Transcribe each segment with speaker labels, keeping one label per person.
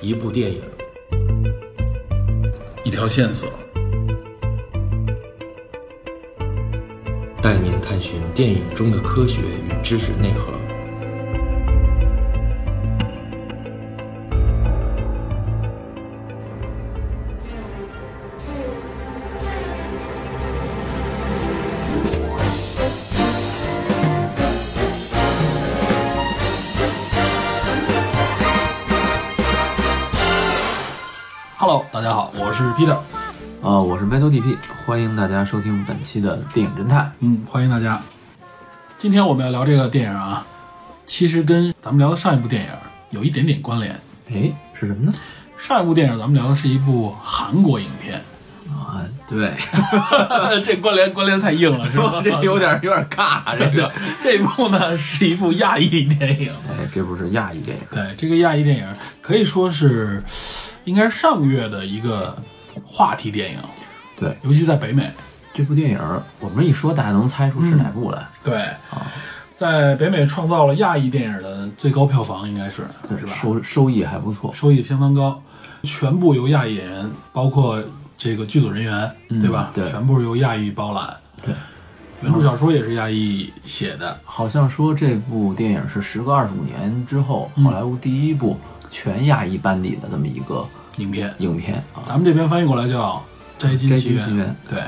Speaker 1: 一部电影，
Speaker 2: 一条线索，
Speaker 1: 带您探寻电影中的科学与知识内核。
Speaker 2: Hello，大家好，我是 Peter。
Speaker 3: 呃，我是 Metal DP，欢迎大家收听本期的电影侦探。
Speaker 2: 嗯，欢迎大家。今天我们要聊这个电影啊，其实跟咱们聊的上一部电影有一点点关联。
Speaker 3: 哎，是什么呢？
Speaker 2: 上一部电影咱们聊的是一部韩国影片，
Speaker 3: 啊， 对，？
Speaker 2: 这关联关联太硬了，是吧
Speaker 3: 这有点有点尬，啊这
Speaker 2: 对
Speaker 3: 个。，
Speaker 2: 这部呢是一部亚裔电影。
Speaker 3: 哎，这不是亚裔电影，
Speaker 2: 对，这个亚裔电影可以说是，应该是上个月的一个话题电影，
Speaker 3: 对，
Speaker 2: 尤其在北美。
Speaker 3: 这部电影我们一说，大家能猜出是哪部来。
Speaker 2: 对，在北美创造了亚裔电影的最高票房，应该是
Speaker 3: 对，
Speaker 2: 是吧？
Speaker 3: 收收益还不错，
Speaker 2: 收益相当高，全部由亚裔演员，包括这个剧组人员，
Speaker 3: 嗯
Speaker 2: 对吧？
Speaker 3: 对
Speaker 2: 全部是由亚裔包揽。
Speaker 3: 对，
Speaker 2: 原著小说也是亚裔写的，
Speaker 3: 好像说这部电影是时隔二十五年之后，好莱坞第一部全亚裔班底的这么一个
Speaker 2: 影片
Speaker 3: 影片啊。
Speaker 2: 咱们这边翻译过来叫《摘金
Speaker 3: 摘
Speaker 2: 奇
Speaker 3: 金
Speaker 2: 缘
Speaker 3: 奇》缘。
Speaker 2: 对，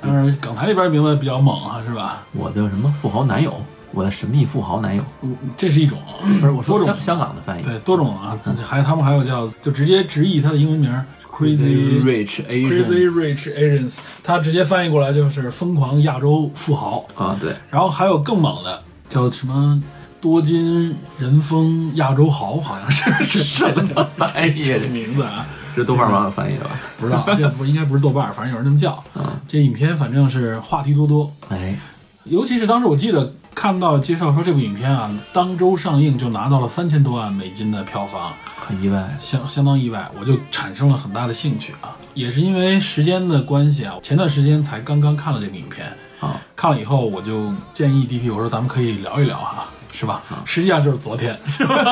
Speaker 2: 但是港台那边名字比较猛啊，是吧？
Speaker 3: 我的什么富豪男友，我的神秘富豪男友，
Speaker 2: 嗯这是一种，
Speaker 3: 不是我说
Speaker 2: 多种
Speaker 3: 香香港的翻译。
Speaker 2: 对多种啊，还他们还有叫就直接直译它的英文名儿 Crazy
Speaker 3: Rich
Speaker 2: Crazy
Speaker 3: Asian
Speaker 2: Rich Asians，它直接翻译过来就是疯狂亚洲富豪。
Speaker 3: 啊，对，
Speaker 2: 然后还有更猛的，叫什么多金人风亚洲豪，好像是是什么
Speaker 3: 翻译
Speaker 2: 这个名字啊？
Speaker 3: 这豆瓣网友翻译的吧？
Speaker 2: 不知道，这不应该不是豆瓣儿，反正有人这么叫。
Speaker 3: 嗯，
Speaker 2: 这影片反正是话题多多，
Speaker 3: 哎，
Speaker 2: 尤其是当时我记得看到介绍说这部影片啊，当周上映就拿到了三千多万美金的票房，
Speaker 3: 很意外，
Speaker 2: 相相当意外，我就产生了很大的兴趣啊。也是因为时间的关系啊，前段时间才刚刚看了这部影片，
Speaker 3: 啊，
Speaker 2: 看了以后，我就建议 DP，我说咱们可以聊一聊哈、是吧？实际上就是昨天，是吧？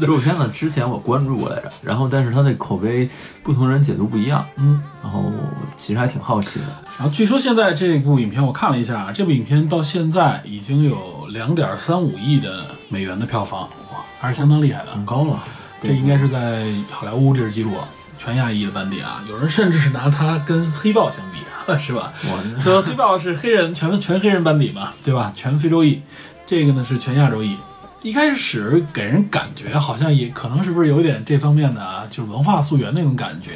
Speaker 3: 这部片子之前我关注过来着，然后但是它的口碑不同人解读不一样，
Speaker 2: 嗯。
Speaker 3: 然后其实还挺好奇的。
Speaker 2: 然后据说现在这部影片我看了一下，啊这部影片到现在已经有两点三五亿的美元的票房，哇，还是相当厉害的。
Speaker 3: 很高了，
Speaker 2: 这应该是在好莱坞这是记录啊，全亚裔的班底啊，有人甚至是拿它跟黑豹相比啊， 是吧？
Speaker 3: 我
Speaker 2: 说黑豹是黑人全全黑人班底嘛，对吧？全非洲裔，这个呢是全亚洲裔。一开始给人感觉好像也可能是不是有一点这方面的啊，就是文化溯源那种感觉。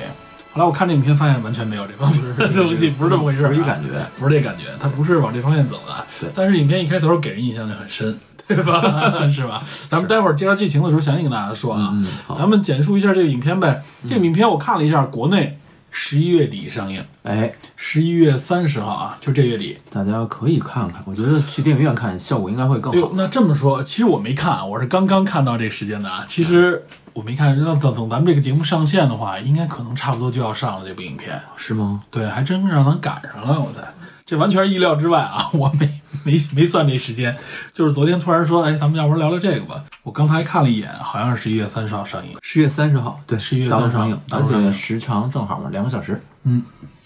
Speaker 2: 后来我看这影片发现完全没有这方面 的东西，不是这么回事、啊，
Speaker 3: 不是一感觉，
Speaker 2: 不是这感觉，它不是往这方面走的。
Speaker 3: 对
Speaker 2: 但是影片一开头给人印象就很深，对 吧？是吧？咱们待会儿介绍剧情的时候详细跟大家说啊。
Speaker 3: 嗯，好，嗯
Speaker 2: 咱们简述一下这个影片呗。这个影片我看了一下，国内十一月底上映，
Speaker 3: 哎，
Speaker 2: 十一月三十号啊，就这月底。
Speaker 3: 大家可以看看，我觉得去电影院看效果应该会更
Speaker 2: 哎呦
Speaker 3: 好，。
Speaker 2: 那这么说，其实我没看，啊我是刚刚看到这时间的啊。其实我没看，那等等咱们这个节目上线的话，应该可能差不多就要上了这部影片。
Speaker 3: 是吗？
Speaker 2: 对，还真让咱赶上了，我猜。这完全是意料之外啊！ 我没没没算这时间，就是昨天突然说，哎，咱们要不然聊聊这个吧。我刚才看了一眼，好像是十一月三十号上映。
Speaker 3: 十月三十号，对，
Speaker 2: 11月
Speaker 3: 当
Speaker 2: 30
Speaker 3: 日
Speaker 2: 号
Speaker 3: 上映，
Speaker 2: 当
Speaker 3: 而
Speaker 2: 日上映
Speaker 3: 且时长正好嘛，两个小时，
Speaker 2: 嗯，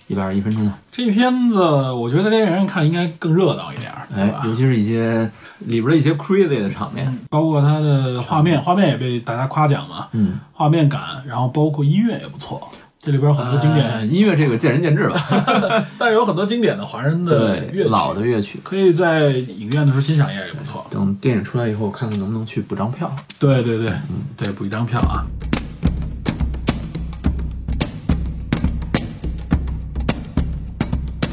Speaker 3: 一百二十一分钟嘛。
Speaker 2: 这片子我觉得在电影院看应该更热闹一点儿，对
Speaker 3: 哎
Speaker 2: 吧，？
Speaker 3: 尤其是一些里边的一些 crazy 的场面，
Speaker 2: 包括它的画面，画面也被大家夸奖嘛，
Speaker 3: 嗯，
Speaker 2: 画面感，然后包括音乐也不错。这里边有很多经典，
Speaker 3: 呃音乐这个见仁见智吧，
Speaker 2: 但是有很多经典的华人的乐
Speaker 3: 对，
Speaker 2: 曲，
Speaker 3: 老的乐曲。
Speaker 2: 可以在影院的时候欣赏一下也不错。
Speaker 3: 等电影出来以后，看看能不能去补张票。
Speaker 2: 对对对，
Speaker 3: 嗯
Speaker 2: 对补一张票啊。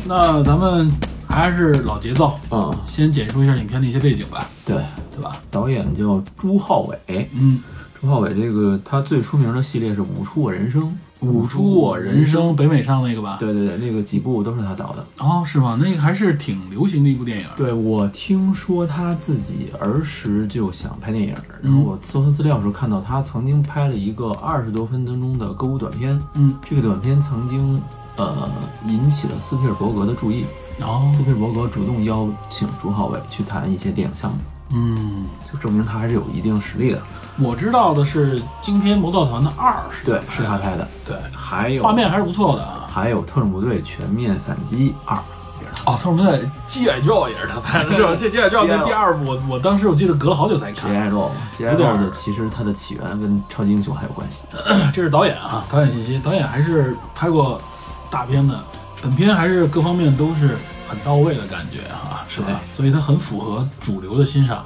Speaker 2: 那咱们还是老节奏，
Speaker 3: 嗯，
Speaker 2: 先简述一下影片的一些背景吧，
Speaker 3: 对，
Speaker 2: 对吧？
Speaker 3: 导演叫朱浩伟。
Speaker 2: 嗯，
Speaker 3: 朱浩伟这个他最出名的系列是《舞出我人生》，《
Speaker 2: 舞出我人》。生，北美上那个吧？
Speaker 3: 对对对，那个几部都是他导的。
Speaker 2: 哦，是吗？那个还是挺流行的一部电影。啊
Speaker 3: 对我听说他自己儿时就想拍电影，然后我搜他资料的时候看到他曾经拍了一个二十多分钟的歌舞短片，
Speaker 2: 嗯，
Speaker 3: 这个短片曾经呃引起了斯皮尔伯格的注意，
Speaker 2: 然后
Speaker 3: 斯皮尔伯格主动邀请朱浩伟去谈一些电影项目。
Speaker 2: 嗯，
Speaker 3: 就证明他还是有一定实力的。
Speaker 2: 我知道的是惊天魔盗团的二是
Speaker 3: 对，
Speaker 2: 吧
Speaker 3: 是他拍的。
Speaker 2: 对，
Speaker 3: 还有
Speaker 2: 画面还是不错的啊。
Speaker 3: 还有《特种部队：全面反击二》也是他
Speaker 2: 哦，特种部队 G.I. Joe 也是他拍 的，是吧？这 G.I. Joe 那第二部，我我当时我记得隔了好久才看。
Speaker 3: ，G.I. Joe。G.I.
Speaker 2: 有点儿
Speaker 3: Joe 的其实它的起源跟超级英雄还有关系。
Speaker 2: 这是导演啊，导演信息，导演还是拍过大片的，本片还是各方面都是很到位的感觉啊，是吧？所以它很符合主流的欣赏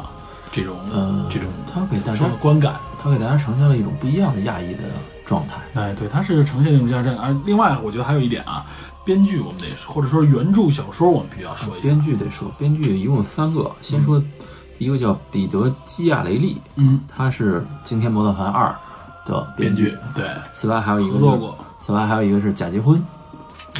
Speaker 2: 这种、
Speaker 3: 呃，
Speaker 2: 这种
Speaker 3: 他给大
Speaker 2: 说
Speaker 3: 家
Speaker 2: 的观感。
Speaker 3: 他给大家呈现了一种不一样的亚裔的状态。
Speaker 2: 哎，对，它是呈现那种家政。而另外，我觉得还有一点啊，编剧我们得或者说原著小说我们必须要说一下。
Speaker 3: 编剧得说，编剧一共有三个，先说一个叫彼得基亚雷利，
Speaker 2: 嗯，
Speaker 3: 他是《惊天魔盗团二》的
Speaker 2: 编
Speaker 3: 编
Speaker 2: 剧对
Speaker 3: 此外还有一个
Speaker 2: 合作过
Speaker 3: 是，此外还有一个是《假结婚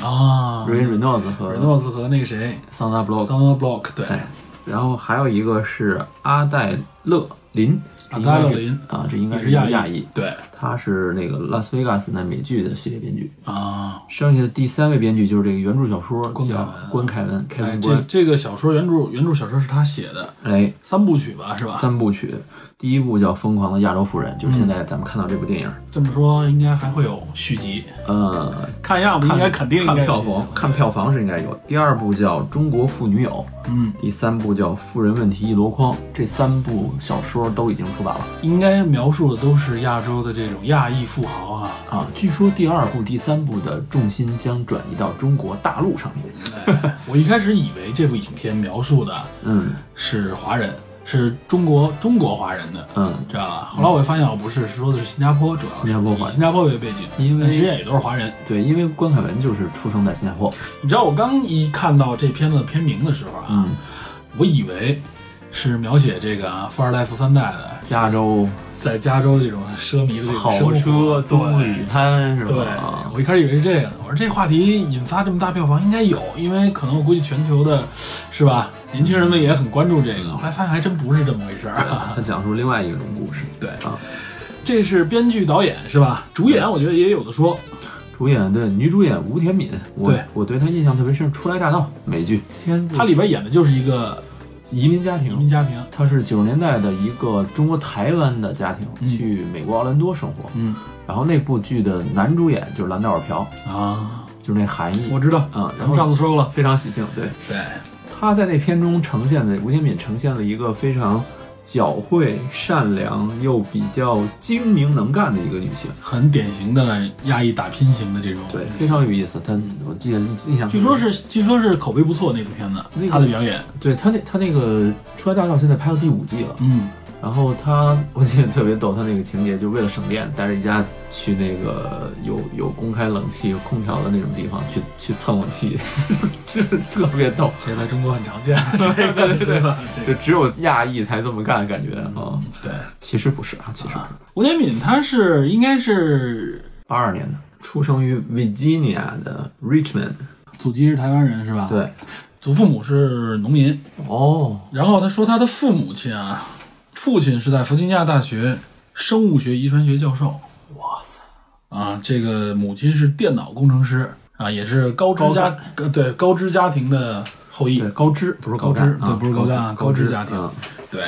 Speaker 2: 啊》
Speaker 3: ，Ray Reynolds 和
Speaker 2: Reynolds 和那个谁
Speaker 3: Sandra Block，
Speaker 2: Summer Block 对，
Speaker 3: 哎，然后还有一个是阿黛勒林，
Speaker 2: 阿
Speaker 3: 这应该
Speaker 2: 黛
Speaker 3: 是
Speaker 2: 勒林
Speaker 3: 啊，这应该
Speaker 2: 也
Speaker 3: 是
Speaker 2: 是亚
Speaker 3: 亚
Speaker 2: 裔
Speaker 3: 裔，
Speaker 2: 对
Speaker 3: 他是那个拉斯维加斯那美剧的系列编剧。
Speaker 2: 啊。
Speaker 3: 剩下的第三位编剧就是这个原著小说
Speaker 2: 关凯
Speaker 3: 叫
Speaker 2: 文
Speaker 3: 关凯文，凯
Speaker 2: 哎，
Speaker 3: 文
Speaker 2: 这
Speaker 3: 关，
Speaker 2: 这个小说原著原著小说是他写的，
Speaker 3: 哎，
Speaker 2: 三部曲吧，是吧？
Speaker 3: 三部曲，第一部叫《疯狂的亚洲夫人》，就是现在咱们看到这部电影。
Speaker 2: 这么说应该还会有续集，
Speaker 3: 呃，
Speaker 2: 看样子应
Speaker 3: 看
Speaker 2: 该肯定应该有
Speaker 3: 看票房，看票房是应该有。第二部叫《中国妇女友》，
Speaker 2: 嗯，
Speaker 3: 第三部叫《富人问题一箩筐》，这三部小说都已经出版了
Speaker 2: 应该描述的都是亚洲的这种亚裔富豪啊。
Speaker 3: 啊。据说第二部、第三部的重心将转移到中国大陆上面。
Speaker 2: 哎 我一开始以为这部影片描述的
Speaker 3: 嗯
Speaker 2: 是华人，是中国中国华人的，
Speaker 3: 嗯，
Speaker 2: 知道吧？后来我发现我哦不是，是说的是新加坡，主要是
Speaker 3: 新加坡华
Speaker 2: 以
Speaker 3: 人
Speaker 2: 新加坡为背景，
Speaker 3: 因为
Speaker 2: 但其实也都是华人。
Speaker 3: 对，因为关凯文就是出生在新加坡。
Speaker 2: 你知道我刚一看到这片子的片名的时候啊，
Speaker 3: 嗯，
Speaker 2: 我以为是描写这个啊富二代、富三代的，
Speaker 3: 加州
Speaker 2: 在加州这种奢靡的这种
Speaker 3: 豪
Speaker 2: 生活
Speaker 3: 车棕
Speaker 2: 对
Speaker 3: 榈滩是
Speaker 2: 对
Speaker 3: 吧，？啊
Speaker 2: 我一开始以为是这个，我说这话题引发这么大票房应该有，因为可能我估计全球的，是吧？年轻人们也很关注这个，
Speaker 3: 嗯
Speaker 2: 后来发现还真不是这么回事儿、
Speaker 3: 他讲述另外一种故事。
Speaker 2: 对，
Speaker 3: 啊，
Speaker 2: 这是编剧导演是吧？主
Speaker 3: 嗯
Speaker 2: 演我觉得也有的说，
Speaker 3: 主演对女主演吴天敏，我
Speaker 2: 对
Speaker 3: 我对她印象特别深，《初来乍到》美剧，天
Speaker 2: 它里边演的就是一个
Speaker 3: 移民家
Speaker 2: 移民
Speaker 3: 庭，
Speaker 2: 家庭，
Speaker 3: 她是九十年代的一个中国台湾的家庭、
Speaker 2: 嗯
Speaker 3: 去美国奥兰多生活，
Speaker 2: 嗯
Speaker 3: 然后那部剧的男主演就是蓝道尔朴，
Speaker 2: 啊，
Speaker 3: 就是那韩裔，
Speaker 2: 我知道，
Speaker 3: 啊，
Speaker 2: 咱
Speaker 3: 然
Speaker 2: 们上
Speaker 3: 后
Speaker 2: 次说过了，
Speaker 3: 非常喜庆，对，
Speaker 2: 对，
Speaker 3: 他在那片中呈现的吴天敏呈现了一个非常狡慧、善良又比较精明能干的一个女性。
Speaker 2: 很典型的亚裔打拼型的这种，
Speaker 3: 对，非常有意思。她，我记得印
Speaker 2: 嗯
Speaker 3: 象很深，
Speaker 2: 据说是据说是口碑不错那部片子
Speaker 3: 那，个
Speaker 2: 他的表演，
Speaker 3: 对他那他那个《初来乍到》现在拍到第五季了，
Speaker 2: 嗯，
Speaker 3: 然后他我记得特别逗，他那个情节就是为了省电，带着一家去那个有有公开冷气、有空调的那种地方去去蹭冷气， 这特别逗，
Speaker 2: 这在中国很 常见，这个对吧？这个
Speaker 3: 就只有亚裔才这么干，感觉啊、
Speaker 2: 对。
Speaker 3: 其实不是啊，其实不是
Speaker 2: 吴天敏他是应该是
Speaker 3: 八二年的，出生于维吉尼亚的 Richmond，
Speaker 2: 祖籍是台湾人是吧？，
Speaker 3: 对，
Speaker 2: 祖父母是农民。
Speaker 3: 哦，
Speaker 2: 然后他说他的父母亲啊，父亲是在弗吉尼亚大学生物学遗传学教授
Speaker 3: 哇塞，
Speaker 2: 啊，这个母亲是电脑工程师啊，也是高知家呃对高知家庭的后裔
Speaker 3: 对，，高知不是
Speaker 2: 高知
Speaker 3: 干
Speaker 2: 对
Speaker 3: 啊
Speaker 2: 不是高干啊高知家庭
Speaker 3: 嗯
Speaker 2: 对，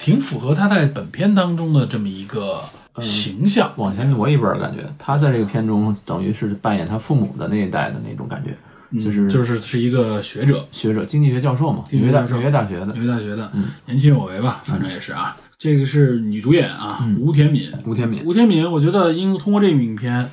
Speaker 2: 挺符合他在本片当中的这么一个
Speaker 3: 嗯
Speaker 2: 形象。
Speaker 3: 往前挪一辈儿，感觉他在这个片中等于是扮演他父母的那一代的那种感觉，就是
Speaker 2: 就是是一个学者，
Speaker 3: 学者，经济学教授嘛，
Speaker 2: 经
Speaker 3: 纽
Speaker 2: 济
Speaker 3: 约
Speaker 2: 学
Speaker 3: 大
Speaker 2: 教授
Speaker 3: 纽约大学的
Speaker 2: 纽约大学的，
Speaker 3: 嗯
Speaker 2: 年轻有为吧，反正也是啊。这个是女主演啊，
Speaker 3: 嗯
Speaker 2: 吴天敏。
Speaker 3: 吴天敏，
Speaker 2: 吴天敏，我觉得因通过这部影片，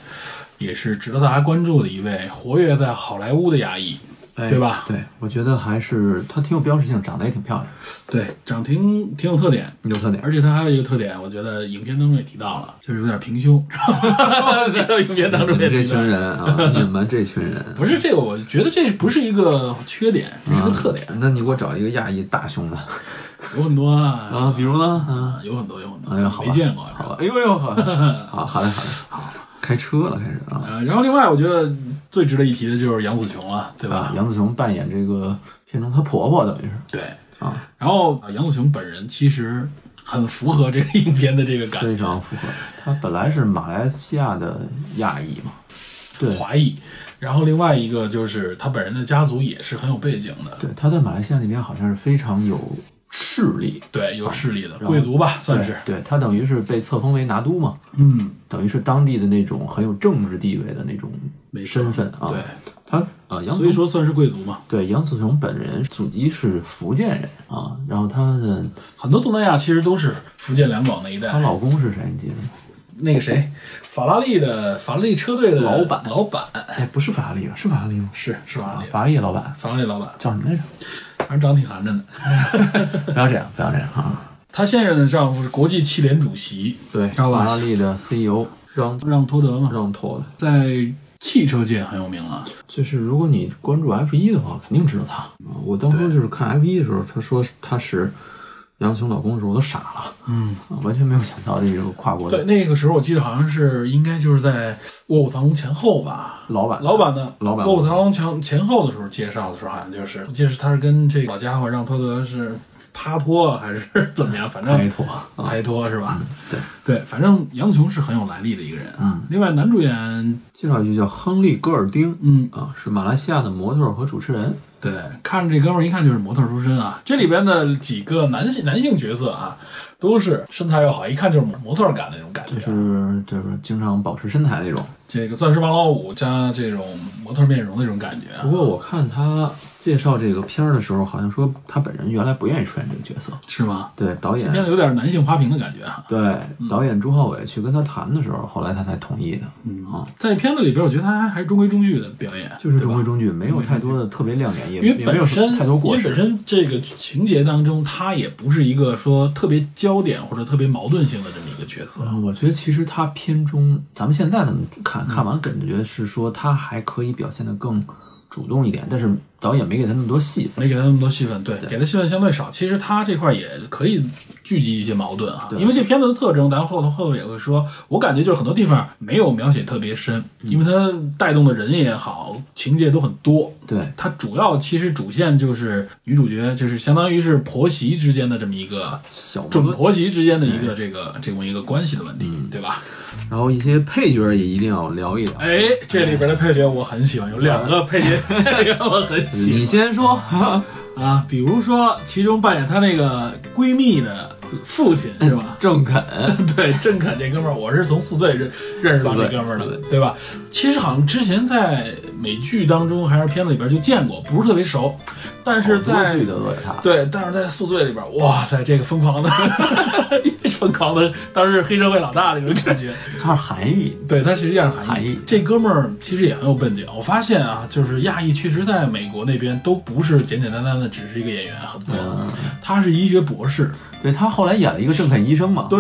Speaker 2: 也是值得大家关注的一位活跃在好莱坞的亚裔。
Speaker 3: 哎
Speaker 2: 对吧
Speaker 3: 对，我觉得还是她挺有标志性，长得也挺漂亮，
Speaker 2: 对，长挺挺有特点，
Speaker 3: 有特点。
Speaker 2: 而且他还有一个特点，我觉得影片当中也提到了，就是有点平 胸。这个影片当中
Speaker 3: 你
Speaker 2: 也
Speaker 3: 嗯们这
Speaker 2: 提到
Speaker 3: 群
Speaker 2: 了，
Speaker 3: 人 啊，你们这群人，啊
Speaker 2: 不是这个，我觉得这不是一个缺点，这是个
Speaker 3: 嗯
Speaker 2: 特点，
Speaker 3: 那你给我找一个亚裔大胸的
Speaker 2: 有很多啊，
Speaker 3: 啊，比如呢，嗯，
Speaker 2: 啊有很多有很多，
Speaker 3: 哎呀，好吧
Speaker 2: 没见过，
Speaker 3: 好吧，哎呦呦，好， 好，好嘞，好嘞，好，开车了，开始啊，
Speaker 2: 呃，然后另外我觉得最值得一提的就是杨紫琼了，对吧？
Speaker 3: 啊，杨紫琼扮演这个片中她婆婆，等于是
Speaker 2: 对，
Speaker 3: 啊，
Speaker 2: 然后呃杨紫琼本人其实很符合这个影片的这个感
Speaker 3: 非
Speaker 2: 觉，
Speaker 3: 常符合。她本来是马来西亚的亚裔嘛，对，
Speaker 2: 华裔。然后另外一个就是他本人的家族也是很有背景的，
Speaker 3: 对，他在马来西亚那边好像是非常有势力，
Speaker 2: 对，有势力的
Speaker 3: 啊然后
Speaker 2: 贵族吧，算是，
Speaker 3: 对对他等于是被册封为拿督嘛，
Speaker 2: 嗯，
Speaker 3: 等于是当地的那种很有政治地位的那种
Speaker 2: 没错
Speaker 3: 身份啊。
Speaker 2: 对，
Speaker 3: 他呃，杨
Speaker 2: 所以说算是贵族嘛。
Speaker 3: 对杨子雄本人祖籍是福建人啊，然后他的
Speaker 2: 很多东南亚其实都是福建两广那一带
Speaker 3: 她。老公是谁？你记得吗？
Speaker 2: 那个谁，法拉利的法拉利车队的
Speaker 3: 老板
Speaker 2: 老板
Speaker 3: 哎，不是法拉利吧？是法拉利吗？
Speaker 2: 是是法拉
Speaker 3: 啊
Speaker 2: 利，，
Speaker 3: 法拉利老板
Speaker 2: 法拉利老板，
Speaker 3: 叫什么来着？
Speaker 2: 反正长挺寒碜的。
Speaker 3: 不要这样，不要这样啊！
Speaker 2: 她现任的丈夫是国际汽联主席
Speaker 3: 对，
Speaker 2: 知道吧
Speaker 3: 法拉利的 E CEO 让
Speaker 2: 让托德嘛，
Speaker 3: 让托的，
Speaker 2: 在汽车界很有名了。
Speaker 3: 就是如果你关注 F 一的话，肯定知道他。啊我当初就是看 F 一的时候，他说他是杨雄老公的时候，我都傻了，
Speaker 2: 嗯，
Speaker 3: 啊完全没有想到这个跨国
Speaker 2: 对，
Speaker 3: 的
Speaker 2: 那个时候我记得好像是应该就是在卧虎藏龙前后吧。
Speaker 3: 老板。
Speaker 2: 老板呢？
Speaker 3: 呃老板
Speaker 2: 卧虎藏龙前前后的时候介绍的时候，好像就是，我记得是他是跟这个老家伙让托德是帕托还是 怎么样，反正
Speaker 3: 开拓啊，
Speaker 2: 嗯拍拖是吧？
Speaker 3: 对
Speaker 2: 对，反正杨紫琼是很有来历的一个人啊。
Speaker 3: 嗯
Speaker 2: 另外，男主演，
Speaker 3: 介绍一句叫亨利·戈尔丁
Speaker 2: 嗯，
Speaker 3: 啊，是马来西亚的模特儿和主持人。
Speaker 2: 对，看着这哥们儿一看就是模特出身啊。这里边的几个男性男性角色啊，都是身材又好，一看就是模特感的那种感
Speaker 3: 就
Speaker 2: 觉。
Speaker 3: 是就是经常保持身材那种。
Speaker 2: 这个钻石王老五加这种模特面容的那种感觉啊
Speaker 3: 不，过我看他介绍这个片儿的时候，好像说他本人原来不愿意出演这个角色。
Speaker 2: 是吗？
Speaker 3: 对，导演
Speaker 2: 变得有点男性花瓶的感觉啊。
Speaker 3: 对导演朱浩伟去跟他谈的时候，后来他才同意的。
Speaker 2: 嗯
Speaker 3: 啊，
Speaker 2: 在片子里边，我觉得他还是中规中矩的表演，
Speaker 3: 就是
Speaker 2: 对吧
Speaker 3: 中规中矩，没有太多的特别亮点，也
Speaker 2: 因为
Speaker 3: 也没有
Speaker 2: 本
Speaker 3: 什
Speaker 2: 身
Speaker 3: 么太多过
Speaker 2: 因为本
Speaker 3: 失。
Speaker 2: 身这个情节当中，他也不是一个说特别焦点或者特别矛盾性的这么一个角色。
Speaker 3: 嗯，我觉得其实他偏中，咱们现在怎么
Speaker 2: 嗯
Speaker 3: 看看完感觉是说他还可以表现得更主动一点，但是导演没给他那么多戏份。
Speaker 2: 没给他那么多戏份，对，给他戏份相对少。其实他这块也可以聚集一些矛盾啊，因为这片子的特征，咱后头后头也会说，我感觉就是很多地方没有描写特别深，
Speaker 3: 嗯
Speaker 2: 因为它带动的人也好，情节都很多。
Speaker 3: 对，
Speaker 2: 它主要其实主线就是女主角，就是相当于是婆媳之间的这么一个
Speaker 3: 小
Speaker 2: 准
Speaker 3: 摩
Speaker 2: 婆媳之间的一个这个这么一个关系的问题，对吧？
Speaker 3: 然后一些配角也一定要聊一聊。
Speaker 2: 哎，这里边的配角我很喜欢，有两个配 角我很
Speaker 3: 你
Speaker 2: 喜
Speaker 3: 先说。
Speaker 2: 欢啊，比如说其中扮演她那个闺蜜的父亲是吧？
Speaker 3: 郑肯，
Speaker 2: 对，郑肯这哥们儿，我是从四岁认认识到这哥们儿
Speaker 3: 四岁
Speaker 2: 的
Speaker 3: 四，
Speaker 2: 对吧？其实好像之前在美剧当中还是片子里边就见过，不是特别熟，但哦是在
Speaker 3: 剧的都有他。
Speaker 2: 对，但是在宿醉里边，哇塞，这个疯狂的 疯狂的，当时黑社会老大那种感 觉，
Speaker 3: 他是韩裔，
Speaker 2: 对他是这样含
Speaker 3: 含
Speaker 2: 义
Speaker 3: 义。
Speaker 2: 这哥们儿其实也很有背景，我发现啊，就是亚裔确实在美国那边都不是简简单单的只是一个演员，很多。
Speaker 3: 嗯，啊
Speaker 2: 他是医学博士，
Speaker 3: 对他后来演了一个郑肯医生嘛，
Speaker 2: 对，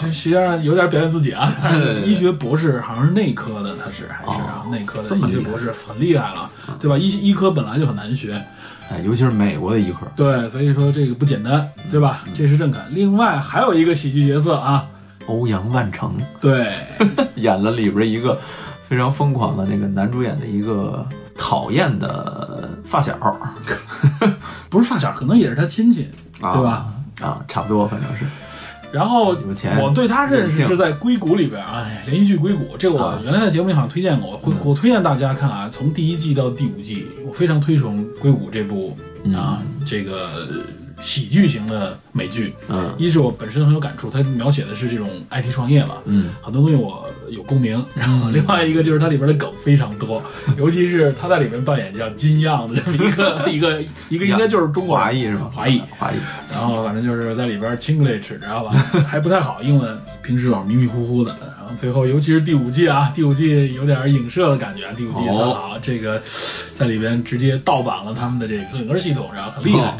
Speaker 2: 这实际上有点表演自己啊。但
Speaker 3: 啊对
Speaker 2: 是
Speaker 3: 对对
Speaker 2: 医学博士好像是内科的，他是还是啊、
Speaker 3: 哦
Speaker 2: 内科的
Speaker 3: 这么
Speaker 2: 医
Speaker 3: 厉害啊
Speaker 2: 学博士，很厉害了，对吧？医医科本来就很难学，
Speaker 3: 哎，尤其是美国的医科，
Speaker 2: 对，所以说这个不简单，对吧？
Speaker 3: 嗯
Speaker 2: 这是郑肯。另外还有一个喜剧角色啊，
Speaker 3: 欧阳万成
Speaker 2: 对，
Speaker 3: 演了里边一个非常疯狂的那个男主演的一个讨厌的发小，
Speaker 2: 不是发小，可能也是他亲戚，对吧？？
Speaker 3: 啊，差不多，反正是
Speaker 2: 然后
Speaker 3: 有钱
Speaker 2: 我对他认识
Speaker 3: 任性
Speaker 2: 是在《硅谷》里边，哎，连续剧《硅谷》这个我
Speaker 3: 啊嗯
Speaker 2: 原来在节目里好像推荐过，我会我推荐大家看啊，从第一季到第五季，我非常推崇《硅谷》这部
Speaker 3: 嗯
Speaker 2: 啊这个呃喜剧型的美剧。
Speaker 3: 嗯
Speaker 2: 一是我本身很有感触，它描写的是这种 IT 创业嘛，
Speaker 3: 嗯，
Speaker 2: 很多东西我有共鸣。然后另外一个就是它里边的梗非常多，尤其是他在里面扮演叫金样的这么一个一个一个应该就是中国
Speaker 3: 华
Speaker 2: 人
Speaker 3: 裔是吧？
Speaker 2: 华裔，
Speaker 3: 华裔，
Speaker 2: 然后反正就是在里边 Chinglish，知道吧？还不太好，英文平时老迷迷糊糊的。然后最后，尤其是第五季啊，第五季有点影射的感觉啊。第五季很好，这个在里边直接盗版了他们的这个整个系统，然后很厉害，
Speaker 3: 哦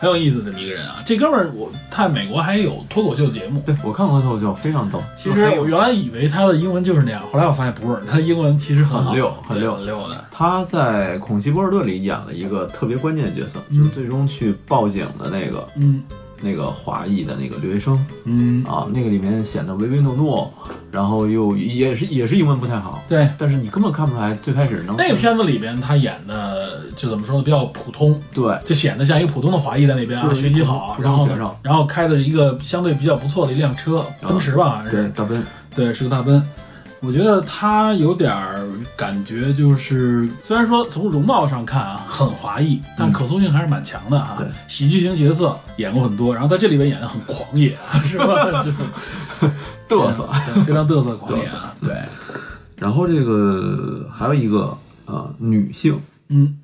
Speaker 2: 很有意思的这么一个人啊。这哥们儿，我看美国还有脱口秀节目。
Speaker 3: 对我看过脱口秀，非常逗。
Speaker 2: 其实我原来以为他的英文就是那样，后来我发现不是，他英文其实很好
Speaker 3: 很溜
Speaker 2: 对
Speaker 3: 很溜
Speaker 2: 很溜的。
Speaker 3: 他在《恐袭波士顿》里演了一个特别关键的角色，就是最终去报警的那个
Speaker 2: 嗯
Speaker 3: 那个华裔的那个留学生，
Speaker 2: 嗯，
Speaker 3: 啊，那个里面显得唯唯诺诺，然后又也是也是英文不太好，
Speaker 2: 对，
Speaker 3: 但是你根本看不出来最开始能
Speaker 2: 那个片子里边他演的就怎么说呢，比较普通，
Speaker 3: 对
Speaker 2: 就显得像一个普通的华裔在那边啊，
Speaker 3: 就是
Speaker 2: 学习好，
Speaker 3: 普
Speaker 2: 然
Speaker 3: 通
Speaker 2: 后
Speaker 3: 学生
Speaker 2: 然后开的是一个相对比较不错的一嗯辆车，奔驰吧，好像
Speaker 3: 对
Speaker 2: 是
Speaker 3: 大奔
Speaker 2: 对，是个大奔。我觉得他有点儿感觉就是，虽然说从容貌上看啊很华裔，但可塑性还是蛮强的啊
Speaker 3: 对。
Speaker 2: 喜剧型角色演过很多，然后在这里边演的很狂野，是吧？是
Speaker 3: 嘚瑟。
Speaker 2: 对非常嘚瑟狂野
Speaker 3: 嘚
Speaker 2: 啊。对，
Speaker 3: 然后这个还有一个呃女性
Speaker 2: 嗯，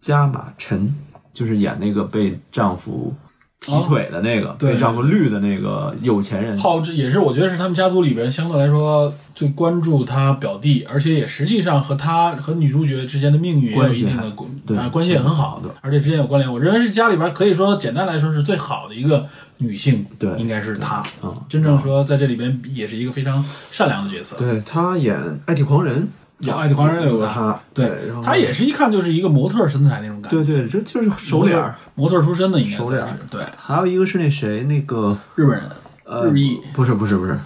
Speaker 3: 加马陈，就是演那个被丈夫劈腿的那个，
Speaker 2: 哦对
Speaker 3: 被丈夫绿的那个有钱人。
Speaker 2: 浩志也是，我觉得是他们家族里边相对来说最关注他表弟，而且也实际上和他和女主角之间的命运也有
Speaker 3: 关
Speaker 2: 一
Speaker 3: 系
Speaker 2: 定
Speaker 3: 还
Speaker 2: 的关
Speaker 3: 对
Speaker 2: 啊关系也很好
Speaker 3: 对，
Speaker 2: 而且之间有关联。我认为是家里边可以说简单来说是最好的一个女性，
Speaker 3: 对
Speaker 2: 应该是她。
Speaker 3: 啊，
Speaker 2: 真正说在这里边也是一个非常善良的角色。
Speaker 3: 对他演《爱体狂人》，
Speaker 2: 有哦爱体狂人有
Speaker 3: 有
Speaker 2: 个
Speaker 3: 他，
Speaker 2: 对
Speaker 3: 然后
Speaker 2: 她也是一看就是一个模特身材那种感觉，
Speaker 3: 对对，这 就是熟脸儿。
Speaker 2: 模特出身的应该
Speaker 3: 熟
Speaker 2: 算
Speaker 3: 脸
Speaker 2: 是
Speaker 3: 儿
Speaker 2: 对
Speaker 3: 还有一个是那谁，那个
Speaker 2: 日本人
Speaker 3: 呃，
Speaker 2: 日裔
Speaker 3: 不是不是不是，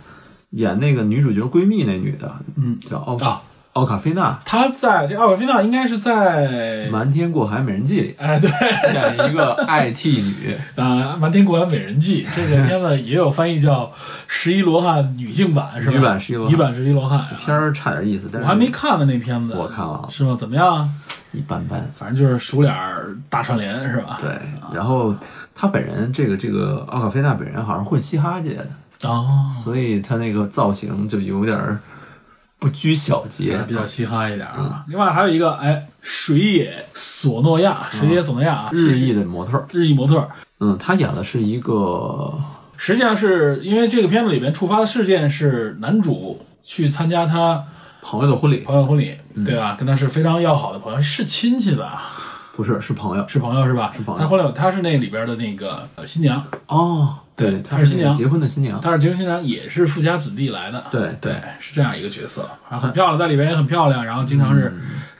Speaker 3: 演那个女主角闺蜜那女的，
Speaker 2: 嗯，
Speaker 3: 叫奥、
Speaker 2: 啊。
Speaker 3: 奥卡菲娜，
Speaker 2: 她在这奥尔菲娜应该是在
Speaker 3: 《瞒天过海美人计》里
Speaker 2: 哎对
Speaker 3: 演一个 IT 女，
Speaker 2: 啊，《瞒天过海美人计》这个片子也有翻译叫《十一罗汉》女性版是吧？
Speaker 3: 女版十一罗汉
Speaker 2: 女版十一罗汉啊。
Speaker 3: 片儿差点意思，但
Speaker 2: 我
Speaker 3: 是
Speaker 2: 还没看呢那片子，
Speaker 3: 我看了
Speaker 2: 是吗？怎么样啊？
Speaker 3: 一般般。
Speaker 2: 反正就是熟脸儿大串联是吧？
Speaker 3: 对，
Speaker 2: 啊
Speaker 3: 然后她本人这个这个奥卡菲娜本人好像混嘻哈界的，
Speaker 2: 哦，
Speaker 3: 所以她那个造型就有点儿不拘小节
Speaker 2: 比较嘻哈一点
Speaker 3: 嗯
Speaker 2: 啊。另外还有一个，哎，水野索诺亚，水野索诺亚啊，
Speaker 3: 嗯日裔的模特儿。
Speaker 2: 日裔模特儿，
Speaker 3: 嗯，她演的是一个
Speaker 2: 实际上是因为这个片子里边触发的事件是男主去参加他
Speaker 3: 朋友的婚礼，
Speaker 2: 朋友婚礼，
Speaker 3: 嗯
Speaker 2: 对吧？跟他是非常要好的朋友，是亲戚吧？
Speaker 3: 不是是朋友
Speaker 2: 是朋友是吧？
Speaker 3: 是朋友
Speaker 2: 他后来他是那里边的那个呃新娘，
Speaker 3: 哦，
Speaker 2: 对
Speaker 3: 对，
Speaker 2: 她
Speaker 3: 她
Speaker 2: 是
Speaker 3: 是
Speaker 2: 新
Speaker 3: 那个
Speaker 2: 娘
Speaker 3: 结婚的新娘，
Speaker 2: 他是结婚新娘，也是富家子弟来的。
Speaker 3: 对
Speaker 2: 对，是这样一个角色，啊，很漂亮，在里边也很漂亮，然后经常是，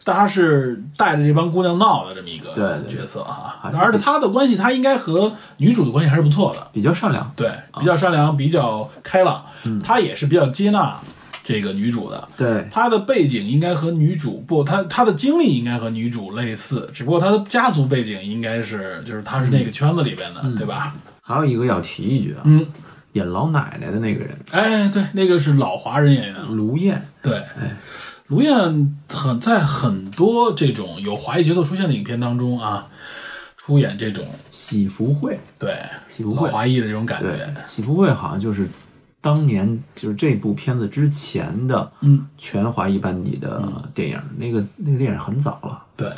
Speaker 2: 但她是带着这帮姑娘闹的这么一
Speaker 3: 嗯对
Speaker 2: 个
Speaker 3: 对
Speaker 2: 角色啊
Speaker 3: 还。是
Speaker 2: 而且她的关系，她应该和女主的关系还是不错的，
Speaker 3: 比较善良。
Speaker 2: 对，比
Speaker 3: 啊
Speaker 2: 较善良，比较开朗，
Speaker 3: 嗯
Speaker 2: 她也是比较接纳这个女主的。
Speaker 3: 对，
Speaker 2: 她的背景应该和女主不，她她的经历应该和女主类似，只不过她的家族背景应该是，就是她是那个圈子里边的，对吧？
Speaker 3: 还有一个要提一句啊，
Speaker 2: 嗯，
Speaker 3: 演老奶奶的那个人
Speaker 2: 哎，对，那个是老华人演员，
Speaker 3: 卢燕，
Speaker 2: 对，
Speaker 3: 哎，
Speaker 2: 卢燕很在很多这种有华裔角色出现的影片当中啊，出演这种
Speaker 3: 喜福会，
Speaker 2: 对
Speaker 3: 喜福
Speaker 2: 老
Speaker 3: 会，
Speaker 2: 华裔的这种感
Speaker 3: 对
Speaker 2: 觉，，
Speaker 3: 喜福会好像就是当年就是这部片子之前的
Speaker 2: 嗯，
Speaker 3: 全华裔班底的电影，那个那个电影很早了，
Speaker 2: 对，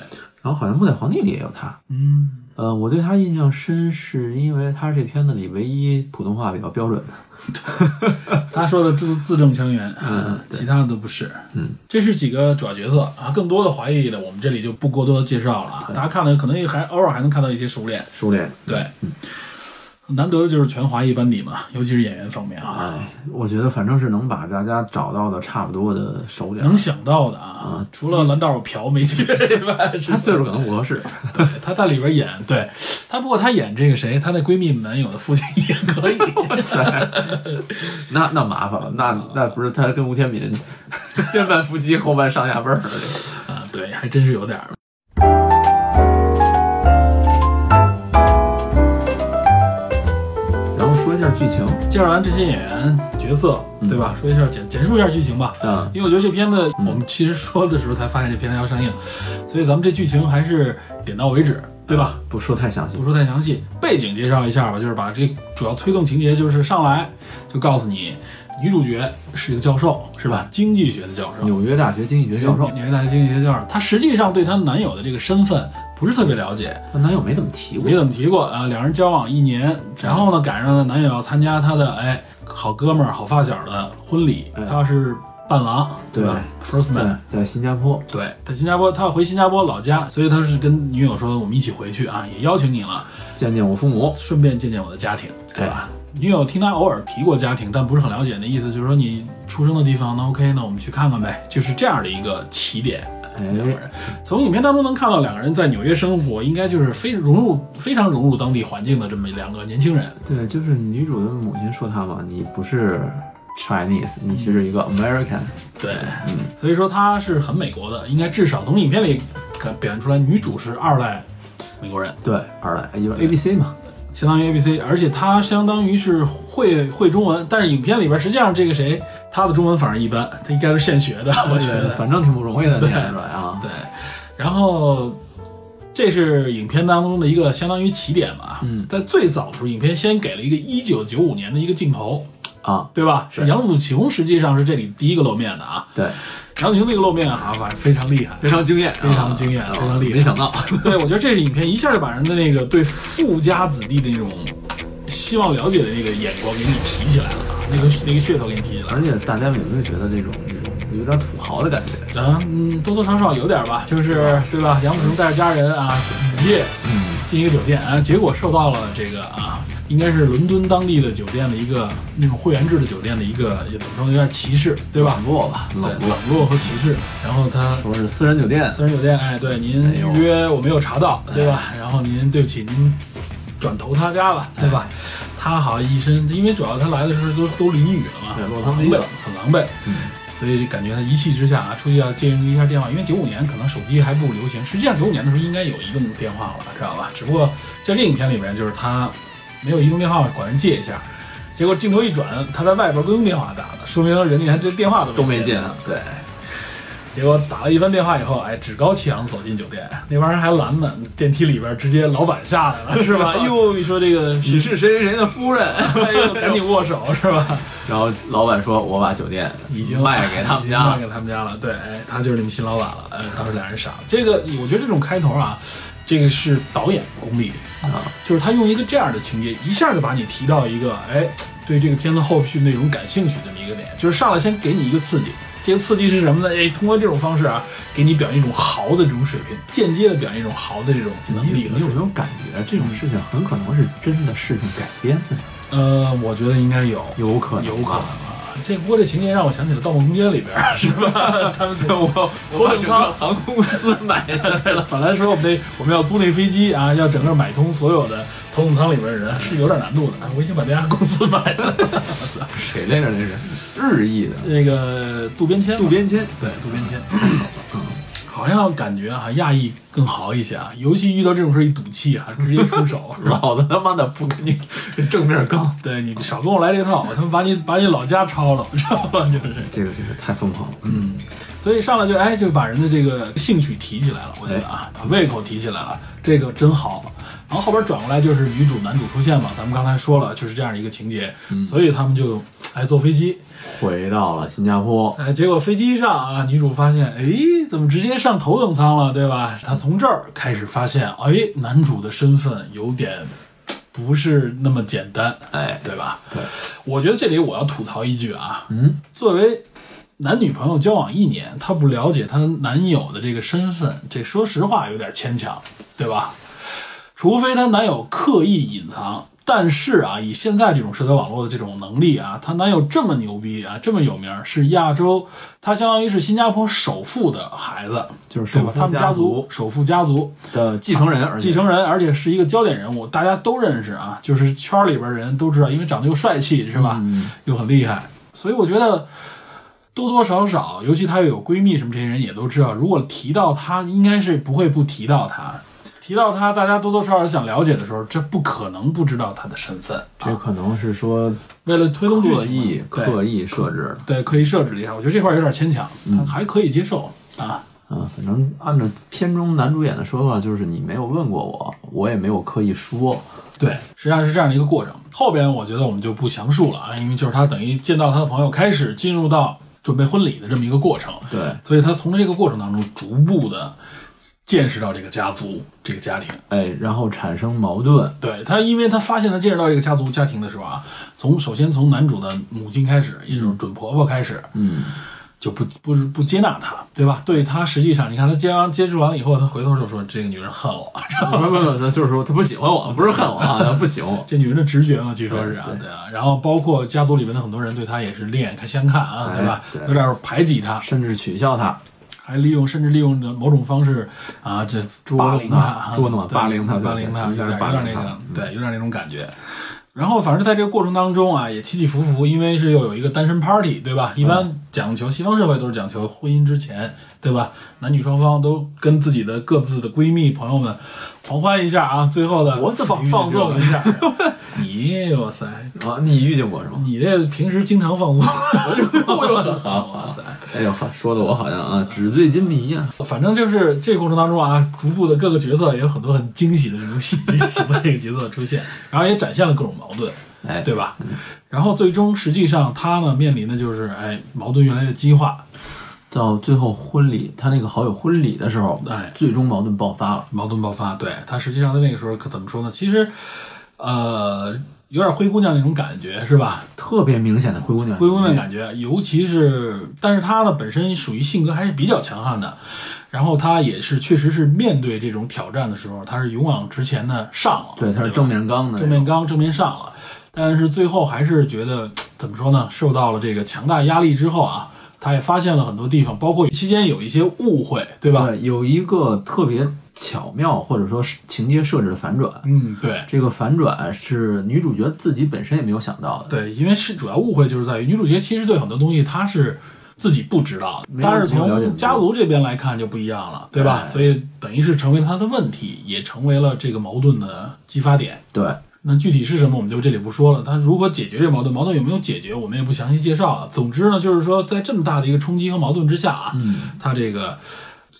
Speaker 3: 然后好像《末代皇帝》里也有他。
Speaker 2: 嗯，
Speaker 3: 呃，我对他印象深，是因为他是这片子里唯一普通话比较标准的。
Speaker 2: 他说的字字正腔圆，嗯，其他的都不是，嗯，这是几个主要角色啊，更多的华裔的我们这里就不过多介绍了啊，大家看了可能也还偶尔还能看到一些熟脸，
Speaker 3: 熟练，
Speaker 2: 对，难得的就是全华裔班底嘛，尤其是演员方面啊，
Speaker 3: 哎，我觉得反正是能把大家找到的差不多的熟脸。
Speaker 2: 能想到的啊
Speaker 3: 啊，
Speaker 2: 除了蓝道朴没去以外，是
Speaker 3: 他岁数可能不合 适，
Speaker 2: 她在里边演，对她，不过她演这个谁，她那闺蜜男友的父亲也可 以，
Speaker 3: 那那麻烦了，那那不是他跟吴天敏先办夫妻后办上下辈 儿了。
Speaker 2: 啊，对，还真是有点儿。
Speaker 3: 然后说一下剧情，
Speaker 2: 介绍完这些演员角色，对吧？说一下简简述一下剧情吧，
Speaker 3: 嗯，
Speaker 2: 因为我觉得这片子我们其实说的时候才发现这片子要上映，所以咱们这剧情还是点到为止，对吧？
Speaker 3: 不说太详细
Speaker 2: 不。说太详细，背景介绍一下吧，就是把这主要推动情节就是上来就告诉你，女主角是一个教授，是吧？经济学的教授，
Speaker 3: 纽约大学经济学嗯教授，
Speaker 2: 纽约大学经济学教授，她实际上对她男友的这个身份不是特别了解，
Speaker 3: 她男友没怎么提过
Speaker 2: 没。怎么提过啊。两人交往一年，然后呢，赶上了男友要参加她的哎好哥们儿、好发小的婚礼，
Speaker 3: 哎
Speaker 2: 他是伴郎，
Speaker 3: 对
Speaker 2: 吧？First man
Speaker 3: 在。在新加坡，
Speaker 2: 对，在新加坡，他要回新加坡老家，所以他是跟女友说，我们一起回去啊，也邀请你了，
Speaker 3: 见见我父母。
Speaker 2: 顺便见见我的家庭，对吧？女友听他偶尔提过家庭，但不是很了解，那意思就是说你出生的地方，那 OK，那我们去看看呗，就是这样的一个起点。嗯两个
Speaker 3: 哎，
Speaker 2: 人。从影片当中能看到，两个人在纽约生活，应该就是非融入、非常融入当地环境的这么两个年轻人。
Speaker 3: 对，就是女主的母亲说她嘛，你不是 Chinese，你其实是一
Speaker 2: 嗯
Speaker 3: 个 American。
Speaker 2: 对，所以说她是很美国的，应该至少从影片里看表现出来，女主是二代美国人，
Speaker 3: 对，二代就是 A B C 嘛。
Speaker 2: 相当于 A B C，而且她相当于是会会中文，但是影片里边实际上这个谁，他的中文反正一般，他应该是现学的，我觉得。
Speaker 3: 反正挺不容易的，
Speaker 2: 对
Speaker 3: 念出来啊。
Speaker 2: 对，然后这是影片当中的一个相当于起点吧。
Speaker 3: 嗯
Speaker 2: 在最早的时候，影片先给了一个一九九五年的一个镜头，
Speaker 3: 啊，
Speaker 2: 对吧？
Speaker 3: 是
Speaker 2: 是杨紫琼实际上是这里第一个露面的啊。
Speaker 3: 对，
Speaker 2: 杨紫琼那个露面啊，反正非常厉害。
Speaker 3: 非常惊艳，
Speaker 2: 非常惊艳
Speaker 3: 啊
Speaker 2: 非常厉害
Speaker 3: 没想到，
Speaker 2: 对，我觉得这是影片一下就把人的那个对富家子弟的那种希望了解的那个眼光给你提起来了啊，那个那个噱头给你提起来了。
Speaker 3: 而且大家有没有觉得这种这种有点土豪的感觉？
Speaker 2: 啊，嗯，多多少少有点吧，就是对吧？杨紫琼带着家人啊，雨夜
Speaker 3: 嗯，
Speaker 2: 进一个酒店啊，结果受到了这个啊，应该是伦敦当地的酒店的一个那种会员制的酒店的一个也怎么说呢，有点歧视，对吧
Speaker 3: 冷？落吧，
Speaker 2: 对
Speaker 3: 冷落
Speaker 2: 冷，落和歧视。然后他
Speaker 3: 说是私人酒店，
Speaker 2: 私人酒店，哎，对您
Speaker 3: 哎呦
Speaker 2: 预约我没有查到，对吧？
Speaker 3: 哎
Speaker 2: 然后您对不起，您转投他家吧，对
Speaker 3: 哎
Speaker 2: 吧？他好像一身，因为主要他来的时候都都淋雨了嘛，
Speaker 3: 对落
Speaker 2: 很
Speaker 3: 汤
Speaker 2: 狼
Speaker 3: 鸡
Speaker 2: 狈
Speaker 3: 了，
Speaker 2: 很狼狈。
Speaker 3: 嗯，
Speaker 2: 所以感觉他一气之下啊，出去要借用一下电话，因为九五年可能手机还不流行，实际上九五年的时候应该有移动电话了，知道吧？只不过在这影片里面，就是他没有移动电话，管人借一下，结果镜头一转，他在外边公用电话打的，说明人家连这电话都
Speaker 3: 都没
Speaker 2: 接
Speaker 3: 进
Speaker 2: 呢。，
Speaker 3: 对，
Speaker 2: 结果打了一番电话以后，哎，趾高气扬走进酒店，那帮人还拦呢，电梯里边直接老板下来了，是 吧？哎呦，你说这个，
Speaker 3: 你是谁谁谁的夫 人，
Speaker 2: 哎呦，赶紧握手是吧？
Speaker 3: 然后老板说，我把酒店
Speaker 2: 已经
Speaker 3: 卖给他们家
Speaker 2: 卖
Speaker 3: 了，
Speaker 2: 给他们家了。对，哎，他就是你们新老板了。哎，当时俩人傻了。这个我觉得这种开头啊，这个是导演功力，
Speaker 3: 啊，
Speaker 2: 就是他用一个这样的情节，一下就把你提到一个哎，对这个片子后续内容感兴趣的一个点，就是上来先给你一个刺激。这个刺激是什么呢？哎，通过这种方式啊，给你表现一种豪的这种水平，间接的表现一种豪的这种
Speaker 3: 你
Speaker 2: 能力
Speaker 3: 有
Speaker 2: 和
Speaker 3: 你
Speaker 2: 水
Speaker 3: 有没
Speaker 2: 平。
Speaker 3: 有感觉这种事情很可能是真的事情改编的？
Speaker 2: 呃，我觉得应该有，
Speaker 3: 有可能，
Speaker 2: 有可能。啊。这不过这情节让我想起了《盗梦空间》里边儿，是 吧？他们在
Speaker 3: 我
Speaker 2: 我把整个
Speaker 3: 航空公司买的，对了，
Speaker 2: 本来说我们那我们要租那飞机啊，要整个买通所有的头等舱里边的人是有点难度的。啊我已经把那家公司买了，
Speaker 3: 谁来着？那是日裔的
Speaker 2: 那个渡边谦嘛，
Speaker 3: 渡边嗯谦，
Speaker 2: 对渡边谦，好像感觉啊亚裔更好一些啊，尤其遇到这种事儿一赌气啊，直接出 手是吧？
Speaker 3: 老子他妈的不跟你正面刚，
Speaker 2: 对你少跟我来这套，他们把你把你老家抄了，知道吗？ 就是，
Speaker 3: 这个这个太疯狂了，嗯，
Speaker 2: 所以上来就哎就把人的这个兴趣提起来了，我觉得啊，把胃口提起来了，这个真好。然后后边转过来就是女主男主出现嘛，咱们刚才说了就是这样一个情节，
Speaker 3: 嗯
Speaker 2: 所以他们就哎坐飞机，
Speaker 3: 回到了新加坡，
Speaker 2: 哎，结果飞机上啊，女主发现哎怎么直接上头等舱了，对吧？她从这儿开始发现，哎，男主的身份有点不是那么简单，
Speaker 3: 哎，
Speaker 2: 对吧？
Speaker 3: 对，
Speaker 2: 我觉得这里我要吐槽一句啊，
Speaker 3: 嗯，
Speaker 2: 作为男女朋友交往一年，她不了解她男友的这个身份，这说实话有点牵强，对吧？除非她男友刻意隐藏。但是啊，以现在这种社交网络的这种能力啊，她男友这么牛逼啊，这么有名，是亚洲，他相当于是新加坡首富的孩子，
Speaker 3: 就是
Speaker 2: 对
Speaker 3: 首
Speaker 2: 吧？
Speaker 3: 富
Speaker 2: 他们
Speaker 3: 家
Speaker 2: 族
Speaker 3: 族
Speaker 2: 首富家族，
Speaker 3: 的继承人，而且
Speaker 2: 继承人，而且是一个焦点人物，大家都认识啊，就是圈儿里边人都知道，因为长得又帅气，是吧？
Speaker 3: 嗯
Speaker 2: 又很厉害，所以我觉得多多少少，尤其她又有闺蜜什么这些人也都知道，如果提到她，应该是不会不提到她。提到她，大家多多少少想了解的时候，这不可能不知道她的身份。
Speaker 3: 这
Speaker 2: 啊、
Speaker 3: 可能是说
Speaker 2: 为了推动剧情嘛
Speaker 3: 刻意
Speaker 2: 对
Speaker 3: 刻意设置的。
Speaker 2: 对刻意设置了一下，我觉得这块儿有点牵强，
Speaker 3: 嗯
Speaker 2: 但还可以接受啊。
Speaker 3: 啊，反正按照片中男主演的说法，就是你没有问过我，我也没有刻意说。
Speaker 2: 对，实际上是这样的一个过程。后边我觉得我们就不详述了啊，因为就是他等于见到他的朋友，开始进入到准备婚礼的这么一个过程，
Speaker 3: 对，
Speaker 2: 所以他从这个过程当中逐步的见识到这个家族、这个家庭。
Speaker 3: 哎，然后产生矛盾，
Speaker 2: 对他，因为他发现他见识到这个家族家庭的时候啊，从首先从男主的母亲开始，也就是准婆婆开始，
Speaker 3: 嗯，
Speaker 2: 就不不不接纳他，对吧？对他实际上，你看他接完接触完了以后，他回头就说这个女人恨我，
Speaker 3: 不不不，他就是说他不喜欢我，不是恨我啊，他不喜欢我。
Speaker 2: 这女人的直觉嘛，据说是啊，
Speaker 3: 对对
Speaker 2: 对啊。然后包括家族里面的很多人对她也是另眼看相看啊，
Speaker 3: 哎
Speaker 2: 对吧？
Speaker 3: 对
Speaker 2: 有点排挤她，
Speaker 3: 甚至取笑他，
Speaker 2: 还利用甚至利用着某种方式啊，这
Speaker 3: 霸
Speaker 2: 捉
Speaker 3: 凌
Speaker 2: 弄她啊，
Speaker 3: 她捉弄她
Speaker 2: 对
Speaker 3: 霸凌她对
Speaker 2: 霸凌她，有点
Speaker 3: 对有
Speaker 2: 有
Speaker 3: 点霸
Speaker 2: 点
Speaker 3: 凌嗯
Speaker 2: 那
Speaker 3: 她
Speaker 2: 个，对，有点那种感觉。然后，反正在这个过程当中啊，也起起伏
Speaker 3: 嗯
Speaker 2: 伏，因为是又有一个单身 party，对吧？一般讲求西方社会都是讲求婚姻之前对吧？男女双方都跟自己的各自的闺蜜朋友们狂欢一下啊！最后的
Speaker 3: 我怎么
Speaker 2: 放
Speaker 3: 遇见
Speaker 2: 放
Speaker 3: 这
Speaker 2: 纵
Speaker 3: 个
Speaker 2: 一下。 你哇塞，
Speaker 3: 啊，你遇见过是吗？
Speaker 2: 你这平时经常 放纵，我就 很
Speaker 3: 好
Speaker 2: 哇塞。
Speaker 3: 哎呦，好说的我好像啊纸醉金迷呀、
Speaker 2: 反正就是这个过程当中啊，逐步的各个角色也有很多很惊喜的这种喜 剧型的这个角色出现，然后也展现了各种矛盾，
Speaker 3: 哎，
Speaker 2: 对吧？然后最终实际上他呢面临的就是，哎，矛盾越来越激化，
Speaker 3: 到最后婚礼，他那个好友婚礼的时候，
Speaker 2: 哎
Speaker 3: 最终矛盾爆发了。
Speaker 2: 矛盾爆发。对他实际上在那个时候可怎么说呢？其实，呃，有点灰姑娘那种感觉是吧？
Speaker 3: 特别明显的灰姑娘，
Speaker 2: 灰姑娘感觉，尤其是，但是她呢本身属于性格还是比较强悍的，然后她也是确实是面对这种挑战的时候，她是勇往直前的上了，
Speaker 3: 对，她是
Speaker 2: 吧
Speaker 3: 正面刚的，
Speaker 2: 正面刚正面上了，但是最后还是觉得怎么说呢？受到了这个强大压力之后啊，他也发现了很多地方，包括期间有一些误会，对吧？
Speaker 3: 对，有一个特别巧妙或者说是情节设置的反转。
Speaker 2: 嗯，对
Speaker 3: 这个反转是女主角自己本身也没有想到的，
Speaker 2: 对，因为是主要误会就是在于女主角其实对很多东西她是自己不知道的，
Speaker 3: 没有
Speaker 2: 但是
Speaker 3: 没有了解
Speaker 2: 从
Speaker 3: 过
Speaker 2: 家族这边来看就不一样了，对吧？
Speaker 3: 哎
Speaker 2: 所以等于是成为了她的问题，也成为了这个矛盾的激发点。
Speaker 3: 对，
Speaker 2: 那具体是什么，我们就这里不说了。他如何解决这矛盾，矛盾有没有解决，我们也不详细介绍了。总之呢，就是说，在这么大的一个冲击和矛盾之下啊，
Speaker 3: 嗯，
Speaker 2: 他这个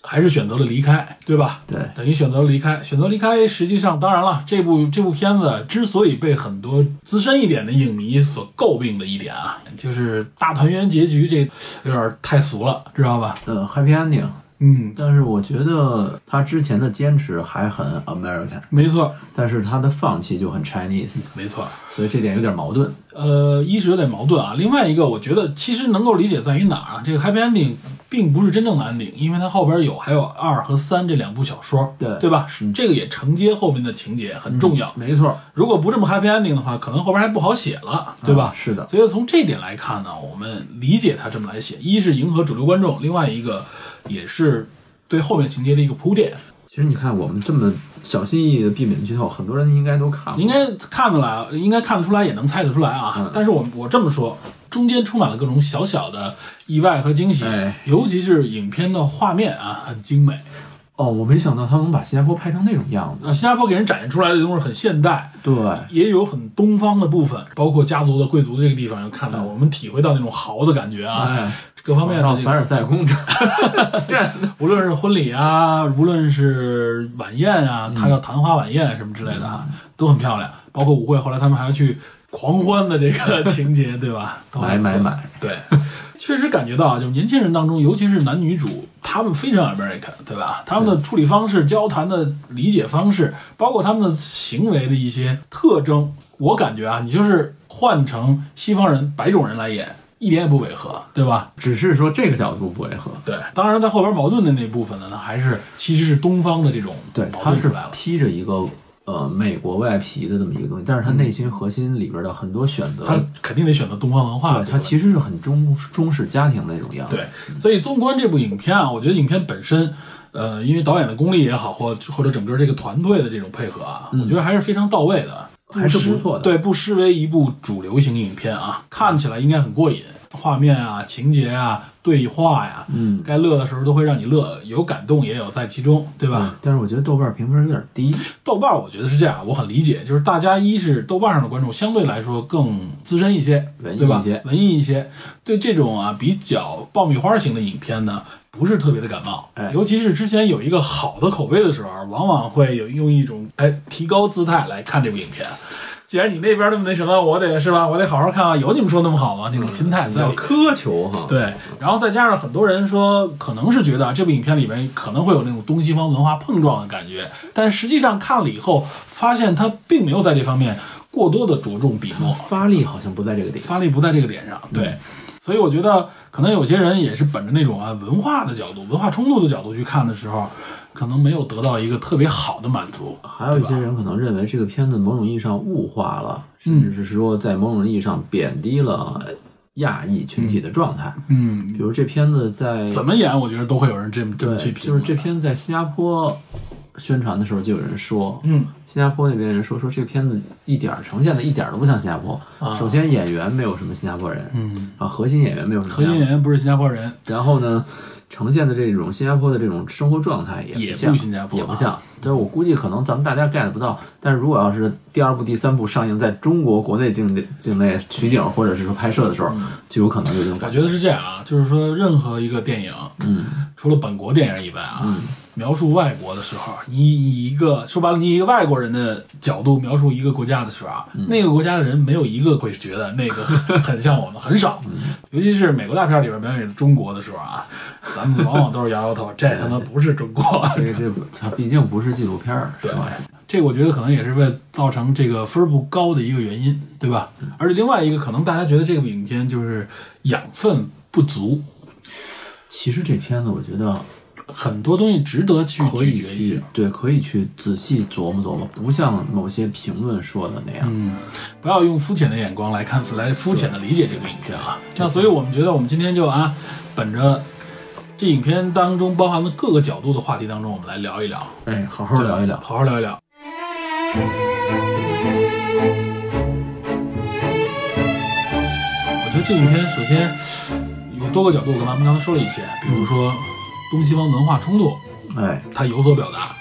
Speaker 2: 还是选择了离开，对吧？
Speaker 3: 对，
Speaker 2: 等于选择了离开，选择离开。实际上，当然了，这部这部片子之所以被很多资深一点的影迷所诟病的一点啊，就是大团圆结局这有点太俗了，知道吧？
Speaker 3: 呃，Happy Ending，
Speaker 2: 嗯，
Speaker 3: 但是我觉得她之前的坚持还很 American，
Speaker 2: 没错，
Speaker 3: 但是她的放弃就很 Chinese，
Speaker 2: 没错。
Speaker 3: 所以这点有点矛盾。
Speaker 2: 呃，一是有点矛盾啊。另外一个，我觉得其实能够理解在于哪儿啊？这个 Happy Ending 并不是真正的 ending，因为它后边有还有二和三这两部小说，
Speaker 3: 对嗯
Speaker 2: 对吧？这个也承接后面的情节，很重要。
Speaker 3: 没错，
Speaker 2: 如果不这么 Happy Ending 的话，可能后边还不好写了，对吧？
Speaker 3: 啊是的，
Speaker 2: 所以从这点来看呢，我们理解他这么来写，一是迎合主流观众，另外一个也是对后面情节的一个铺垫。
Speaker 3: 其实你看，我们这么小心翼翼的避免剧透，很多人应该都看过。
Speaker 2: 应该看得来，应该看得出来，也能猜得出来啊。
Speaker 3: 嗯
Speaker 2: 但是我我这么说，中间充满了各种小小的意外和惊喜，
Speaker 3: 哎
Speaker 2: 尤其是影片的画面啊，很精美。
Speaker 3: 哦，我没想到他能把新加坡拍成那种样子。
Speaker 2: 呃，新加坡给人展现出来的东西很现代，
Speaker 3: 对，
Speaker 2: 也有很东方的部分，包括家族的、贵族的这个地方，有看到、我们体会到那种豪的感觉啊，
Speaker 3: 嗯哎，
Speaker 2: 各方面的
Speaker 3: 让
Speaker 2: 这
Speaker 3: 凡
Speaker 2: 个，
Speaker 3: 尔赛 宫这见的
Speaker 2: 无论是婚礼啊，无论是晚宴啊，
Speaker 3: 嗯
Speaker 2: 它叫昙花晚宴什么之类的啊，都很漂亮。包括舞会，后来他们还要去狂欢的这 个情节，对吧？都
Speaker 3: 买
Speaker 2: 很不错
Speaker 3: 买买，
Speaker 2: 对， 确实感觉到啊，就是年轻人当中，尤其是男女主，他们非常 American，对吧？他们的处理方式、交谈的理解方式，包括他们的行为的一些特征，我感觉啊，你就是换成西方人、白种人来演，一点也不违和，对吧？
Speaker 3: 只是说这个角度不违和。
Speaker 2: 对，当然在后边矛盾的那部分呢，还是其实是东方的这种
Speaker 3: 对，
Speaker 2: 矛
Speaker 3: 他
Speaker 2: 盾出
Speaker 3: 是
Speaker 2: 来了。
Speaker 3: 披着一个呃美国外皮的这么一个东西，但是他内心核心里边的很多选择，
Speaker 2: 他肯定得选择东方文化，
Speaker 3: 对
Speaker 2: 这
Speaker 3: 他
Speaker 2: 个
Speaker 3: 其实是很中中式家庭的那种样子。
Speaker 2: 对，所以纵观这部影片啊，我觉得影片本身，呃，因为导演的功力也好，或或者整个这个团队的这种配合啊，我觉得还是非常到位的，
Speaker 3: 嗯还是
Speaker 2: 失
Speaker 3: 不错的
Speaker 2: 对，不失为一部主流型影片啊，看起来应该很过瘾，画面啊、情节啊、对话呀、
Speaker 3: 嗯。
Speaker 2: 该乐的时候都会让你乐，有感动也有在其中，对吧？
Speaker 3: 嗯但是我觉得豆瓣评分有点低，
Speaker 2: 豆瓣儿我觉得是这样，我很理解，就是大家一是豆瓣上的观众相对来说更资深一些，
Speaker 3: 文艺
Speaker 2: 对吧？
Speaker 3: 一些
Speaker 2: 文艺一些，对这种啊比较爆米花型的影片呢，不是特别的感冒。
Speaker 3: 哎
Speaker 2: 尤其是之前有一个好的口碑的时候，往往会有用一种哎提高姿态来看这部影片。既然你那边那么那什么，我得是吧？我得好好看啊！有你们说那么好吗？那种心态
Speaker 3: 比
Speaker 2: 哎在里
Speaker 3: 较
Speaker 2: 面。
Speaker 3: 苛求哈。，
Speaker 2: 对，然后再加上很多人说，可能是觉得啊，这部影片里面可能会有那种东西方文化碰撞的感觉，但实际上看了以后，发现它并没有在这方面过多的着重笔墨，
Speaker 3: 发力好像不在这个点。
Speaker 2: 发力不在这个点上。
Speaker 3: 嗯
Speaker 2: 对，所以我觉得可能有些人也是本着那种啊文化的角度、文化冲突的角度去看的时候，可能没有得到一个特别好的满足。
Speaker 3: 还有一些人可能认为这个片子某种意义上物化了，
Speaker 2: 嗯
Speaker 3: 甚至是说在某种意义上贬低了亚裔群体的状态。
Speaker 2: 嗯，
Speaker 3: 比如这片子在
Speaker 2: 怎么演，我觉得都会有人这么这么
Speaker 3: 对
Speaker 2: 去，评
Speaker 3: 就是
Speaker 2: 论。
Speaker 3: 这片在新加坡宣传的时候就有人说，
Speaker 2: 嗯，
Speaker 3: 新加坡那边人说说这个片子一点儿呈现的一点儿都不像新加坡。
Speaker 2: 啊
Speaker 3: 首先演员没有什么新加坡人，
Speaker 2: 嗯，
Speaker 3: 啊，核心演员没有什么
Speaker 2: 核
Speaker 3: 新加
Speaker 2: 心
Speaker 3: 坡
Speaker 2: 演员不是新加坡人，
Speaker 3: 然后呢，呈现的这种新加坡的这种生活状态也
Speaker 2: 也
Speaker 3: 不像
Speaker 2: 不新加坡
Speaker 3: 也不
Speaker 2: 啊
Speaker 3: 像。但是我估计可能咱们大家 get 不到，但是如果要是第二部、第三部上映在中国国内境内境内取景或者是说拍摄的时候，
Speaker 2: 嗯
Speaker 3: 就有可能有这种
Speaker 2: 我
Speaker 3: 感觉。
Speaker 2: 觉得是这样啊，就是说任何一个电影，
Speaker 3: 嗯
Speaker 2: 除了本国电影以外啊，
Speaker 3: 嗯
Speaker 2: 描述外国的时候，啊你以一个说白了，你以一个外国人的角度描述一个国家的时候啊，
Speaker 3: 嗯
Speaker 2: 那个国家的人没有一个会觉得那个很像我们，很少。
Speaker 3: 嗯
Speaker 2: 尤其是美国大片里边描写中国的时候啊， 咱们往往都是摇摇头， 这他妈不是中国。
Speaker 3: 这个这个它毕竟不是纪录片儿，是
Speaker 2: 对
Speaker 3: 吧？
Speaker 2: 这个我觉得可能也是为造成这个分儿不高的一个原因，对吧？
Speaker 3: 嗯
Speaker 2: 而且另外一个可能大家觉得这个影片就是养分不足，
Speaker 3: 其实这片子我觉得
Speaker 2: 很多东西值得去
Speaker 3: 可
Speaker 2: 咀
Speaker 3: 以
Speaker 2: 嚼一下
Speaker 3: 去。对，可以去仔细琢磨琢磨，不像某些评论说的那样。
Speaker 2: 嗯，不要用肤浅的眼光来看，来肤浅的理解这个影片啊。那所以我们觉得，我们今天就啊，本着这影片当中包含的各个角度的话题当中，我们来聊一聊，
Speaker 3: 哎，好好聊一聊。
Speaker 2: 好好聊一聊。我觉得这影片首先有多个角度，我跟咱们刚才说了一些，比如说东西方文化冲突，
Speaker 3: 哎，
Speaker 2: 它有所表达，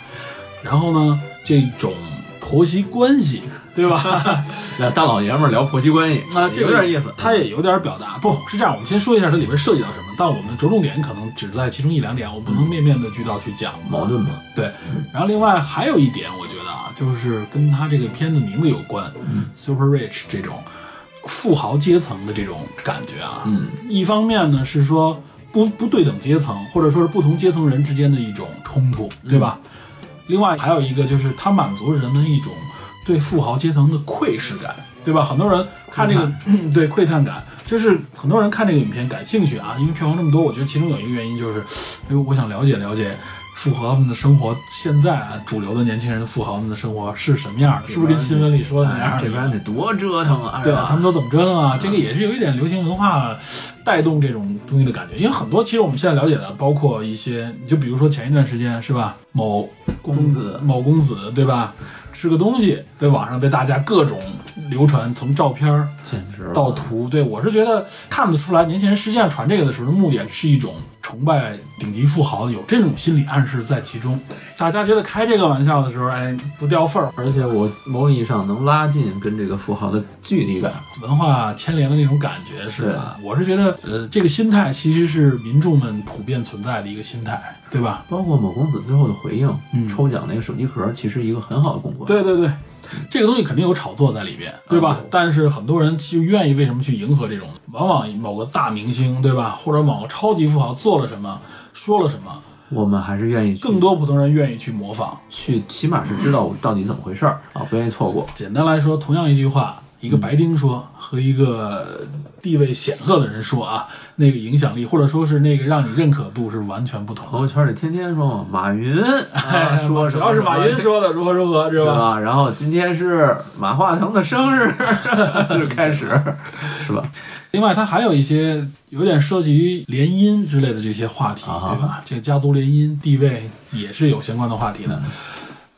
Speaker 2: 然后呢，这种婆媳关系，对吧？
Speaker 3: 俩大老爷们儿聊婆媳关系
Speaker 2: 啊，这
Speaker 3: 有点意思。
Speaker 2: 他也有点表达。不是这样，我们先说一下它里边涉及到什么，但我们着重点可能只在其中一两点，我不能面面的俱到去讲
Speaker 3: 矛。盾嘛，
Speaker 2: 对，然后另外还有一点，我觉得啊，就是跟他这个片子名字有关、s u p e r Rich 这种富豪阶层的这种感觉啊。
Speaker 3: 嗯，
Speaker 2: 一方面呢是说不不对等阶层，或者说是不同阶层人之间的一种冲突，对吧？
Speaker 3: 嗯
Speaker 2: 另外还有一个就是它满足人们一种对富豪阶层的窥视感，对吧？很多人看这个、嗯对窥探感，就是很多人看这个影片感兴趣啊，因为票房这么多，我觉得其中有一个原因就是，哎呦，我想了解了解。富豪们的生活，现在啊，主流的年轻人的富豪们的生活是什么样的？是不是跟新闻里说的那样
Speaker 3: 哎
Speaker 2: 儿
Speaker 3: 这边得多折腾啊！
Speaker 2: 对
Speaker 3: 是吧
Speaker 2: 啊，他们都怎么折腾啊？这个也是有一点流行文化带动这种东西的感觉，因为很多其实我们现在了解的，包括一些，你就比如说前一段时间是吧，某
Speaker 3: 公子
Speaker 2: 某公子对吧，吃个东西被网上被大家各种流传，从照片儿
Speaker 3: 简直了
Speaker 2: 到图，对我是觉得看得出来，年轻人实际上传这个的时候的目的是一种崇拜顶级富豪，有这种心理暗示在其中。大家觉得开这个玩笑的时候，哎，不掉份儿，
Speaker 3: 而且我某种意义上能拉近跟这个富豪的距离感。
Speaker 2: 文化牵连的那种感觉，是吧？我是觉得，呃，这个心态其实是民众们普遍存在的一个心态，对吧？
Speaker 3: 包括某公子最后的回应，
Speaker 2: 嗯
Speaker 3: 抽奖那个手机壳，其实一个很好的公关。，
Speaker 2: 对对对，这个东西肯定有炒作在里边，对吧？
Speaker 3: 嗯
Speaker 2: 但是很多人就愿意为什么去迎合这种？往往某个大明星，对吧？或者某个超级富豪做了什么，说了什么，
Speaker 3: 我们还是愿意去
Speaker 2: 更多普通人愿意去模仿。
Speaker 3: 去，起码是知道我到底怎么回事儿啊，不愿意错过。
Speaker 2: 简单来说，同样一句话，一个白丁说和一个地位显赫的人说啊，那个影响力或者说是那个让你认可度是完全不同的
Speaker 3: 朋。友圈里天天说嘛马云啊
Speaker 2: 哎，
Speaker 3: 说什
Speaker 2: 主
Speaker 3: 么
Speaker 2: 要是马云
Speaker 3: 什么
Speaker 2: 说的如何如何是
Speaker 3: 对
Speaker 2: 吧？
Speaker 3: 吧？然后今天是马化腾的生日， 就开始是吧？
Speaker 2: 另外，它还有一些有点涉及于联姻之类的这些话题，
Speaker 3: 啊
Speaker 2: 对吧？这个家族联姻地位也是有相关的话题的。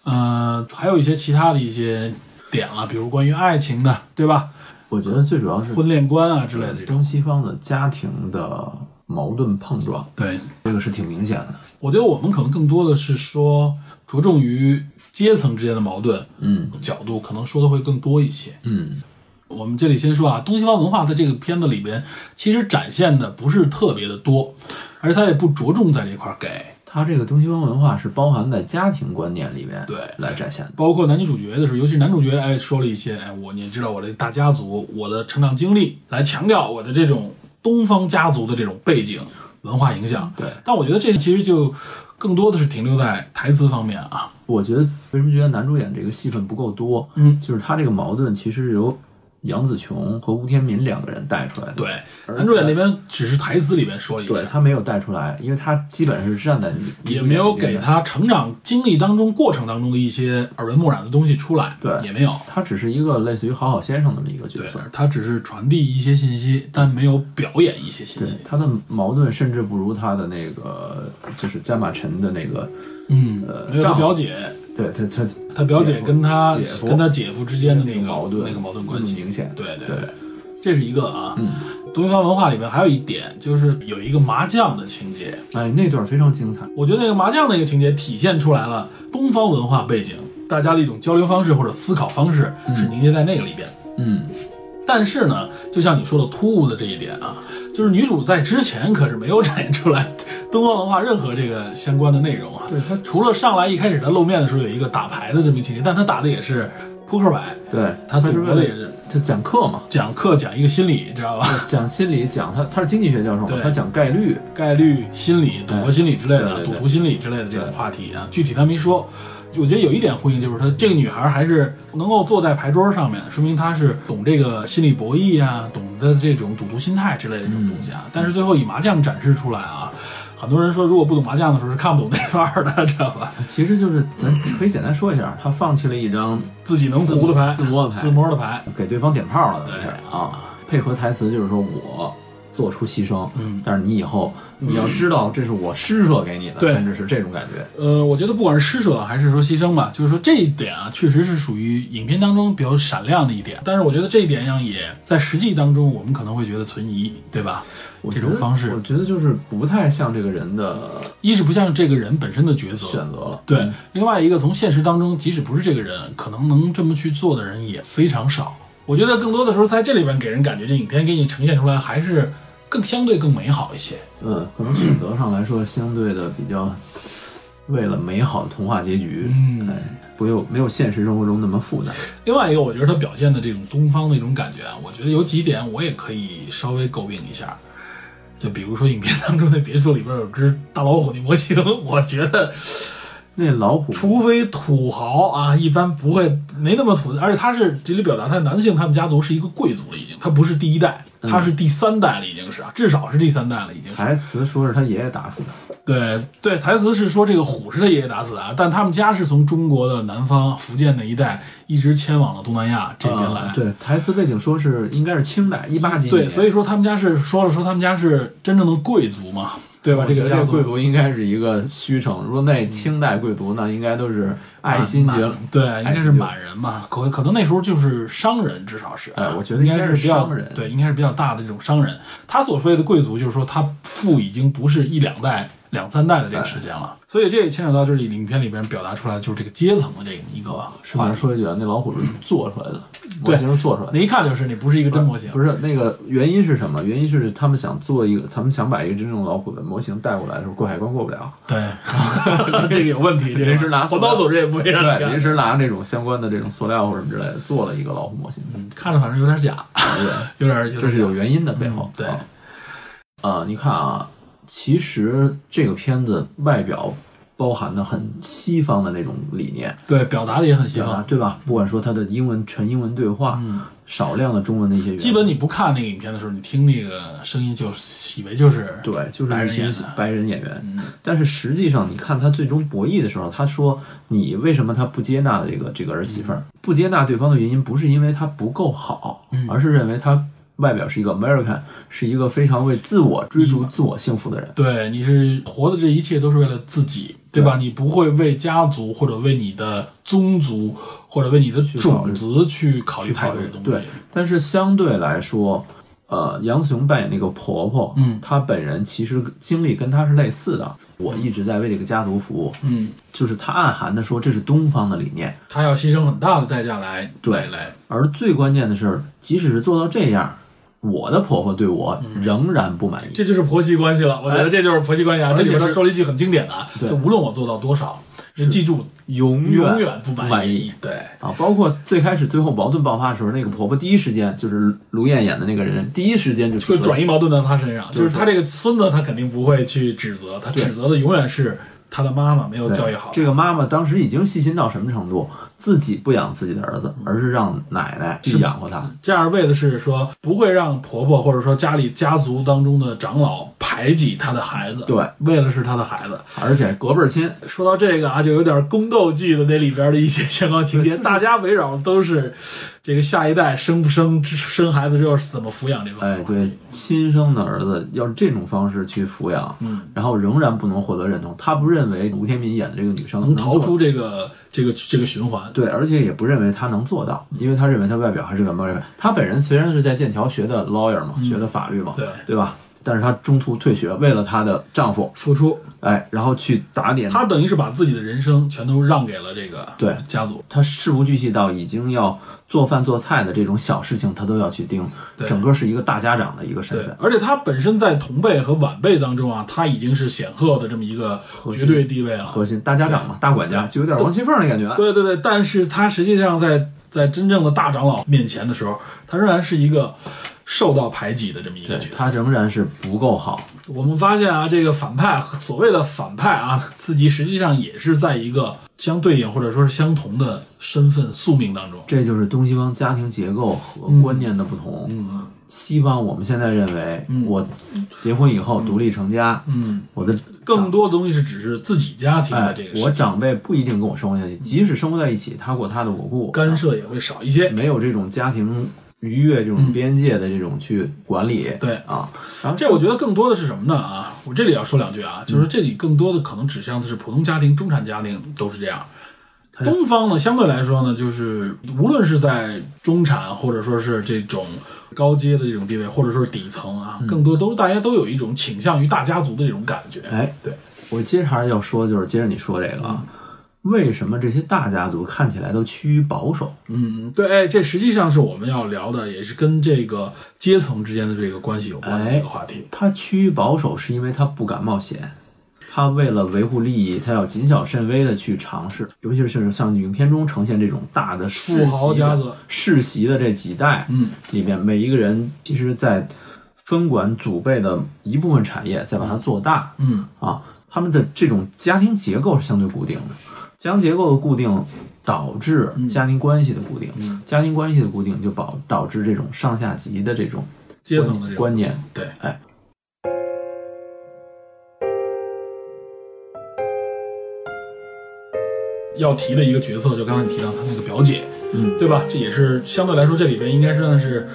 Speaker 2: 呃，还有一些其他的一些点了，比如关于爱情的，对吧？
Speaker 3: 我觉得最主要是
Speaker 2: 婚恋观啊之类的这种。
Speaker 3: 中西方的家庭的矛盾碰撞，
Speaker 2: 对，
Speaker 3: 这个是挺明显的。
Speaker 2: 我觉得我们可能更多的是说着重于阶层之间的矛盾
Speaker 3: 嗯
Speaker 2: 角度，可能说的会更多一些。
Speaker 3: 嗯，
Speaker 2: 我们这里先说啊，东西方文化在这个片子里边其实展现的不是特别的多，而且它也不着重在这块儿给。
Speaker 3: 它这个东西方文化是包含在家庭观念里面，
Speaker 2: 对
Speaker 3: 来展现的。
Speaker 2: 包括男女主角的时候，尤其是男主角，哎，说了一些，哎，我你也知道我这大家族，我的成长经历，来强调我的这种东方家族的这种背景文化影响。
Speaker 3: 对，
Speaker 2: 但我觉得这其实就更多的是停留在台词方面啊，
Speaker 3: 我觉得为什么觉得男主演这个戏份不够多？
Speaker 2: 嗯
Speaker 3: 就是他这个矛盾其实是由杨紫琼和吴天民两个人带出来的。
Speaker 2: 对，
Speaker 3: 而
Speaker 2: 男主演那边只是台词里边说了一
Speaker 3: 对
Speaker 2: 下，
Speaker 3: 他没有带出来，因为他基本是站在女
Speaker 2: 也没有给。他成长经历当中过程当中的一些耳闻目染的东西出来，
Speaker 3: 对
Speaker 2: 也没有。
Speaker 3: 他只是一个类似于好好先生那么一个角
Speaker 2: 对
Speaker 3: 色，，
Speaker 2: 他只是传递一些信息，但没有表演一些信
Speaker 3: 对
Speaker 2: 息。
Speaker 3: 他的矛盾甚至不如他的那个就是加马陈的那个，
Speaker 2: 嗯
Speaker 3: 呃，
Speaker 2: 没有
Speaker 3: 丈
Speaker 2: 他
Speaker 3: 夫
Speaker 2: 表姐，
Speaker 3: 对他他
Speaker 2: 他表姐
Speaker 3: 夫
Speaker 2: 跟他
Speaker 3: 姐夫
Speaker 2: 跟他姐夫之间的
Speaker 3: 那
Speaker 2: 那
Speaker 3: 个
Speaker 2: 个
Speaker 3: 矛盾
Speaker 2: 那个矛盾关
Speaker 3: 那么
Speaker 2: 系
Speaker 3: 明显
Speaker 2: 对对
Speaker 3: 对
Speaker 2: 对，这是一个啊。
Speaker 3: 嗯，
Speaker 2: 东西方文化里面还有一点，就是有一个麻将的情节。
Speaker 3: 哎那段非常精彩，
Speaker 2: 我觉得那个麻将那个情节体现出来了东方文化背景，大家的一种交流方式或者思考方式是凝结在那个里边。
Speaker 3: 嗯
Speaker 2: 但是呢，就像你说的突兀的这一点啊，就是女主在之前可是没有展现出来 东方文化任何这个相关的内容啊。
Speaker 3: 对他
Speaker 2: 除了上来一开始她露面的时候有一个打牌的这么一个情节，但她打的也是扑克牌，
Speaker 3: 对
Speaker 2: 她
Speaker 3: 他是
Speaker 2: 赌博
Speaker 3: 为
Speaker 2: 的
Speaker 3: 了
Speaker 2: 也是
Speaker 3: 他讲课 嘛，
Speaker 2: 讲课讲一个心理，知道吧？
Speaker 3: 讲心理，讲他他是经济学教授嘛，
Speaker 2: 对
Speaker 3: 他讲概率，
Speaker 2: 概率心理、赌博心理之类的、
Speaker 3: 对对对
Speaker 2: 赌徒心理之类的这种
Speaker 3: 对
Speaker 2: 话题啊，具体他没说。我觉得有一点呼应，就是她这个女孩还是能够坐在牌桌上面，说明她是懂这个心理博弈啊，懂得这种赌徒心态之类的这种东西
Speaker 3: 嗯
Speaker 2: 啊。但是最后以麻将展示出来啊，很多人说如果不懂麻将的时候是看不懂那段儿的，知道吧？
Speaker 3: 其实就是咱可以简单说一下，他放弃了一张
Speaker 2: 自己能胡的牌，
Speaker 3: 自摸的牌
Speaker 2: 自摸的牌，
Speaker 3: 给对方点炮了，
Speaker 2: 对
Speaker 3: 等于是啊，配合台词就是说我做出牺牲，
Speaker 2: 嗯
Speaker 3: 但是你以后你要知道这是我施舍给你的，
Speaker 2: 对
Speaker 3: 甚至是这种感觉，
Speaker 2: 呃，我觉得不管是施舍还是说牺牲吧，就是说这一点啊，确实是属于影片当中比较闪亮的一点。但是我觉得这一点上也在实际当中，我们可能会觉得存疑，对吧？
Speaker 3: 我
Speaker 2: 这
Speaker 3: 觉
Speaker 2: 种
Speaker 3: 得
Speaker 2: 方式
Speaker 3: 我觉得就是不太像这个人的
Speaker 2: 一是不像这个人本身的抉择，
Speaker 3: 选择嗯了，
Speaker 2: 对；另外一个，从现实当中，即使不是这个人，可能能这么去做的人也非常少。我觉得更多的时候，在这里边给人感觉，这影片给你呈现出来还是更相对更美好一些。
Speaker 3: 嗯，可能选择上来说相对的比较为了美好的童话结局，
Speaker 2: 嗯
Speaker 3: 哎，不有没有现实生活中那 么复杂，
Speaker 2: 另外一个，我觉得他表现的这种东方的一种感觉啊，我觉得有几点我也可以稍微诟病一下。就比如说影片当中的别墅里边有只大老虎的模型，我觉得
Speaker 3: 那老虎
Speaker 2: 除非土豪啊，一般不会没那么土。而且他是这里表达他男性，他们家族是一个贵族了，已经，他不是第一代，他是第三代了，已经是啊，至少是第三代了，已经是。
Speaker 3: 台词说是他爷爷打死的，
Speaker 2: 对对，台词是说这个虎是他爷爷打死的啊，但他们家是从中国的南方福建那一带一直迁往了东南亚这边来。
Speaker 3: 啊对，台词背景说是应该是清代一八几几
Speaker 2: 对，
Speaker 3: 年，
Speaker 2: 所以说他们家是说了说他们家是真正的贵族嘛，对吧？
Speaker 3: 我
Speaker 2: 这
Speaker 3: 觉
Speaker 2: 个
Speaker 3: 得
Speaker 2: 家
Speaker 3: 这
Speaker 2: 族
Speaker 3: 贵族应该是一个虚称，如果那清代贵族那应该都
Speaker 2: 嗯
Speaker 3: 是爱新觉罗。
Speaker 2: 对，应该是满人嘛，可可能那时候就是商人，至少是。啊
Speaker 3: 哎我觉得
Speaker 2: 应该比较
Speaker 3: 应该是商人
Speaker 2: 对，应该是比较大的这种商人。他所谓的贵族，就是说他富已经不是一两代、两三代的
Speaker 3: 哎
Speaker 2: 这个时间了，所以这也牵扯到这里影片里边表达出来，就是这个阶层的这个一个
Speaker 3: 顺
Speaker 2: 话
Speaker 3: 便
Speaker 2: 题。
Speaker 3: 说一句啊，那老虎是做出来的，模
Speaker 2: 对
Speaker 3: 型是做出来的
Speaker 2: 那。一看就是你不是一个真模型，
Speaker 3: 不是那个原因是什么？原因是他们想做一个，他们想把一个真正的老虎的模型带过来的时候，过海关过不了，
Speaker 2: 对， 这个有问题，这个
Speaker 3: 临时拿
Speaker 2: 环保组织也不会让你
Speaker 3: 对，临
Speaker 2: 干，
Speaker 3: 时拿那种相关的这种塑料或者什么之类的做了一个老虎模型，嗯
Speaker 2: 看着反正有点假，
Speaker 3: 对，
Speaker 2: 有点有
Speaker 3: 这
Speaker 2: 点
Speaker 3: 是
Speaker 2: 假
Speaker 3: 有。原因的背后
Speaker 2: 嗯。对
Speaker 3: 啊，啊，你看啊，其实这个片子外表包含的很西方的那种理念，
Speaker 2: 对，表达的也很西
Speaker 3: 对吧
Speaker 2: 方？。
Speaker 3: 对吧？不管说它的英文全英文对话，
Speaker 2: 嗯，
Speaker 3: 少量的中文的一些元素，
Speaker 2: 基本你不看那个影片的时候，你听那个声音就是以为就是嗯
Speaker 3: 对，就是
Speaker 2: 白
Speaker 3: 一
Speaker 2: 人演啊
Speaker 3: 些
Speaker 2: 的
Speaker 3: 白人演员。但是实际上，你看他最终博弈的时候，他说你为什么他不接纳这个这个儿媳妇儿？不接纳对方的原因不是因为他不够好，
Speaker 2: 嗯
Speaker 3: 而是认为他外表是一个 American，是一个非常为自我追
Speaker 2: 嗯
Speaker 3: 逐自我幸福的人。
Speaker 2: 对，你是活的这一切都是为了自己，对吧？你不会为家族或者为你的宗族或者为你的种族去考虑太多的东西。
Speaker 3: 对，但是相对来说，呃，杨紫琼扮演那个婆婆，
Speaker 2: 嗯
Speaker 3: 她本人其实经历跟她是类似的。我一直在为这个家族服务，
Speaker 2: 嗯，
Speaker 3: 就是她暗含的说这是东方的理念。
Speaker 2: 他要牺牲很大的代价来
Speaker 3: 对
Speaker 2: 来来，
Speaker 3: 而最关键的是，即使是做到这样，我的婆婆对我
Speaker 2: 嗯
Speaker 3: 仍然不满意。
Speaker 2: 这就是婆媳关系了。我觉得这就是婆媳关系啊。
Speaker 3: 而
Speaker 2: 这里
Speaker 3: 且
Speaker 2: 边他
Speaker 3: 是
Speaker 2: 说了一句很经典的啊，
Speaker 3: 对
Speaker 2: 就无论我做到多少，是记住
Speaker 3: 永
Speaker 2: 永远不
Speaker 3: 意
Speaker 2: 满意。对，
Speaker 3: 啊！包括最开始最后矛盾爆发的时候，那个婆婆第一时间就是卢燕演的那个人，第一时间就
Speaker 2: 就转
Speaker 3: 移。
Speaker 2: 移矛盾到他身上，
Speaker 3: 就是
Speaker 2: 就是他这个孙子，他肯定不会去指责，他
Speaker 3: 对
Speaker 2: 指责的永远是他的妈妈没有教育好。
Speaker 3: 这个妈妈当时已经细心到什么程度？自己不养自己的儿
Speaker 2: 嗯
Speaker 3: 子，而是让奶奶去养活他。
Speaker 2: 这样为的是说不会让婆婆或者说家里家族当中的长老排挤她的孩子，
Speaker 3: 对，
Speaker 2: 为了是她的孩子。
Speaker 3: 而且隔辈儿亲，
Speaker 2: 说到这个啊，就有点宫斗剧的那里边的一些相关情节，大家围绕的都是这个下一代生不生、生孩子之后是怎么抚养这个。
Speaker 3: 哎，对，亲生的儿子要是这种方式去抚养，
Speaker 2: 嗯，
Speaker 3: 然后仍然不能获得认同。他不认为吴天民演的这个女生
Speaker 2: 能
Speaker 3: 做
Speaker 2: 逃出这个这个这个循环。
Speaker 3: 对，而且也不认为他能做到，
Speaker 2: 嗯
Speaker 3: 因为他认为他外表还是个外表。他本人虽然是在剑桥学的 lawyer 嘛，学的法律嘛，
Speaker 2: 嗯对
Speaker 3: 对吧？但是他中途退学，为了她的丈夫，
Speaker 2: 付出，
Speaker 3: 哎，然后去打点
Speaker 2: 她等于是把自己的人生全都让给了这个
Speaker 3: 对
Speaker 2: 家族。
Speaker 3: 他事无巨细到已经要做饭做菜的这种小事情，他都要去盯，
Speaker 2: 对
Speaker 3: 整个是一个大家长的一个身
Speaker 2: 对
Speaker 3: 份，。
Speaker 2: 而且她本身在同辈和晚辈当中啊，她已经是显赫的这么一个
Speaker 3: 心
Speaker 2: 绝对地位了。
Speaker 3: 核心大家长嘛，大管家，就有点王熙凤的感觉。
Speaker 2: 对对对，但是她实际上在在真正的大长老面前的时候，她仍然是一个受到排挤的这么一个角色。
Speaker 3: 他仍然是不够好，
Speaker 2: 我们发现啊，这个反派所谓的反派啊，自己实际上也是在一个相对应或者说是相同的身份宿命当中。
Speaker 3: 这就是东西方家庭结构和观念的不同。
Speaker 2: 嗯
Speaker 3: 西方我们现在认为，
Speaker 2: 嗯
Speaker 3: 我结婚以后独立成家，
Speaker 2: 嗯，
Speaker 3: 我的
Speaker 2: 更多的东西是只是自己家庭的
Speaker 3: 哎
Speaker 2: 这个，
Speaker 3: 我
Speaker 2: 事情，
Speaker 3: 长辈不一定跟我生活下去，即使生活在一起，他过他的，我过我的，
Speaker 2: 干涉也会少一些。
Speaker 3: 没有这种家庭逾越这种边界的这种去管理。
Speaker 2: 嗯对
Speaker 3: 啊，然后
Speaker 2: 这我觉得更多的是什么呢？啊，我这里要说两句啊，就是这里更多的可能指向的是普通家庭、中产家庭都是这样。东方呢，相对来说呢，就是无论是在中产或者说是这种高阶的这种地位，或者说是底层啊，更多都大家都有一种倾向于大家族的这种感觉。
Speaker 3: 哎，
Speaker 2: 对，
Speaker 3: 我接着还是要说，就是接着你说这个
Speaker 2: 嗯
Speaker 3: 啊，为什么这些大家族看起来都趋于保守？
Speaker 2: 嗯，对，哎，这实际上是我们要聊的，也是跟这个阶层之间的这个关系有关的
Speaker 3: 哎
Speaker 2: 一个话题。
Speaker 3: 他趋于保守是因为他不敢冒险，他为了维护利益，他要谨小慎微的去尝试，尤其是像影片中呈现这种大的世袭的
Speaker 2: 富豪家族
Speaker 3: 世袭的这几代，
Speaker 2: 嗯，
Speaker 3: 里面每一个人其实，在分管祖辈的一部分产业，再把它做大，
Speaker 2: 嗯，
Speaker 3: 啊，他们的这种家庭结构是相对固定的，家庭结构的固定导致
Speaker 2: 嗯
Speaker 3: 家庭关系的固定，家庭关系的固定就导导致这种上下级的这种
Speaker 2: 阶层的这种
Speaker 3: 观念。
Speaker 2: 对，
Speaker 3: 哎，
Speaker 2: 要提的一个角色，就刚才你提到他那个表姐，
Speaker 3: 嗯，
Speaker 2: 对吧？这也是相对来说，这里边应该算是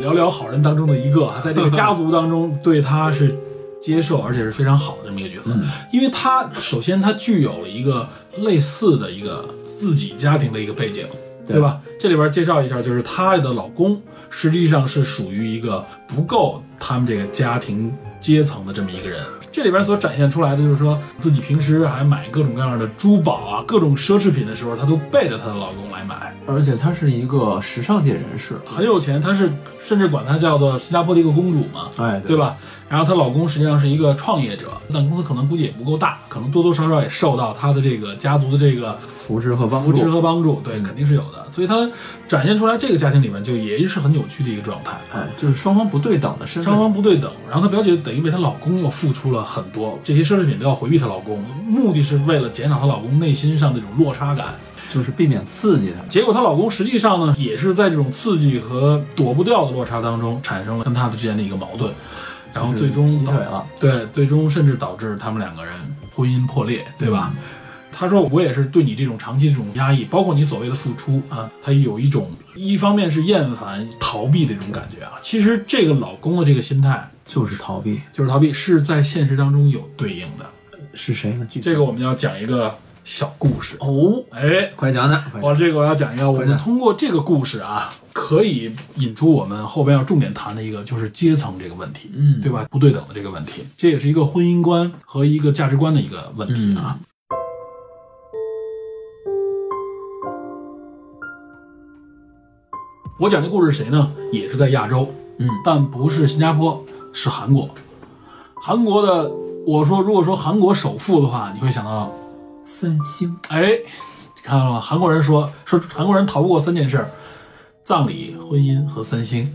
Speaker 2: 寥寥好人当中的一个啊，在这个家族当中对他是接受而且是非常好的这么一个角色，因为他首先他具有了一个类似的一个自己家庭的一个背景，
Speaker 3: 对
Speaker 2: 对吧？这里边介绍一下，就是她的老公实际上是属于一个不够他们这个家庭阶层的这么一个人。这里边所展现出来的就是说自己平时还买各种各样的珠宝啊、各种奢侈品的时候，她都背着她的老公来买，
Speaker 3: 而且她是一个时尚界人士，啊
Speaker 2: 很有钱。她是甚至管她叫做新加坡的一个公主嘛，
Speaker 3: 哎，
Speaker 2: 对？吧？然后她老公实际上是一个创业者，但公司可能估计也不够大，可能多多少少也受到她的这个家族的这个
Speaker 3: 扶持和帮
Speaker 2: 扶持
Speaker 3: 助。
Speaker 2: 和帮助，对，肯定是有的。所以它展现出来这个家庭里面就也是很有趣的一个状态。
Speaker 3: 哎，就是双方不对等的身份，
Speaker 2: 双方不对等，然后她表姐等于为她老公又付出了很多，这些奢侈品都要回避她老公，目的是为了减少她老公内心上的这种落差感。
Speaker 3: 就是避免刺激他。
Speaker 2: 结果她老公实际上呢，也是在这种刺激和躲不掉的落差当中，产生了跟她之间的一个矛盾，然后最终
Speaker 3: 劈
Speaker 2: 导
Speaker 3: 腿了，
Speaker 2: 对，最终甚至导致他们两个人婚姻破裂，对吧？他说：“我也是对你这种长期这种压抑，包括你所谓的付出啊，他有一种一方面是厌烦、逃避的这种感觉啊。其实这个老公的这个心态
Speaker 3: 就是逃避。
Speaker 2: 就是逃避，是在现实当中有对应的。
Speaker 3: 是谁呢？具体
Speaker 2: 这个我们要讲一个小故事。
Speaker 3: 哦，
Speaker 2: 哎，
Speaker 3: 快讲讲，快讲
Speaker 2: 我这个我要讲一个，我
Speaker 3: 快
Speaker 2: 们
Speaker 3: 点
Speaker 2: 通过这个故事啊，可以引出我们后边要重点谈的一个就是阶层这个问题，
Speaker 3: 嗯
Speaker 2: 对吧？不对等的这个问题，这也是一个婚姻观和一个价值观的一个问题啊。
Speaker 3: 嗯
Speaker 2: 我讲这故事是谁呢？也是在亚洲，
Speaker 3: 嗯，
Speaker 2: 但不是新加坡，是韩国。韩国的，我说如果说韩国首富的话，你会想到
Speaker 3: 三星
Speaker 2: 哎，看到了吗？韩国人说说韩国人逃不过三件事儿：葬礼、婚姻和三星。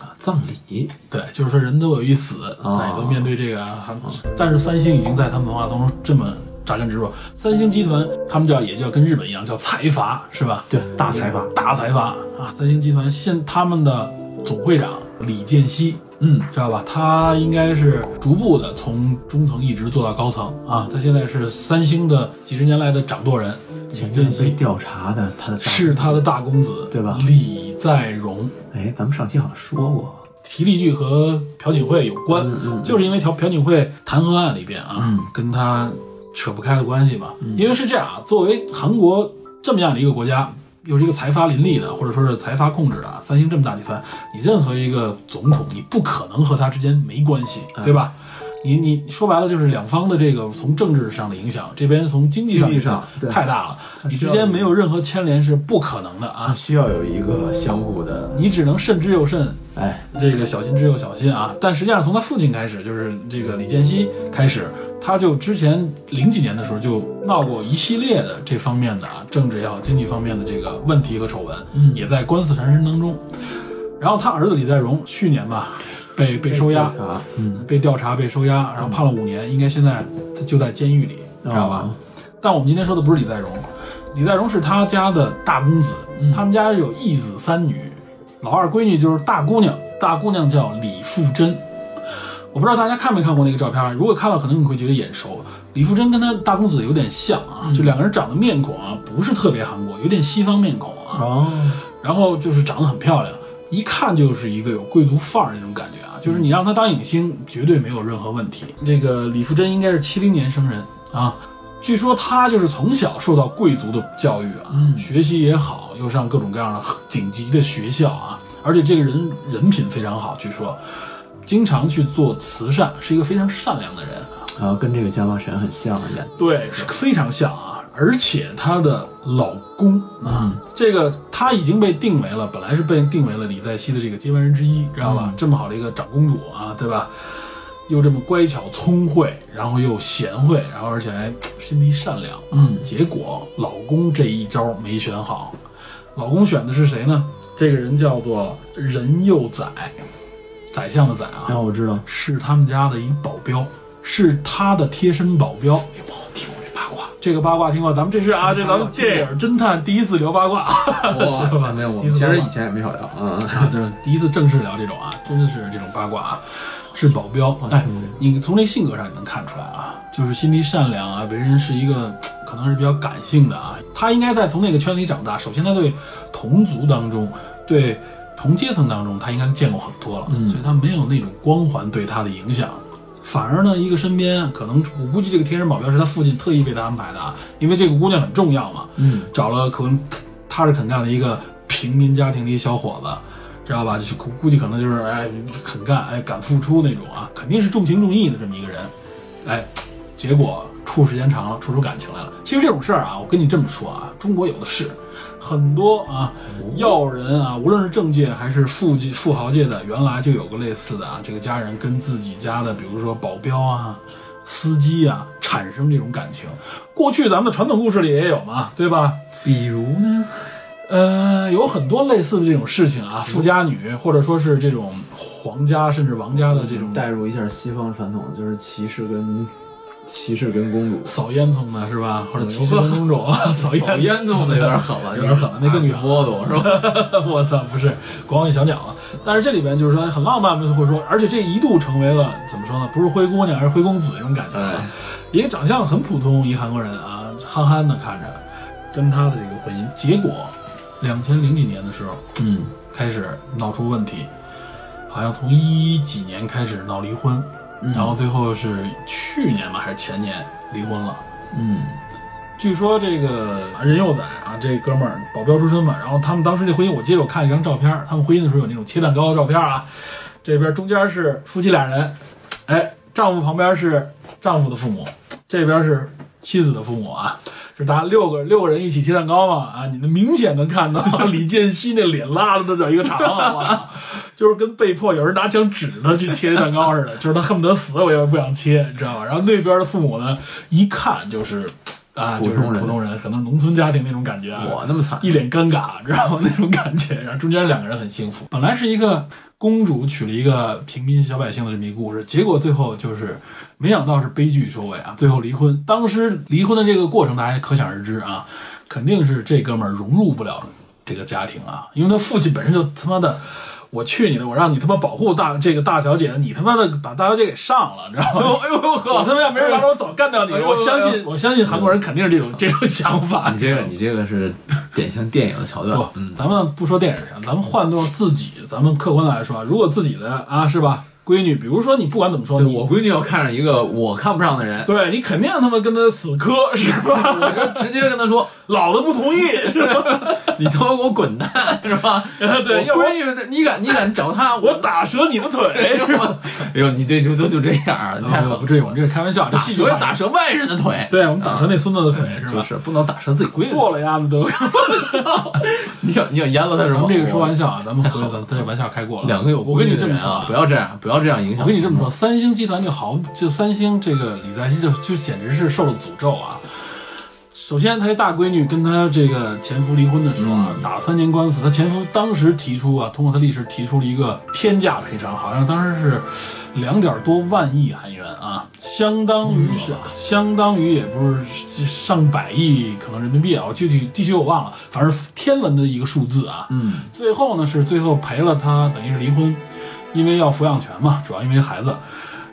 Speaker 3: 啊，葬礼
Speaker 2: 对，就是说人都有一死，
Speaker 3: 哦
Speaker 2: 对，都面对这个韩。但是三星已经在他们文化当中这么榨干植入。三星集团他们就要也就要跟日本一样叫财阀，是吧？
Speaker 3: 对，大财阀，
Speaker 2: 大财阀啊！三星集团现他们的总会长李健熙，
Speaker 3: 嗯，
Speaker 2: 知道吧？他应该是逐步的从中层一直做到高层啊，他现在是三星的几十年来的掌舵人，李
Speaker 3: 前
Speaker 2: 健
Speaker 3: 阵
Speaker 2: 熙
Speaker 3: 被调查的他的大
Speaker 2: 是他的大公子，
Speaker 3: 对吧
Speaker 2: 李在镕，
Speaker 3: 哎，咱们上期好像说过，
Speaker 2: 题力剧和朴槿惠有关，
Speaker 3: 嗯嗯
Speaker 2: 就是因为朴朴槿惠弹劾案里边啊，
Speaker 3: 嗯
Speaker 2: 跟他扯不开的关系嘛。因为是这样啊，作为韩国这么样的一个国家，有这个财阀林立的，或者说是财阀控制的啊，三星这么大集团，你任何一个总统，你不可能和他之间没关系，
Speaker 3: 嗯
Speaker 2: 对吧？你你说白了就是两方的这个从政治上的影响，这边从经济上的影响
Speaker 3: 经济上对
Speaker 2: 太大了，
Speaker 3: 它
Speaker 2: 你
Speaker 3: 需
Speaker 2: 之
Speaker 3: 要
Speaker 2: 间没有任何牵连是不可能的啊，
Speaker 3: 需要有一个相互的，
Speaker 2: 你只能慎之又慎，
Speaker 3: 嗯哎，
Speaker 2: 这个小心之又小心啊！但实际上从他父亲开始，就是这个李健熙开始，他就之前零几年的时候就闹过一系列的这方面的啊政治也好、经济方面的这个问题和丑闻，
Speaker 3: 嗯
Speaker 2: 也在官司缠身当中。然后他儿子李在镕去年吧，被被收押
Speaker 3: 调，查，嗯，
Speaker 2: 被调查、被收押，然后判了五年，应该现在他就在监狱里，知道吧？但我们今天说的不是李在镕，李在镕是他家的大公子，他们家有一子三女，老二闺女就是大姑娘，大姑娘叫李富珍。我不知道大家看没看过那个照片啊，如果看了，可能你会觉得眼熟。李富珍跟他大公子有点像啊，就两个人长得面孔啊，不是特别韩国，有点西方面孔啊。
Speaker 3: 哦，
Speaker 2: 然后就是长得很漂亮，一看就是一个有贵族范儿那种感觉啊，就是你让她当影星绝对没有任何问题。这个李富珍应该是七零年生人啊，据说她就是从小受到贵族的教育啊，学习也好，又上各种各样的顶级的学校啊，而且这个人人品非常好，据说经常去做慈善，是一个非常善良的人啊。
Speaker 3: 然后跟这个加马神很像，演的
Speaker 2: 对，是非常像啊。而且她的老公啊，
Speaker 3: 嗯
Speaker 2: 这个她已经被定为了，本来是被定为了李在熙的这个接班人之一，知道吧？这么好的一个长公主啊，对吧？又这么乖巧聪慧，然后又贤惠，然后而且还心地善良。
Speaker 3: 嗯
Speaker 2: 结果老公这一招没选好，老公选的是谁呢？这个人叫做任佑宰，宰相的宰啊，
Speaker 3: 那我知 道，
Speaker 2: 是他们家的一保镖，是他的贴身保镖。
Speaker 3: 哎呦，我听过这八卦，
Speaker 2: 这个八卦听过，咱们这是啊，这咱们电影侦探第一次聊八卦，是吧？
Speaker 3: 没有，我
Speaker 2: 第一
Speaker 3: 们
Speaker 2: 次
Speaker 3: 其
Speaker 2: 八
Speaker 3: 实
Speaker 2: 卦
Speaker 3: 以前也没少聊，嗯，
Speaker 2: 啊，就是第一次正式聊这种啊，真的是这种八卦啊，是保镖。哎
Speaker 3: 嗯，
Speaker 2: 你从这性格上你能看出来啊，就是心地善良啊，为人是一个可能是比较感性的啊。他应该在从那个圈里长大，首先他对同族当中，对同阶层当中，他应该见过很多了，所以他没有那种光环对他的影响。反而呢，一个身边可能我估计这个贴身保镖是他父亲特意为他安排的啊，因为这个姑娘很重要嘛。
Speaker 3: 嗯，
Speaker 2: 找了可能踏实肯干的一个平民家庭的一小伙子，知道吧？就是估估计可能就是哎肯干哎敢付出那种啊，肯定是重情重义的这么一个人，哎，结果处时间长了，处出感情来了。其实这种事儿啊，我跟你这么说啊，中国有的是。很多啊，要人啊，无论是政界还是富界、富豪界的，原来就有过类似的啊，这个家人跟自己家的，比如说保镖啊、司机啊，产生这种感情。过去咱们的传统故事里也有嘛，对吧？
Speaker 3: 比如呢，
Speaker 2: 呃，有很多类似的这种事情
Speaker 3: 嗯
Speaker 2: 啊，富家女或者说是这种皇家甚至王家的这种
Speaker 3: 代入一下西方传统，就是骑士跟骑士跟公主，
Speaker 2: 扫烟囱的是吧？
Speaker 3: 嗯
Speaker 2: 或者骑士跟公主 扫烟
Speaker 3: 扫烟囱的有点狠 了，
Speaker 2: 有点狠了，那更远。
Speaker 3: 摸懂是吧？
Speaker 2: 我操，不是国王与小鸟啊！但是这里边就是说很浪漫，会说，而且这一度成为了怎么说呢？不是灰姑娘，而是灰公子那种感觉啊
Speaker 3: 哎。
Speaker 2: 一个长相很普通一韩国人啊，憨憨的看着，跟他的这个婚姻，结果两千零几年的时候，
Speaker 3: 嗯，
Speaker 2: 开始闹出问题，好像从一几年开始闹离婚，然后最后是去年吧还是前年离婚了。
Speaker 3: 嗯，
Speaker 2: 据说这个任佑宰啊，这哥们儿保镖出身嘛，然后他们当时这婚姻，我记得我看了一张照片，他们婚姻的时候有那种切蛋糕的照片啊，这边中间是夫妻俩人，哎，丈夫旁边是丈夫的父母，这边是妻子的父母啊，就是大家六个六个人一起切蛋糕嘛啊，你能明显能 看到李健熙那脸拉的那叫一个长啊，我操，就是跟被迫有人拿枪指着他去切蛋糕似的，就是他恨不得死我也不想切，你知道吧？然后那边的父母呢，一看就是。啊，就是
Speaker 3: 普通人
Speaker 2: 普通人，可能农村家庭那种感觉啊，
Speaker 3: 我那么惨，
Speaker 2: 一脸尴尬，知道吗？那种感觉，然后中间两个人很幸福。本来是一个公主娶了一个平民小百姓的这么一个故事，结果最后就是没想到是悲剧收尾啊，最后离婚。当时离婚的这个过程，大家可想而知啊，肯定是这哥们儿融入不了这个家庭啊，因为他父亲本身就他妈的。我去你的！我让你他妈保护大这个大小姐，你他妈的把大小姐给上了，你知道吗？
Speaker 3: 哎呦
Speaker 2: 我他妈要没人拦着我，早干掉你！
Speaker 3: 哎呦哎
Speaker 2: 我相信，我相信韩国人肯定是这种这种想法。
Speaker 3: 你这个你这个是典型电影的桥段嗯
Speaker 2: 不，，咱们不说电视上，咱们换到自己，咱们客观的来说，如果自己的啊是吧，闺女，比如说你不管怎么说，
Speaker 3: 对
Speaker 2: 你
Speaker 3: 我闺女要看上一个我看不上的人，
Speaker 2: 对你肯定他妈跟她死磕是 吧？
Speaker 3: 我就直接跟她说
Speaker 2: 老子不同意是 吧？
Speaker 3: 你他妈给我滚蛋，是吧？
Speaker 2: 对
Speaker 3: 我
Speaker 2: 要不然
Speaker 3: 闺女，你敢你敢找她，
Speaker 2: 我打折你的腿。
Speaker 3: 我，哎呦，你对就都就这样儿，太狠
Speaker 2: 啊
Speaker 3: 了，
Speaker 2: 不至于，我们这是开玩笑，这
Speaker 3: 打
Speaker 2: 戏剧
Speaker 3: 折
Speaker 2: 化
Speaker 3: 要打，折外人的腿，
Speaker 2: 对我们打折那孙子的腿啊是
Speaker 3: 就
Speaker 2: 吧？
Speaker 3: 是不能打折自己闺女。
Speaker 2: 做了呀，你 都。
Speaker 3: 你想你想阉了她是
Speaker 2: 咱
Speaker 3: 吗？
Speaker 2: 们这个说玩
Speaker 3: 笑，
Speaker 2: 笑啊，咱们 回咱这玩笑开过了。
Speaker 3: 两个有
Speaker 2: 我
Speaker 3: 闺
Speaker 2: 跟
Speaker 3: 女
Speaker 2: 你
Speaker 3: 的
Speaker 2: 这
Speaker 3: 人
Speaker 2: 么说
Speaker 3: 啊，不要这样，不要这样影响。
Speaker 2: 我跟你这么说，三星集团就好，就三星这个李在熙就就简直是受了诅咒啊！首先，他这大闺女跟他这个前夫离婚的时候啊，
Speaker 3: 嗯
Speaker 2: 打了三年官司，他前夫当时提出啊，通过他律师提出了一个天价赔偿，好像当时是两点多万亿韩元啊，相当于是、相当于也不是上百亿可能人民币啊，我具体具体我忘了，反正天文的一个数字啊。
Speaker 3: 嗯，
Speaker 2: 最后呢是最后赔了他，等于是离婚，因为要抚养权嘛，主要因为孩子，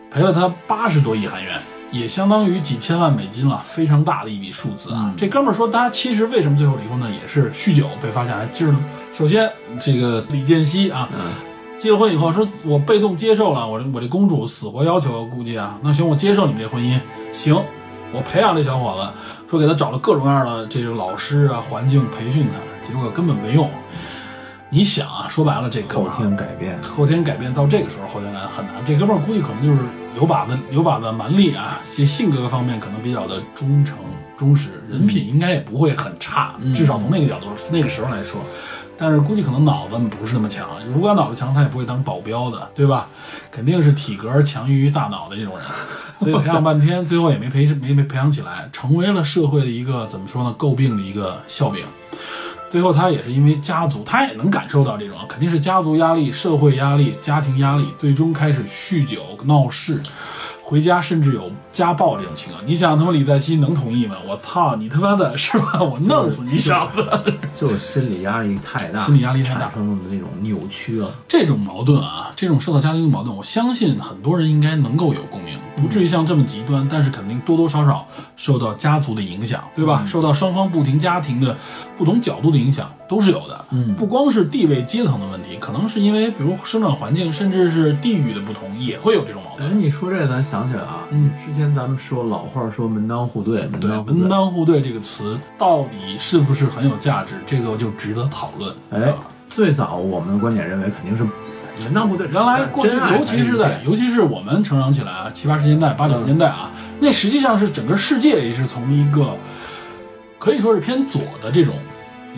Speaker 2: 赔了他八十多亿韩元，也相当于几千万美金了，非常大的一笔数字啊。
Speaker 3: 嗯
Speaker 2: 这哥们儿说他其实为什么最后离婚呢，也是酗酒被发现，就是首先这个李健熙啊，
Speaker 3: 嗯
Speaker 2: 结了婚以后说我被动接受了，我这我这公主死活要求，估计啊，那行我接受你们这婚姻，行，我培养这小伙子，说给他找了各种各样的这个老师啊，环境培训他，结果根本没用。你想啊，说白了这哥
Speaker 3: 后
Speaker 2: 们儿啊
Speaker 3: 天改变，
Speaker 2: 后天改变到这个时候，后天改变很难。这哥们儿估计可能就是有把子有把子蛮力啊，这性格方面可能比较的忠诚忠实，人品应该也不会很差，
Speaker 3: 嗯
Speaker 2: 至少从那个角度那个时候来说。但是估计可能脑子不是那么强，如果脑子强，他也不会当保镖的，对吧？肯定是体格强于大脑的这种人，所以培养半天，最后也没培没没培养起来，成为了社会的一个怎么说呢，诟病的一个笑柄。最后他也是因为家族，他也能感受到这种，肯定是家族压力、社会压力、家庭压力，最终开始酗酒闹事，回家甚至有家暴这种情况。你想他妈李在熙能同意吗？我操，你他妈的是吧？我弄死你小子！
Speaker 3: 就是心理压力太大，
Speaker 2: 心理压力太大
Speaker 3: 产生的那种扭曲啊了。
Speaker 2: 这种矛盾啊，这种受到家庭的矛盾，我相信很多人应该能够有共鸣，不至于像这么极端，但是肯定多多少少受到家族的影响，对
Speaker 3: 嗯
Speaker 2: 吧？受到双方不停家庭的不同角度的影响都是有的。
Speaker 3: 嗯
Speaker 2: 不光是地位阶层的问题，可能是因为比如生长环境，甚至是地域的不同，也会有这种矛
Speaker 3: 哎，
Speaker 2: 盾。
Speaker 3: 你说这咱想起来啊，
Speaker 2: 嗯
Speaker 3: 之前咱们说老话说门当户对，门
Speaker 2: 对
Speaker 3: 当，户
Speaker 2: 门
Speaker 3: 对。
Speaker 2: 当户对这个词到底是不是很有价值，这个就值得讨论。
Speaker 3: 哎，最早我们的观点认为肯定是门当户对，
Speaker 2: 原来过去
Speaker 3: 真爱，
Speaker 2: 尤其是在尤其是我们成长起来啊，七八十年
Speaker 3: 嗯
Speaker 2: 代、八九十年代啊，那实际上是整个世界也是从一个可以说是偏左的这种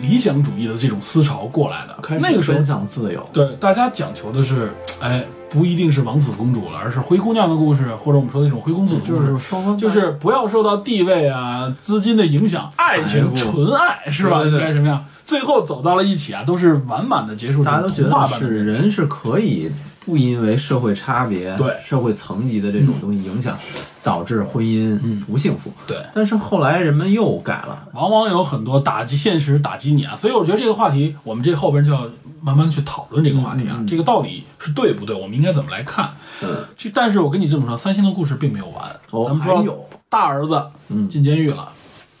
Speaker 2: 理想主义的这种思潮过来的。
Speaker 3: 开始
Speaker 2: 那个时候
Speaker 3: 奔，向自由，
Speaker 2: 对大家讲求的是，哎，不一定是王子公主了，而是灰姑娘的故事，或者我们说的那种灰公子的故
Speaker 3: 就
Speaker 2: 事
Speaker 3: 是。双方
Speaker 2: 就是不要受到地位啊、资金的影响，爱情纯爱是吧？
Speaker 3: 对对对
Speaker 2: 应该什么样？最后走到了一起啊，都是完满的结束这
Speaker 3: 大家
Speaker 2: 种
Speaker 3: 都觉
Speaker 2: 童话
Speaker 3: 得
Speaker 2: 般的
Speaker 3: 是人是可以不因为社会差别、
Speaker 2: 对
Speaker 3: 社会层级的这种东西影响，导致婚
Speaker 2: 嗯
Speaker 3: 姻不幸福。
Speaker 2: 对。
Speaker 3: 但是后来人们又改了，
Speaker 2: 往往有很多打击现实、打击你啊，所以我觉得这个话题，我们这后边就要慢慢去讨论这个话题啊，
Speaker 3: 嗯嗯嗯
Speaker 2: 这个到底是对不对，我们应该怎么来看？
Speaker 3: 嗯，
Speaker 2: 这但是我跟你这么说，三星的故事并没有完，
Speaker 3: 哦，
Speaker 2: 咱们
Speaker 3: 还
Speaker 2: 说
Speaker 3: 有，
Speaker 2: 大儿子
Speaker 3: 嗯，
Speaker 2: 进监狱了，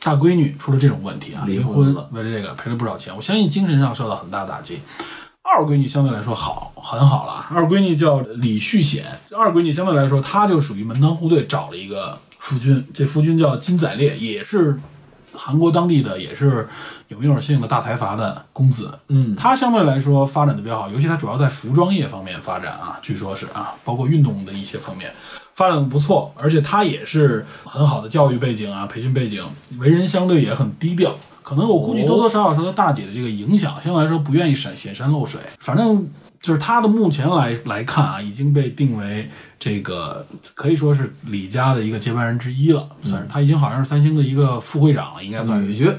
Speaker 2: 大闺女出了这种问题啊，离
Speaker 3: 离
Speaker 2: 婚
Speaker 3: 婚
Speaker 2: 了
Speaker 3: 了，
Speaker 2: 为了这个赔了不少钱，我相信精神上受到很大打击。二闺女相对来说好，很好了啊。二闺女叫李续显，这二闺女相对来说，她就属于门当户对，找了一个夫君，这夫君叫金载烈，也是韩国当地的，也是有名有姓的大财阀的公子。
Speaker 3: 嗯，
Speaker 2: 他相对来说发展的比较好，尤其他主要在服装业方面发展啊，据说是啊，包括运动的一些方面发展的不错，而且他也是很好的教育背景啊、培训背景，为人相对也很低调。可能我估计
Speaker 3: 哦
Speaker 2: 多多少少受他大姐的这个影响，相对来说不愿意闪显山露水。反正就是他的目前来来看啊，已经被定为这个可以说是李家的一个接班人之一了，
Speaker 3: 嗯
Speaker 2: 算是他已经好像是三星的一个副会长了，应该算是
Speaker 3: 女婿，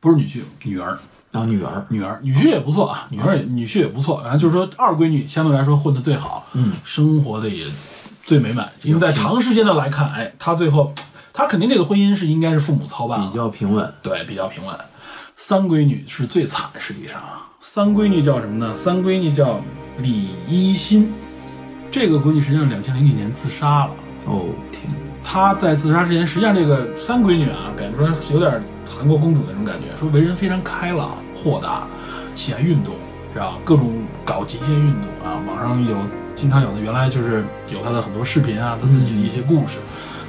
Speaker 2: 不是女婿，女儿。然后女儿，女儿，女婿也不错啊，女儿也女婿也不错。然后就是说，二闺女相对来说混得最好，
Speaker 3: 嗯，
Speaker 2: 生活的也最美满，因为在长时间的来看，哎，她最后，她肯定这个婚姻是应该是父母操办了，
Speaker 3: 比较平稳。
Speaker 2: 对，比较平稳。三闺女是最惨，实际上啊，三闺女叫什么呢？三闺女叫李一心，这个闺女实际上两千零几年自杀了。
Speaker 3: 哦天，
Speaker 2: 她在自杀之前，实际上这个三闺女啊，感觉说有点韩国公主那种感觉，说为人非常开朗、豁达，喜爱运动，是吧？各种搞极限运动啊，网上有经常有的，原来就是有她的很多视频啊，她自己的一些故事，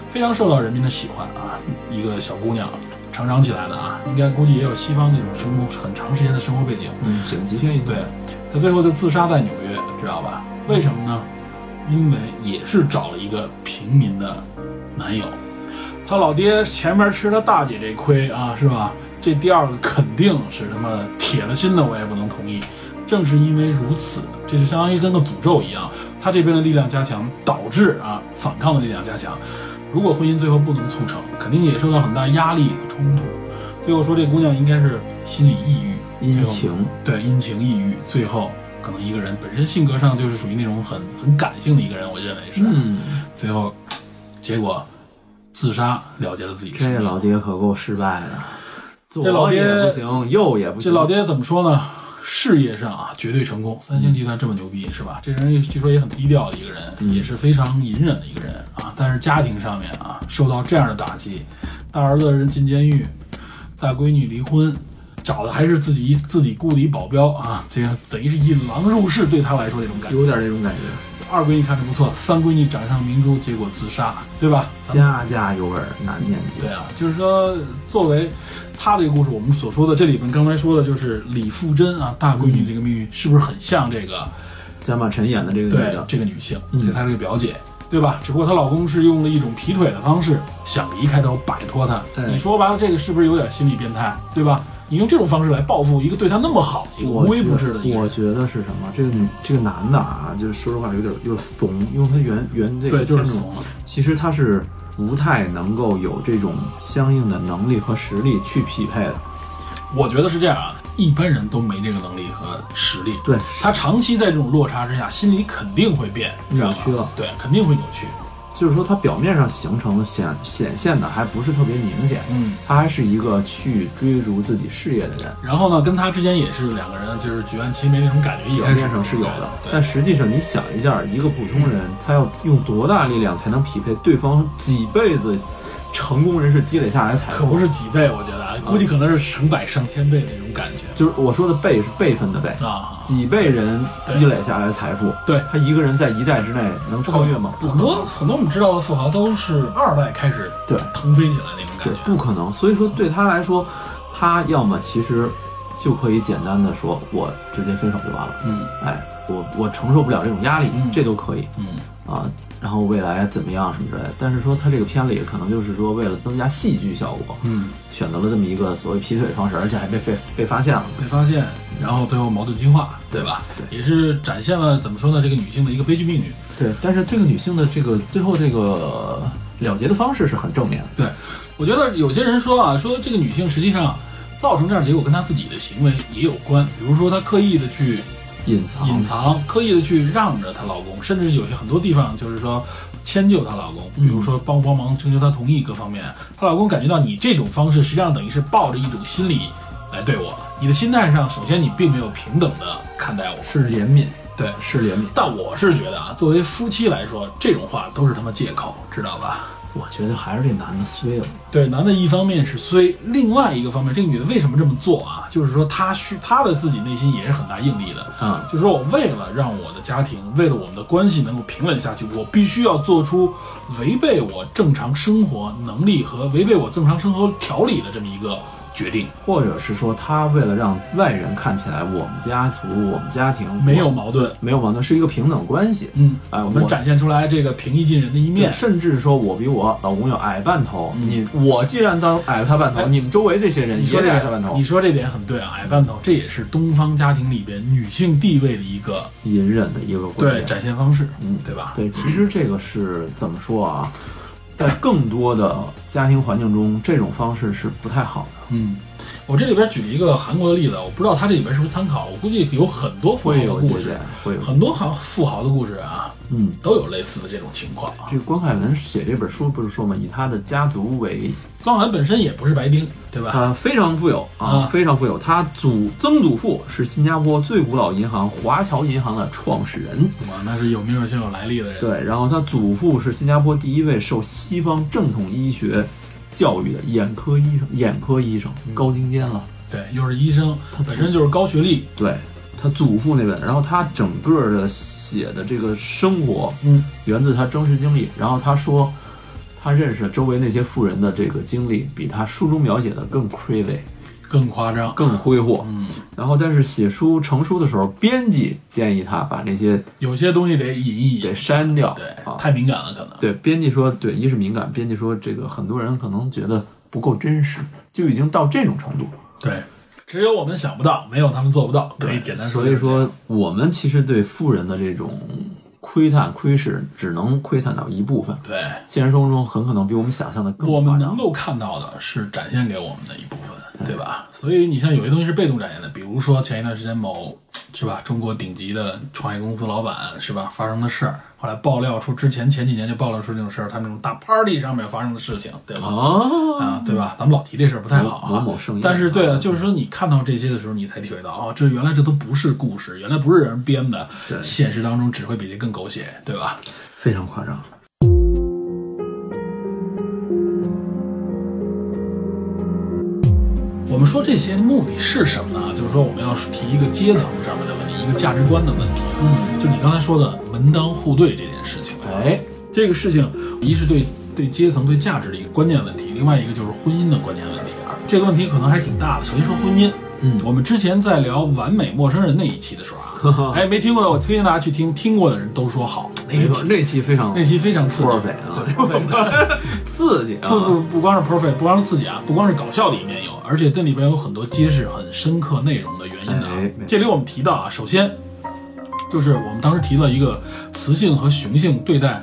Speaker 2: 非常受到人民的喜欢啊。一个小姑娘成长起来的啊，应该估计也有西方那种生活很长时间的生活背景，
Speaker 3: 嗯，省级运
Speaker 2: 对，他最后就自杀在纽约，知道吧？为什么呢？因为也是找了一个平民的男友，他老爹前面吃他大姐这亏啊，是吧？这第二个肯定是他妈铁了心的，我也不能同意。正是因为如此，这就相当于跟个诅咒一样，他这边的力量加强，导致啊反抗的力量加强。如果婚姻最后不能促成，肯定也受到很大压力和冲突。最后说这姑娘应该是心理抑郁，
Speaker 3: 阴
Speaker 2: 最后
Speaker 3: 晴，
Speaker 2: 对，阴晴抑郁，最后可能一个人本身性格上就是属于那种很很感性的一个人，我认为是。
Speaker 3: 嗯，
Speaker 2: 最后，结果自杀了结了自己的生
Speaker 3: 这
Speaker 2: 命。
Speaker 3: 老爹可够失败的，左
Speaker 2: 这老爹
Speaker 3: 也不行，右也不
Speaker 2: 这
Speaker 3: 行，
Speaker 2: 老爹怎么说呢？事业上啊，绝对成功。三星集团这么牛逼是吧？这人据说也很低调的一个人，也是非常隐忍的一个人啊。但是家庭上面啊，受到这样的打击，大儿子人进监狱，大闺女离婚，找的还是自己自己雇的一保镖啊，这样等于是引狼入室，对他来说这种感觉。
Speaker 3: 有点那种感觉，
Speaker 2: 二闺女看着不错，三闺女掌上明珠，结果自杀，对吧？啊
Speaker 3: 家家有本难念的
Speaker 2: 对
Speaker 3: 经。
Speaker 2: 啊，就是说，作为她这个故事，我们所说的这里边刚才说的就是李富珍啊，大闺
Speaker 3: 嗯
Speaker 2: 女这个命运是不是很像这个、
Speaker 3: 加马陈演的这个女
Speaker 2: 对
Speaker 3: 的，
Speaker 2: 这个女性，
Speaker 3: 嗯
Speaker 2: 就她这个表姐，对吧？只不过她老公是用了一种劈腿的方式想离开她，摆脱她。
Speaker 3: 哎
Speaker 2: 你说白了，这个是不是有点心理变态，对吧？你用这种方式来报复一个对她那么好、一个
Speaker 3: 我
Speaker 2: 无微不
Speaker 3: 觉
Speaker 2: 至的一个
Speaker 3: 我
Speaker 2: 人，
Speaker 3: 觉得是什么？这个女，这个男的啊，就是说实话有点有点怂，用他原原这个
Speaker 2: 对，就是
Speaker 3: 片
Speaker 2: 怂
Speaker 3: 种
Speaker 2: 了。
Speaker 3: 其实他是不太能够有这种相应的能力和实力去匹配的。
Speaker 2: 我觉得是这样啊，一般人都没这个能力和实力。
Speaker 3: 对，
Speaker 2: 他长期在这种落差之下，心里肯定会变，知道吗
Speaker 3: 扭曲了
Speaker 2: 对，肯定会扭曲。
Speaker 3: 就是说他表面上形成的显显现的还不是特别明显，
Speaker 2: 嗯，
Speaker 3: 他还是一个去追逐自己事业的人。
Speaker 2: 然后呢，跟他之间也是两个人就是举案齐眉那种感觉，一
Speaker 3: 表
Speaker 2: 开始
Speaker 3: 面上是有的，
Speaker 2: 对
Speaker 3: 但实际上你想一下，一个普通人他要用多大力量才能匹配对方几辈子成功人士积累下来的财富？
Speaker 2: 可不是几倍，我觉得啊，估计可能是成百上千倍的那种感觉
Speaker 3: 就是我说的辈是辈分的辈，
Speaker 2: 啊。
Speaker 3: 几辈人积累下来的财富，
Speaker 2: 对
Speaker 3: 他一个人在一代之内能超越吗？
Speaker 2: 很多很多我们知道的富豪都是二代开始
Speaker 3: 对
Speaker 2: 腾飞起来那种感
Speaker 3: 对，
Speaker 2: 觉。
Speaker 3: 不可能。所以说对他来说，他要么其实就可以简单的说，我直接分手就完了，
Speaker 2: 嗯
Speaker 3: 哎，我我承受不了这种压力，
Speaker 2: 嗯
Speaker 3: 这都可以
Speaker 2: 嗯，
Speaker 3: 啊。然后未来怎么样什么之类的，但是说他这个片里可能就是说为了增加戏剧效果，
Speaker 2: 嗯，
Speaker 3: 选择了这么一个所谓劈腿的方式，而且还被被被发现了。
Speaker 2: 被发现，然后最后矛盾激化，对吧？
Speaker 3: 对
Speaker 2: 也是展现了怎么说呢，这个女性的一个悲剧命运。
Speaker 3: 对，但是这个女性的这个最后这个了结的方式是很正面的。
Speaker 2: 对，我觉得有些人说啊，说这个女性实际上造成这样结果跟她自己的行为也有关，比如说她刻意的去
Speaker 3: 隐藏，
Speaker 2: 隐藏，刻意的去让着她老公，甚至有些很多地方就是说迁就她老公，比如说帮帮忙征求她同意各方面，她老公感觉到你这种方式实际上等于是抱着一种心理来对我，你的心态上首先你并没有平等的看待我，
Speaker 3: 是怜悯，
Speaker 2: 对。
Speaker 3: 是怜悯。
Speaker 2: 但我是觉得啊，作为夫妻来说，这种话都是他妈借口，知道吧？
Speaker 3: 我觉得还是这男的衰了。
Speaker 2: 对，男的一方面是衰，另外一个方面，这个女的为什么这么做啊？就是说她需她的自己内心也是很大应力的，
Speaker 3: 啊、
Speaker 2: 就是说我为了让我的家庭，为了我们的关系能够平稳下去，我必须要做出违背我正常生活能力和违背我正常生活条理的这么一个决定，
Speaker 3: 或者是说他为了让外人看起来我们家族、我们家庭
Speaker 2: 没有
Speaker 3: 我
Speaker 2: 矛盾。
Speaker 3: 没有矛盾，是一个平等关系。
Speaker 2: 嗯，
Speaker 3: 哎，
Speaker 2: 我们展现出来这个平易近人的一
Speaker 3: 对
Speaker 2: 面。
Speaker 3: 甚至说我比我老公要矮半头，你我既然当矮他半头，
Speaker 2: 哎
Speaker 3: 你们周围这些人
Speaker 2: 嗯你说
Speaker 3: 也
Speaker 2: 这
Speaker 3: 得矮
Speaker 2: 点
Speaker 3: 他半头
Speaker 2: 你，说这点很对啊，矮半头，这也是东方家庭里边女性地位的一个
Speaker 3: 隐忍的一个观
Speaker 2: 对
Speaker 3: 点。
Speaker 2: 展现方式，
Speaker 3: 嗯
Speaker 2: 对吧？
Speaker 3: 对，其实这个是怎么说啊？在更多的家庭环境中，这种方式是不太好的。
Speaker 2: 嗯，我这里边举了一个韩国的例子，我不知道它这里边是不是参考，我估计有很多富豪
Speaker 3: 会
Speaker 2: 的
Speaker 3: 有
Speaker 2: 故
Speaker 3: 借
Speaker 2: 事
Speaker 3: 鉴，，会有。
Speaker 2: 很多豪富豪的故事啊，
Speaker 3: 嗯，
Speaker 2: 都有类似的这种情况。
Speaker 3: 这个关凯文写这本书不是说嘛，以他的家族为
Speaker 2: 高寒本身也不是白丁，对吧？
Speaker 3: 他非常富有啊，
Speaker 2: 啊
Speaker 3: 非常富有。他祖曾祖父是新加坡最古老银行华侨银行的创始人，
Speaker 2: 哇，那是有名有姓有来历的人。
Speaker 3: 对，然后他祖父是新加坡第一位受西方正统医学教育的眼科医生，眼科医生
Speaker 2: 嗯
Speaker 3: 高精尖了。
Speaker 2: 对，又是医生，本身就是高学历。
Speaker 3: 对他祖父那边，然后他整个的写的这个生活
Speaker 2: 嗯，
Speaker 3: 源自他真实经历，然后他说。他认识周围那些富人的这个经历，比他书中描写的更 crazy，
Speaker 2: 更夸张。
Speaker 3: 更挥霍。
Speaker 2: 嗯，
Speaker 3: 然后，但是写书成书的时候，编辑建议他把那些
Speaker 2: 有些东西得隐一
Speaker 3: 给
Speaker 2: 隐，
Speaker 3: 删掉。
Speaker 2: 对，
Speaker 3: 啊，
Speaker 2: 太敏感了，可能。
Speaker 3: 对，编辑说，对，一是敏感，编辑说这个很多人可能觉得不够真实，就已经到这种程度。
Speaker 2: 对，只有我们想不到，没有他们做不到。可以简单
Speaker 3: 所
Speaker 2: 就
Speaker 3: 以
Speaker 2: 是这样
Speaker 3: 说，我们其实对富人的这种窥探、窥视，只能窥探到一部分。
Speaker 2: 对，
Speaker 3: 现实生活中很可能比我们想象的更
Speaker 2: 我
Speaker 3: 夸
Speaker 2: 们
Speaker 3: 张
Speaker 2: 能够看到的是展现给我们的一部分，对吧？所以你像有些东西是被动展现的，比如说前一段时间某是吧，中国顶级的创业公司老板是吧发生的事儿，后来爆料出之前前几年就爆料出这种事儿，他们这种大 party 上面发生的事情，对吧？
Speaker 3: 啊，
Speaker 2: 啊，对吧？咱们老提这事儿不太好
Speaker 3: 某
Speaker 2: 啊。
Speaker 3: 某盛宴
Speaker 2: 但是对啊，就是说你看到这些的时候，你才体会到啊，这原来这都不是故事，原来不是人编的，
Speaker 3: 对
Speaker 2: 现实当中只会比这更狗血，对吧？
Speaker 3: 非常夸张。
Speaker 2: 我们说这些目的是什么呢？就是说我们要提一个阶层上面的问题，一个价值观的问题。
Speaker 3: 嗯，
Speaker 2: 就你刚才说的门当户对这件事情，
Speaker 3: 哎，
Speaker 2: 这个事情一是对对阶层、对价值的一个关键问题，另外一个就是婚姻的关键问题啊。这个问题可能还是挺大的。首先说婚姻，
Speaker 3: 嗯
Speaker 2: 我们之前在聊《完美陌生人》那一期的时候啊，哎，没听过的我推荐大家去听，听过的人都说好，那
Speaker 3: 没
Speaker 2: 一
Speaker 3: 错，
Speaker 2: 期
Speaker 3: 那期非常
Speaker 2: 那期非常刺激
Speaker 3: perfect 啊
Speaker 2: 对，perfect
Speaker 3: 刺激啊，
Speaker 2: 不不不光是 perfect，不光是刺激啊，不光是搞笑的一面有，而且这里边有很多揭示很深刻内容的原因的啊。
Speaker 3: 哎没错
Speaker 2: 这里我们提到啊，首先就是我们当时提了一个雌性和雄性对待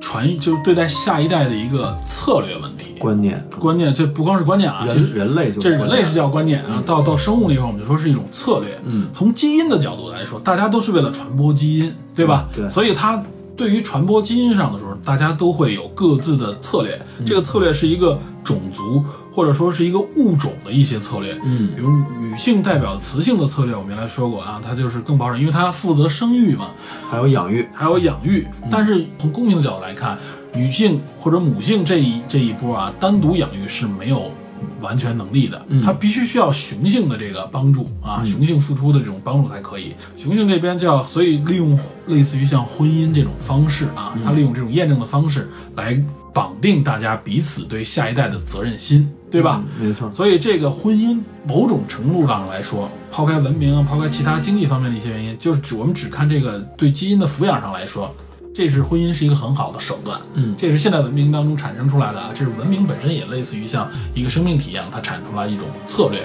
Speaker 2: 传，就是对待下一代的一个策略问题。
Speaker 3: 观念，
Speaker 2: 关键这不光是观念啊，这
Speaker 3: 人
Speaker 2: 是
Speaker 3: 人类就
Speaker 2: 这人类是
Speaker 3: 是
Speaker 2: 叫观念啊，到到生物那块儿我们就说是一种策略。
Speaker 3: 嗯
Speaker 2: 从基因的角度来说，大家都是为了传播基因，对吧？
Speaker 3: 嗯对
Speaker 2: 所以它对于传播基因上的时候，大家都会有各自的策略。
Speaker 3: 嗯
Speaker 2: 这个策略是一个种族或者说是一个物种的一些策略。
Speaker 3: 嗯
Speaker 2: 比如女性代表雌性的策略，我们原来说过啊，它就是更保守，因为它负责生育嘛，
Speaker 3: 还有养育，
Speaker 2: 还有养育。
Speaker 3: 嗯
Speaker 2: 但是从公平的角度来看，女性或者母性这一这一波啊，单独养育是没有完全能力的，
Speaker 3: 嗯
Speaker 2: 它必须需要雄性的这个帮助啊，雄性付出的这种帮助才可以。雄性这边就要，所以利用类似于像婚姻这种方式啊，
Speaker 3: 嗯
Speaker 2: 它利用这种验证的方式来绑定大家彼此对下一代的责任心，对吧？
Speaker 3: 嗯？没错，
Speaker 2: 所以这个婚姻某种程度上来说，抛开文明啊，抛开其他经济方面的一些原因，就是只我们只看这个对基因的抚养上来说，这是婚姻是一个很好的手段。
Speaker 3: 嗯
Speaker 2: 这是现代文明当中产生出来的啊，这是文明本身也类似于像一个生命体一样，它产出来一种策略。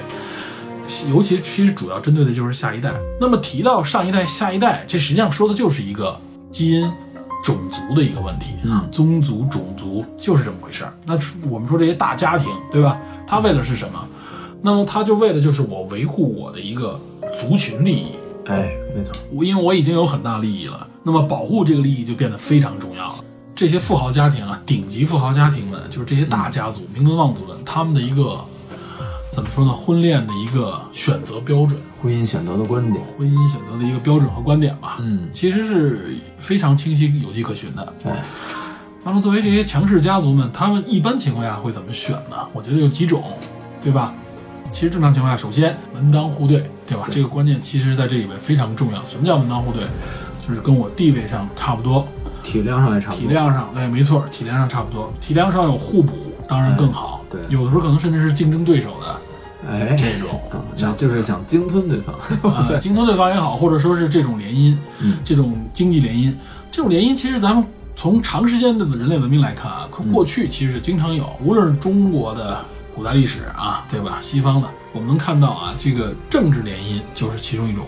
Speaker 2: 尤其其实主要针对的就是下一代。那么提到上一代、下一代，这实际上说的就是一个基因、种族的一个问题啊
Speaker 3: 嗯，
Speaker 2: 宗族、种族就是这么回事儿。那我们说这些大家庭，对吧？他为的是什么？那么他就为的就是我维护我的一个族群利益，
Speaker 3: 哎，没错，
Speaker 2: 我因为我已经有很大利益了，那么保护这个利益就变得非常重要了。这些富豪家庭啊，顶级富豪家庭们，就是这些大家族、名门望族们，他们的一个怎么说呢？婚恋的一个选择标准，
Speaker 3: 婚姻选择的观点，
Speaker 2: 婚姻选择的一个标准和观点吧，
Speaker 3: 嗯，
Speaker 2: 其实是非常清晰、有迹可循的。
Speaker 3: 哎，
Speaker 2: 那么，作为这些强势家族们，他们一般情况下会怎么选呢？我觉得有几种，对吧？其实正常情况下，首先门当户对，对吧？这个观念其实在这里面非常重要。什么叫门当户对？就是跟我地位上差不多，
Speaker 3: 体量上也差不
Speaker 2: 体
Speaker 3: 多，
Speaker 2: 量上，哎对，没错，体量上差不多，体量上有互补，当然更好。
Speaker 3: 哎对
Speaker 2: 有的时候可能甚至是竞争对手的
Speaker 3: 哎，
Speaker 2: 这种
Speaker 3: 啊，
Speaker 2: 家
Speaker 3: 那
Speaker 2: 族，
Speaker 3: 就是想鲸吞对方，
Speaker 2: 啊，精通对方也好，或者说是这种联姻，
Speaker 3: 嗯
Speaker 2: 这种经济联姻，这种联姻其实咱们从长时间的人类文明来看啊，
Speaker 3: 嗯
Speaker 2: 过过去其实是经常有，无论是中国的古代历史啊，对吧？西方的，我们能看到啊，这个政治联姻就是其中一种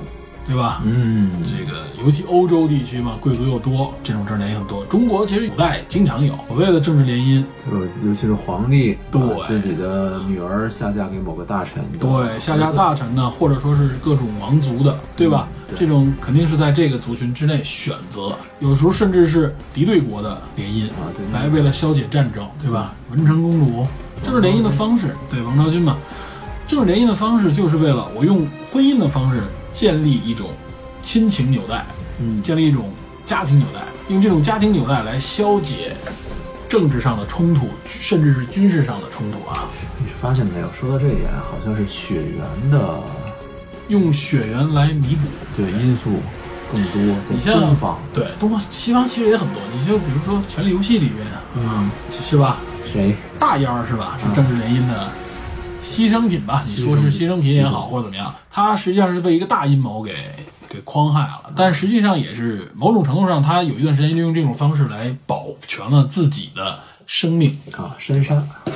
Speaker 2: 对吧？
Speaker 3: 嗯，
Speaker 2: 这个尤其欧洲地区嘛，贵族又多，这种政治联姻又多。中国其实古代经常有所谓的政治联姻，
Speaker 3: 就是尤其是皇帝
Speaker 2: 对
Speaker 3: 把自己的女儿下嫁给某个大臣，
Speaker 2: 对下嫁大臣呢，或者说是各种王族的，对吧？
Speaker 3: 嗯
Speaker 2: 这种肯定是在这个族群之内选择，有时候甚至是敌对国的联姻
Speaker 3: 啊对嗯
Speaker 2: 来为了消解战争，对吧？文成公主，政治联姻的方式，对王昭君嘛，政治联姻的方式就是为了我用婚姻的方式建立一种亲情纽带，
Speaker 3: 嗯，
Speaker 2: 建立一种家庭纽带，用这种家庭纽带来消解政治上的冲突，甚至是军事上的冲突啊。
Speaker 3: 你发现没有？说到这一点，啊好像是血缘的
Speaker 2: 用血缘来弥补。
Speaker 3: 对因素更多，
Speaker 2: 你
Speaker 3: 在
Speaker 2: 像
Speaker 3: 东方，
Speaker 2: 对东方西方其实也很多，你就比如说《权力游戏》里面啊
Speaker 3: 嗯，
Speaker 2: 是吧？
Speaker 3: 谁？
Speaker 2: 大妖是吧？
Speaker 3: 嗯
Speaker 2: 是政治原因的牺牲品吧？你说是牺牲品也好，或者怎么样，他实际上是被一个大阴谋给给诓害了。但实际上也是某种程度上，他有一段时间利用这种方式来保全了自己的生命。
Speaker 3: 啊，深山。
Speaker 2: 对，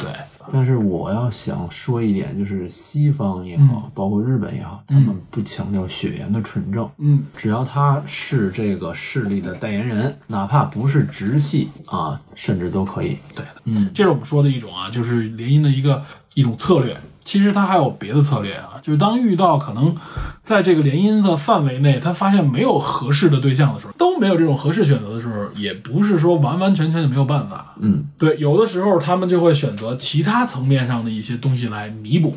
Speaker 3: 但是我要想说一点，就是西方也好，
Speaker 2: 嗯
Speaker 3: 包括日本也好，他们不强调血缘的纯正，
Speaker 2: 嗯，
Speaker 3: 只要他是这个势力的代言人，哪怕不是直系啊，甚至都可以。
Speaker 2: 对的。
Speaker 3: 嗯，
Speaker 2: 这是我们说的一种啊，就是联姻的一个一种策略。其实它还有别的策略啊，就是当遇到可能在这个联姻的范围内，他发现没有合适的对象的时候，都没有这种合适选择的时候，也不是说完完全全就没有办法。
Speaker 3: 嗯，
Speaker 2: 对，有的时候他们就会选择其他层面上的一些东西来弥补。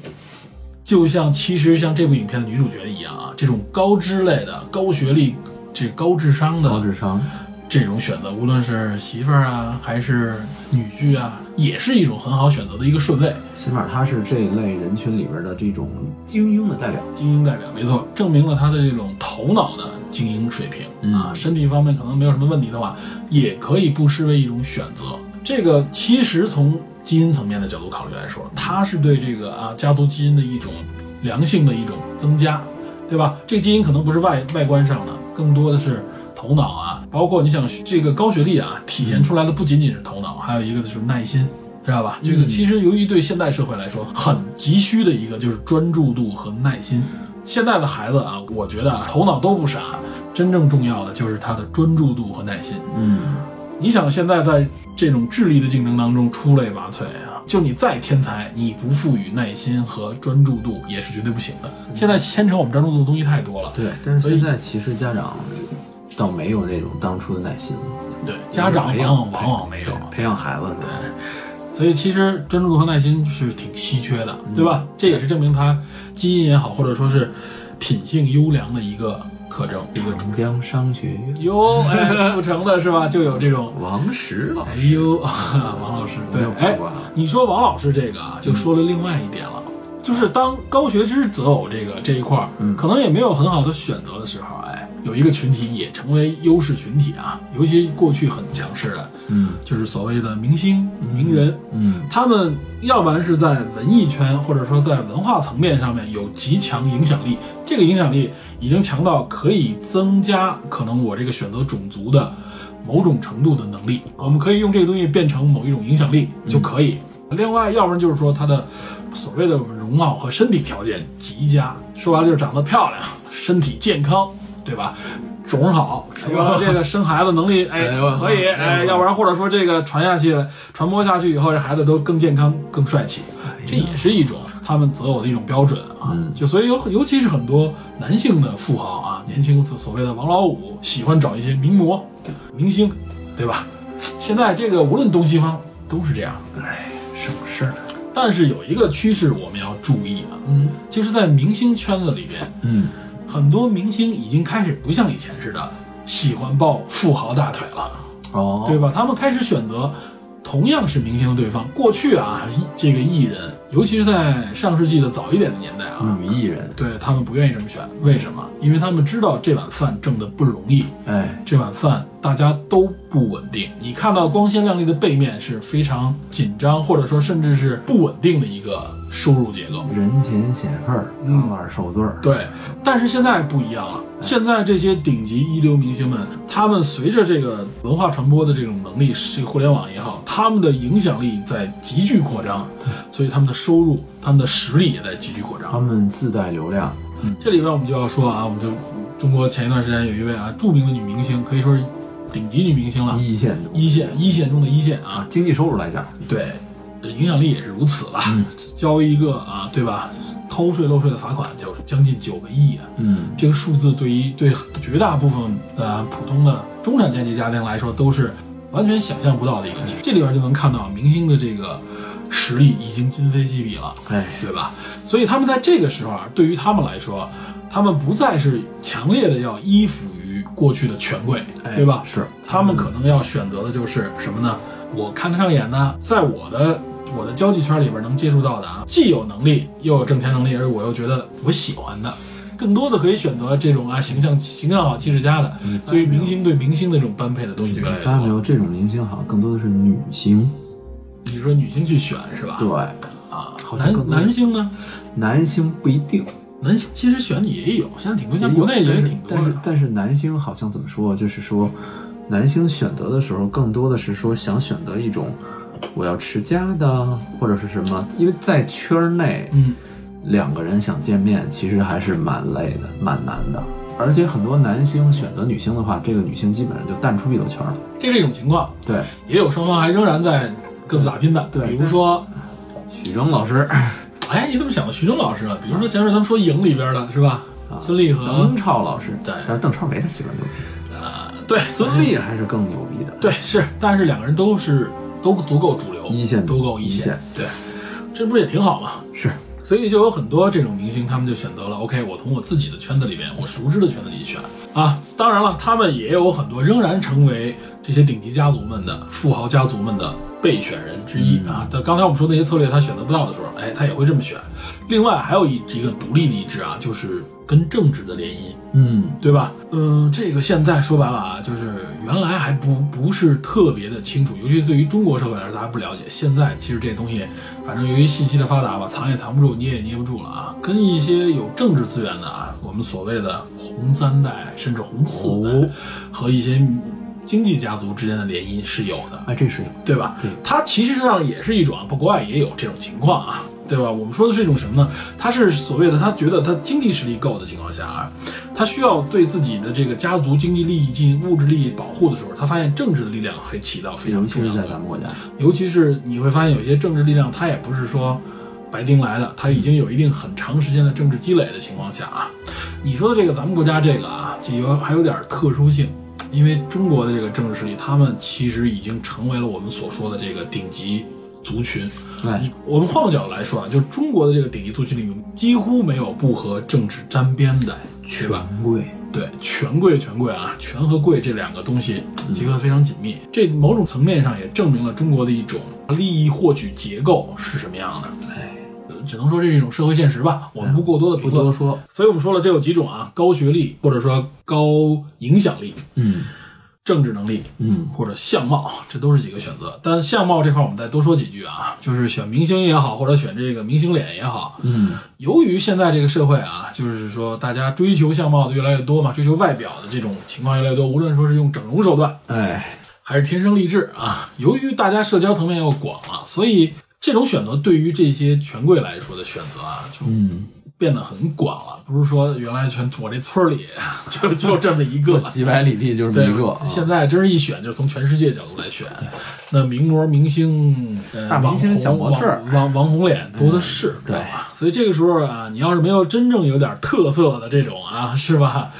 Speaker 2: 就像其实像这部影片的女主角一样啊，这种高知类的、高学历、这高智商的
Speaker 3: 高智商，
Speaker 2: 这种选择，无论是媳妇儿啊，还是女婿啊，也是一种很好选择的一个顺位。
Speaker 3: 起码他是这一类人群里边的这种精英的代表。
Speaker 2: 精英代表，没错，证明了他的这种头脑的精英水平、
Speaker 3: 嗯
Speaker 2: 啊，身体方面可能没有什么问题的话，也可以不失为一种选择。这个其实从基因层面的角度考虑来说，它是对这个啊家族基因的一种良性的一种增加，对吧？这个基因可能不是外外观上的，更多的是头脑啊，包括你想这个高学历啊，体现出来的不仅仅是头脑，还有一个就是耐心。知道吧？这个其实由于对现代社会来说很急需的一个就是专注度和耐心。现在的孩子啊，我觉得啊头脑都不傻，真正重要的就是他的专注度和耐心。
Speaker 3: 嗯，
Speaker 2: 你想现在在这种智力的竞争当中出类拔萃啊，就你再天才，你不赋予耐心和专注度也是绝对不行的。现在牵扯我们专注度的东西太多了，
Speaker 3: 对。但是
Speaker 2: 所以
Speaker 3: 现在其实家长倒没有那种当初的耐心了，
Speaker 2: 对家长
Speaker 3: 培
Speaker 2: 往
Speaker 3: 养
Speaker 2: 往往往没有
Speaker 3: 对。培养孩子的。
Speaker 2: 所以其实专注度和耐心是挺稀缺的，嗯对吧？这也是证明他基因也好，或者说是品性优良的一个特征，一个主。
Speaker 3: 长江商学院
Speaker 2: 哟，哎，促成的是吧？就有这种
Speaker 3: 王石老
Speaker 2: 哎
Speaker 3: 师，
Speaker 2: 呦，啊 王老师，
Speaker 3: 我
Speaker 2: 对
Speaker 3: 没有，看
Speaker 2: 哎
Speaker 3: 过啊，
Speaker 2: 你说王老师这个啊，
Speaker 3: 嗯
Speaker 2: 就说了另外一点了，就是当高学知择偶这个这一块儿，
Speaker 3: 嗯
Speaker 2: 可能也没有很好的选择的时候，哎，有一个群体也成为优势群体啊，尤其过去很强势的，
Speaker 3: 嗯
Speaker 2: 就是所谓的明星、名人，
Speaker 3: 嗯
Speaker 2: 他们要不然是在文艺圈，或者说在文化层面上面有极强影响力，这个影响力已经强到可以增加可能我这个选择种族的某种程度的能力，
Speaker 3: 哦
Speaker 2: 我们可以用这个东西变成某一种影响力
Speaker 3: 嗯
Speaker 2: 就可以。另外，要不然就是说他的所谓的容貌和身体条件极佳，说白了就是长得漂亮，身体健康，对吧？种儿好，说白了这个生孩子能力，哎，
Speaker 3: 哎呦
Speaker 2: 可以，哎，要不然或者说这个传下去、传播下去以后，这孩子都更健康、更帅气，这也是一种他们择偶的一种标准啊。
Speaker 3: 哎嗯
Speaker 2: 就所以有，尤其是很多男性的富豪啊，年轻所所谓的王老五，喜欢找一些名模、明星，对吧？现在这个无论东西方都是这样，
Speaker 3: 哎，省事儿。
Speaker 2: 但是有一个趋势我们要注意啊，
Speaker 3: 嗯
Speaker 2: 就是在明星圈子里边，
Speaker 3: 嗯，
Speaker 2: 很多明星已经开始不像以前似的喜欢抱富豪大腿了。
Speaker 3: 哦，
Speaker 2: 对吧？他们开始选择同样是明星的对方。过去啊，一这个艺人，尤其是在上世纪的早一点的年代啊，
Speaker 3: 嗯女艺人，
Speaker 2: 对他们不愿意这么选。为什么？因为他们知道这碗饭挣得不容易，
Speaker 3: 哎，
Speaker 2: 这碗饭大家都不稳定。你看到光鲜亮丽的背面是非常紧张，或者说甚至是不稳定的一个收入结构。
Speaker 3: 人前显赫，
Speaker 2: 嗯
Speaker 3: 当腕受罪儿。
Speaker 2: 对，但是现在不一样了。现在这些顶级一流明星们，他们随着这个文化传播的这种能力，这个互联网也好，他们的影响力在急剧扩张，所以他们的收入、他们的实力也在急剧扩
Speaker 3: 他
Speaker 2: 张。
Speaker 3: 们自带流量，
Speaker 2: 这里边我们就要说啊，我们就中国前一段时间有一位啊著名的女明星，可以说是顶级女明星了，
Speaker 3: 一线
Speaker 2: 一线一线中的一线啊，
Speaker 3: 经济收入来讲，
Speaker 2: 对，影响力也是如此了。
Speaker 3: 嗯
Speaker 2: 交一个啊，对吧？偷税漏税的罚款就将近九个亿啊，
Speaker 3: 嗯，
Speaker 2: 这个数字对于对绝大部分的普通的中产阶级家庭来说，都是完全想象不到的一个
Speaker 3: 嗯
Speaker 2: 数。这里边就能看到明星的这个实力已经今非昔比了。
Speaker 3: 哎，
Speaker 2: 对吧？所以他们在这个时候啊，对于他们来说，他们不再是强烈的要依附于过去的权贵，
Speaker 3: 哎
Speaker 2: 对吧？
Speaker 3: 是，
Speaker 2: 他们可能要选择的就是什么呢？我看得上眼的，在我的我的交际圈里边能接触到的啊，既有能力又有挣钱能力，而我又觉得我喜欢的。更多的可以选择这种啊形象形象好气质佳的，所以明星对明星的这种般配的东西
Speaker 3: 你
Speaker 2: 就越来越
Speaker 3: 发现没
Speaker 2: 多。
Speaker 3: 有，这种明星好像更多的是女星，
Speaker 2: 你说女星去选是吧？
Speaker 3: 对，
Speaker 2: 啊，
Speaker 3: 好像更
Speaker 2: 男
Speaker 3: 多
Speaker 2: 男星呢？
Speaker 3: 男星不一定，
Speaker 2: 男星其实选的也有，现在挺多，像
Speaker 3: 也
Speaker 2: 国
Speaker 3: 有
Speaker 2: 内也
Speaker 3: 但是
Speaker 2: 挺多
Speaker 3: 但是
Speaker 2: 的。
Speaker 3: 但是男星好像怎么说，就是说，男星选择的时候，更多的是说想选择一种我要持家的，或者是什么，因为在圈儿内，
Speaker 2: 嗯，
Speaker 3: 两个人想见面，其实还是蛮累的，蛮难的。而且很多男星选择女星的话，这个女星基本上就淡出娱乐圈了。
Speaker 2: 这是一种情况，
Speaker 3: 对，
Speaker 2: 也有双方还仍然在各自打拼的。
Speaker 3: 对
Speaker 2: 比如说，
Speaker 3: 许峥老 师，
Speaker 2: 哎，你怎么想到徐峥老师了？比如说前面咱们说影里边的是吧？
Speaker 3: 啊
Speaker 2: 孙俪和
Speaker 3: 邓超老师，
Speaker 2: 对
Speaker 3: 但是邓超没他媳妇牛逼，
Speaker 2: 啊，对
Speaker 3: 孙俪还是更牛逼的。
Speaker 2: 对是，但是两个人都是都足够主流，
Speaker 3: 一线
Speaker 2: 都够一
Speaker 3: 一线
Speaker 2: 对，这不是也挺好吗？
Speaker 3: 是，
Speaker 2: 所以就有很多这种明星，他们就选择了 OK，我从我自己的圈子里边，我熟知的圈子里选啊。当然了，他们也有很多仍然成为这些顶级家族们的富豪家族们的备选人之一、
Speaker 3: 嗯
Speaker 2: 啊。但刚才我们说那些策略他选择不到的时候，哎，他也会这么选。另外还有一一个独立的一支啊，就是跟政治的联姻。
Speaker 3: 嗯，
Speaker 2: 对吧？嗯，这个现在说白了啊，就是原来还不不是特别的清楚，尤其对于中国社会来说，大家不了解。现在其实这东西，反正由于信息的发达吧，藏也藏不住，捏也捏不住了啊。跟一些有政治资源的啊，我们所谓的红三代甚至红四代，
Speaker 3: 哦
Speaker 2: 和一些经济家族之间的联姻是有的。
Speaker 3: 哎，这是有
Speaker 2: 对吧
Speaker 3: 对？
Speaker 2: 它其实上也是一种，啊，不，国外也有这种情况啊，对吧？我们说的是一种什么呢？他是所谓的他觉得他经济实力够的情况下啊，他需要对自己的这个家族经济利益进行物质利益保护的时候，他发现政治的力量还起到非
Speaker 3: 尤
Speaker 2: 常
Speaker 3: 其
Speaker 2: 重
Speaker 3: 是
Speaker 2: 要
Speaker 3: 在
Speaker 2: 的
Speaker 3: 咱
Speaker 2: 作
Speaker 3: 们
Speaker 2: 用。
Speaker 3: 国家，
Speaker 2: 尤其是你会发现，有些政治力量它也不是说白丁来的，它已经有一定很长时间的政治积累的情况下啊，你说的这个咱们国家这个啊，就有还有点特殊性。因为中国的这个政治势力，他们其实已经成为了我们所说的这个顶级族群。
Speaker 3: 哎，
Speaker 2: 我们换个角度来说啊，就中国的这个顶级族群里面，几乎没有不和政治沾边的，对吧？
Speaker 3: 贵，
Speaker 2: 对，权贵权贵啊，权和贵这两个东西结合得非常紧密，这某种层面上也证明了中国的一种利益获取结构是什么样的。
Speaker 3: 哎，
Speaker 2: 呃只能说这是一种社会现实吧，我们不过多的
Speaker 3: 不
Speaker 2: 评
Speaker 3: 多
Speaker 2: 论。
Speaker 3: 说，
Speaker 2: 所以我们说了，这有几种啊，高学历或者说高影响力、
Speaker 3: 嗯
Speaker 2: 政治能力
Speaker 3: 嗯，
Speaker 2: 或者相貌，这都是几个选择。但相貌这块儿我们再多说几句啊，就是选明星也好，或者选这个明星脸也好，
Speaker 3: 嗯，
Speaker 2: 由于现在这个社会啊，就是说大家追求相貌的越来越多嘛，追求外表的这种情况越来越多，无论说是用整容手段，
Speaker 3: 哎，
Speaker 2: 还是天生丽质啊，由于大家社交层面又广了，所以这种选择对于这些权贵来说的选择啊，就
Speaker 3: 嗯，
Speaker 2: 变得很广了，不是说原来全我这村儿里就就这么一个
Speaker 3: 几百里地 就是
Speaker 2: 对
Speaker 3: 一个，
Speaker 2: 现在真是一选就是从全世界角度来选，那名模、明星、呃、
Speaker 3: 大明星
Speaker 2: 网红
Speaker 3: 小模特儿嗯
Speaker 2: 网网网红脸多的是，
Speaker 3: 对
Speaker 2: 知道吧？所以这个时候啊，你要是没有真正有点特色的这种啊，是吧？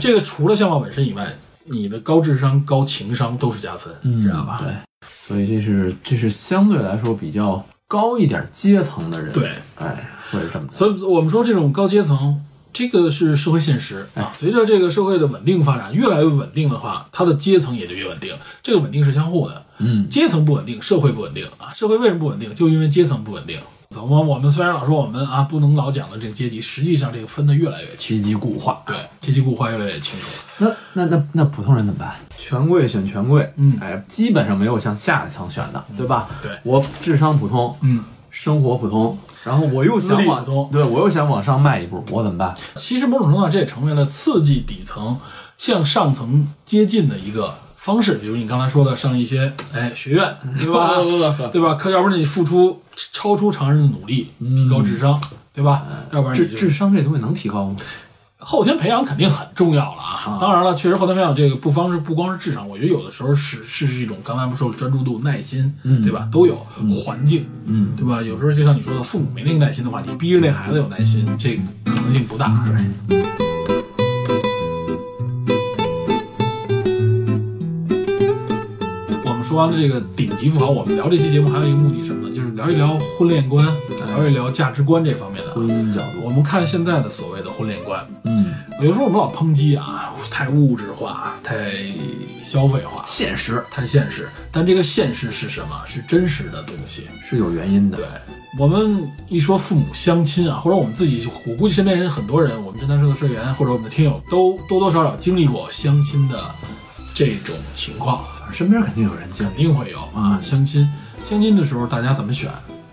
Speaker 2: 这个除了相貌本身以外，你的高智商、高情商都是加分，
Speaker 3: 嗯
Speaker 2: 知道吧？
Speaker 3: 对，所以这是这是相对来说比较高一点阶层的人，
Speaker 2: 对，
Speaker 3: 哎，会是这么的，
Speaker 2: 所以我们说这种高阶层，这个是社会现实啊。随着这个社会的稳定发展，越来越稳定的话，它的阶层也就越稳定。这个稳定是相互的，
Speaker 3: 嗯，
Speaker 2: 阶层不稳定，社会不稳定啊。社会为什么不稳定？就因为阶层不稳定。我们我们虽然老说我们啊不能老讲的这个阶级，实际上这个分的越来越清，
Speaker 3: 阶级固化。
Speaker 2: 对阶级固化越来越清楚了。
Speaker 3: 那那那那普通人怎么办？权贵选权贵，
Speaker 2: 嗯
Speaker 3: 哎，基本上没有向下一层选的，嗯对吧？
Speaker 2: 对
Speaker 3: 我智商普通，
Speaker 2: 嗯，
Speaker 3: 生活普通，然后我又
Speaker 2: 资
Speaker 3: 想
Speaker 2: 历
Speaker 3: 往
Speaker 2: 普通
Speaker 3: 对我又想往上迈一步，我怎么办？
Speaker 2: 其实某种程度上，这也成为了刺激底层向上层接近的一个方式。比如你刚才说的，上一些哎学 院，对
Speaker 3: 哦
Speaker 2: 吧？对吧？可要不然你付出超出常人的努力，提高智商，对吧？要不然你
Speaker 3: 嗯智
Speaker 2: 就
Speaker 3: 智商这东西能提高吗？
Speaker 2: 后天培养肯定很重要了啊
Speaker 3: 啊。
Speaker 2: 当然了，确实后天培养这个不光是不光是智商，我觉得有的时候是是是一种刚才不说了专注度、耐心，
Speaker 3: 嗯
Speaker 2: 对吧？都有环境，
Speaker 3: 嗯，
Speaker 2: 对吧？有时候就像你说的，父母没那个耐心的话，你逼着那孩子有耐心，这个可能性不大。对。我们说完了这个顶级富豪，我们聊这期节目还有一个目的是什么呢？就是聊一聊婚恋观，聊一聊价值观这方面的啊。
Speaker 3: 婚姻角
Speaker 2: 我
Speaker 3: 度，
Speaker 2: 们看现在的所谓的婚恋观，
Speaker 3: 嗯，
Speaker 2: 有时候我们老抨击啊，太物质化，太消费化，
Speaker 3: 现实
Speaker 2: 太现实。但这个现实是什么？是真实的东西。
Speaker 3: 是有原因的，
Speaker 2: 对我们一说父母相亲啊，或者我们自己，我估计身边人很多人，我们侦探社的社员或者我们的听友，都多多少少经历过相亲的这种情况，
Speaker 3: 身边肯定有人经
Speaker 2: 肯
Speaker 3: 历，
Speaker 2: 定会有啊。
Speaker 3: 嗯
Speaker 2: 相亲，相亲的时候大家怎么选？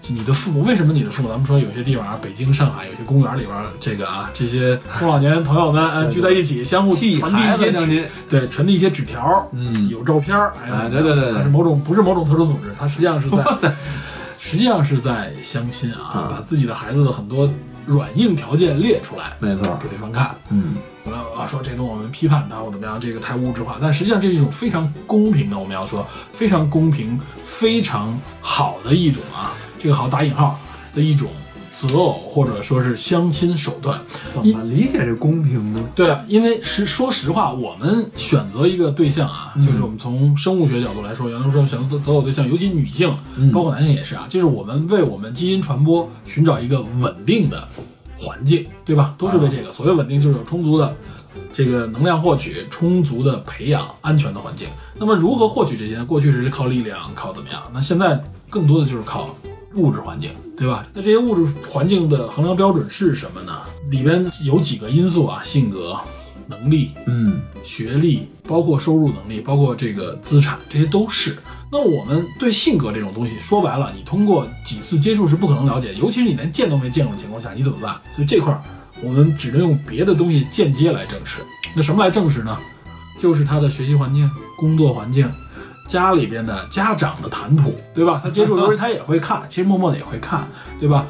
Speaker 2: 你的父母为什么你的父母？咱们说有些地方啊，北京、上海有些公园里边儿，这个啊，这些中老年朋友们呃
Speaker 3: 对对
Speaker 2: 聚在一起，相互
Speaker 3: 替
Speaker 2: 传递一
Speaker 3: 孩
Speaker 2: 些
Speaker 3: 子相亲，
Speaker 2: 对，传递一些纸条儿，
Speaker 3: 嗯
Speaker 2: 有照片儿，哎呀
Speaker 3: 哎对对对对
Speaker 2: 它是某种不是某种特殊组织，它实际上是在， 实际上是在相亲啊，
Speaker 3: 嗯
Speaker 2: 把自己的孩子的很多软硬条件列出来
Speaker 3: 没错，
Speaker 2: 给对方看。
Speaker 3: 嗯，
Speaker 2: 我们啊说这种我们批判他或怎么样，这个太物质化，但实际上这是一种非常公平的，我们要说非常公平、非常好的一种啊，这个好打引号的一种择偶或者说是相亲手段。
Speaker 3: 怎么理解这公平呢？
Speaker 2: 对啊，因为是说实话，我们选择一个对象啊，就是我们从生物学角度来说，原来说选择择偶对象，尤其女性，
Speaker 3: 嗯
Speaker 2: 包括男性也是啊，就是我们为我们基因传播寻找一个稳定的环境，对吧？都是为这个。所谓稳定，就是有充足的这个能量获取，充足的培养，安全的环境。那么如何获取这些呢？过去是靠力量，靠怎么样？那现在更多的就是靠物质环境，对吧？那这些物质环境的衡量标准是什么呢？里边有几个因素啊，性格、能力、
Speaker 3: 嗯，
Speaker 2: 学历，包括收入能力，包括这个资产，这些都是。那我们对性格这种东西，说白了，你通过几次接触是不可能了解，尤其是你连见都没见过的情况下，你怎么办？所以这块儿我们只能用别的东西间接来证实。那什么来证实呢？就是他的学习环境、工作环境、家里边的家长的谈吐，对吧？他接触的时候他也会看，其实默默的也会看，对吧？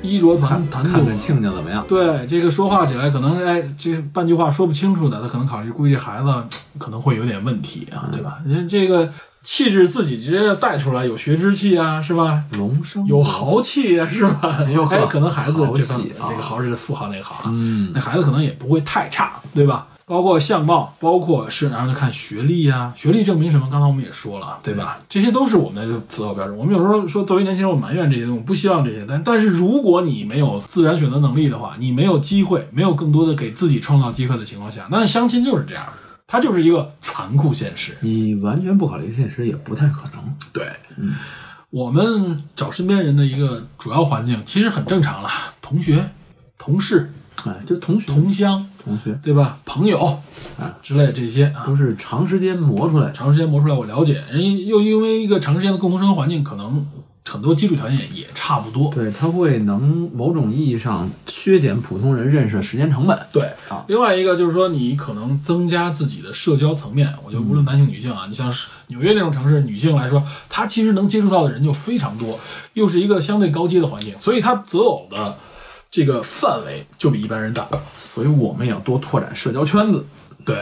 Speaker 2: 衣着谈
Speaker 3: 看
Speaker 2: 谈
Speaker 3: 看
Speaker 2: 吐啊，
Speaker 3: 看亲家怎么样，
Speaker 2: 对这个说话起来可能哎，这半句话说不清楚的，他可能考虑估计这孩子嘖可能会有点问题
Speaker 3: 嗯
Speaker 2: 啊，对吧？人家这个气质自己直接带出来，有学之气啊，是吧？
Speaker 3: 龙生
Speaker 2: 有，豪气啊，是吧？
Speaker 3: 呦呵
Speaker 2: 哎，可能孩子
Speaker 3: 豪
Speaker 2: 这
Speaker 3: 气
Speaker 2: 方
Speaker 3: 啊
Speaker 2: 这个豪是富豪那个豪啊，
Speaker 3: 嗯
Speaker 2: 那孩子可能也不会太差，对吧？包括相貌，包括是，然后就看学历啊，学历证明什么？刚才我们也说了，对吧？这些都是我们的择偶标准。我们有时候说，作为年轻人，我埋怨这些东西，我不希望这些，但但是如果你没有自然选择能力的话，你没有机会，没有更多的给自己创造机会的情况下，那相亲就是这样，它就是一个残酷现实。
Speaker 3: 你完全不考虑现实也不太可能，
Speaker 2: 对，
Speaker 3: 嗯，
Speaker 2: 我们找身边人的一个主要环境其实很正常了，同学、同事、
Speaker 3: 哎，就同学
Speaker 2: 同乡，
Speaker 3: 同学
Speaker 2: 对吧？朋友
Speaker 3: 啊
Speaker 2: 之类这些啊，
Speaker 3: 都是长时间磨出来的，
Speaker 2: 长时间磨出来，我了解，人家又因为一个长时间的共同生活环境，可能很多基础条件也差不多。
Speaker 3: 对，它会能某种意义上削减普通人认识的时间成本，
Speaker 2: 对
Speaker 3: 啊
Speaker 2: 另外一个就是说，你可能增加自己的社交层面。我觉得
Speaker 3: 嗯
Speaker 2: 无论男性女性啊，你像是纽约那种城市，女性来说，她其实能接触到的人就非常多，又是一个相对高阶的环境，所以她择偶的这个范围就比一般人大。
Speaker 3: 所以我们也要多拓展社交圈子。
Speaker 2: 对，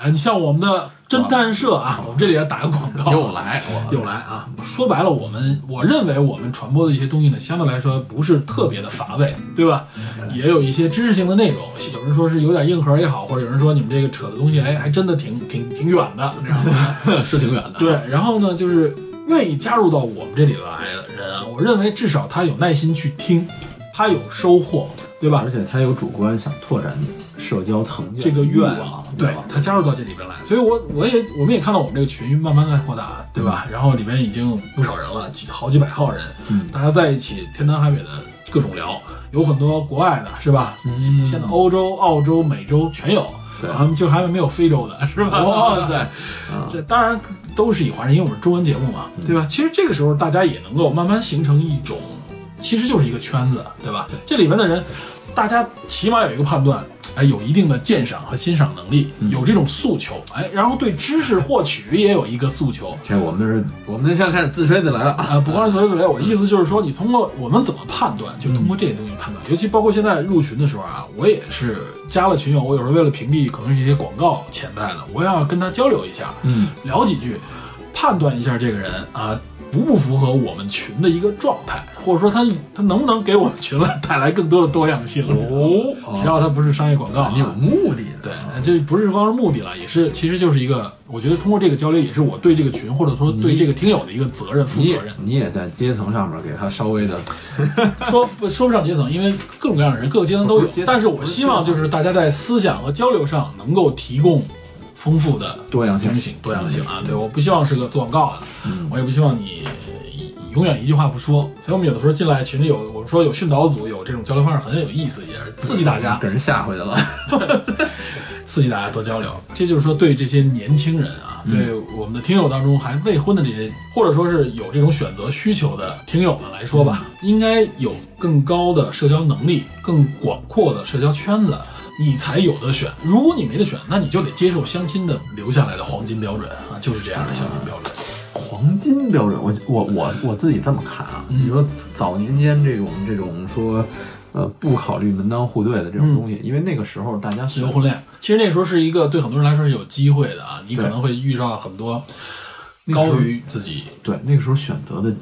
Speaker 2: 啊你像我们的侦探社啊，我们这里要打个广告，啊
Speaker 3: 哦又来我
Speaker 2: 又来啊！说白了，我们我认为我们传播的一些东西呢，相对来说不是特别的乏味，对吧？也有一些知识性的内容，有人说是有点硬核也好，或者有人说你们这个扯的东西，哎，还真的挺挺挺远的，你知道吗？
Speaker 3: 是挺远的，
Speaker 2: 对，然后呢，就是愿意加入到我们这里来的人啊，我认为至少他有耐心去听，他有收获，对吧
Speaker 3: 而？且他有主观想拓展社交层面
Speaker 2: 这个
Speaker 3: 欲
Speaker 2: 愿
Speaker 3: 望
Speaker 2: 望，，对
Speaker 3: 吧
Speaker 2: 他加入到这里边来，所以我我也我们也看到我们这个群慢慢在扩大，对吧？然后里边已经有不少人了，几好几百号人，
Speaker 3: 嗯
Speaker 2: 大家在一起天南海北的各种聊，有很多国外的，是吧？
Speaker 3: 嗯
Speaker 2: 现在欧洲、澳洲、美洲全有，
Speaker 3: 对
Speaker 2: 然后就还没有非洲的，是 吧？
Speaker 3: 哇塞，啊
Speaker 2: 这当然都是一环，因为我们中文节目嘛，对吧？其实这个时候大家也能够慢慢形成一种，其实就是一个圈子，对吧？这里面的人，大家起码有一个判断，哎，有一定的鉴赏和欣赏能力，有这种诉求，哎，然后对知识获取也有一个诉求。
Speaker 3: 这我们是，我们现在开始自吹的来了啊！
Speaker 2: 啊，不光是所谓所谓，我的意思就是说，你通过我们怎么判断，就通过这些东西判断。尤其包括现在入群的时候啊，我也是加了群友，我有时候为了屏蔽可能是一些广告潜在的，我要跟他交流一下，
Speaker 3: 嗯，
Speaker 2: 聊几句，判断一下这个人啊符不符合我们群的一个状态，或者说他他能不能给我们群了带来更多的多样性
Speaker 3: 哦
Speaker 2: 只要他不是商业广告、啊，
Speaker 3: 你有目的啊的，
Speaker 2: 对，这不是光是目的了，也是其实就是一个，我觉得通过这个交流，也是我对这个群或者说对这个听友的一个责任负
Speaker 3: 你
Speaker 2: 责
Speaker 3: 也
Speaker 2: 任。
Speaker 3: 你也在阶层上面给他稍微的，
Speaker 2: 说不说不上阶层，因为各种各样的人，各个阶层都
Speaker 3: 不
Speaker 2: 有
Speaker 3: 是阶。层
Speaker 2: 但是我希望就是大家在思想和交流上能够提供丰富的
Speaker 3: 多样性
Speaker 2: 东西多样性啊。对，我不希望是个做广告的，
Speaker 3: 嗯
Speaker 2: 我也不希望你永远一句话不说。所以我们有的时候进来群里有，我们说有训导组，有这种交流方式很有意思，也是刺激大家，
Speaker 3: 给人吓回去了。
Speaker 2: 刺激大家多交流。这就是说对这些年轻人啊，对我们的听友当中还未婚的这些，或者说是有这种选择需求的听友们来说吧，应该有更高的社交能力，更广阔的社交圈子。你才有的选，如果你没得选，那你就得接受相亲的留下来的黄金标准啊，就是这样的相亲标准。
Speaker 3: 黄金标准，我我我我自己这么看啊，
Speaker 2: 嗯
Speaker 3: 你说早年间这种这种说，呃，不考虑门当户对的这种东西，因为那个时候大家
Speaker 2: 自
Speaker 3: 是
Speaker 2: 由婚恋，其实那时候是一个对很多人来说是有机会的啊，你可
Speaker 3: 对
Speaker 2: 能会遇到很多
Speaker 3: 那个时
Speaker 2: 高
Speaker 3: 候
Speaker 2: 于自己，
Speaker 3: 对那个时候选择的，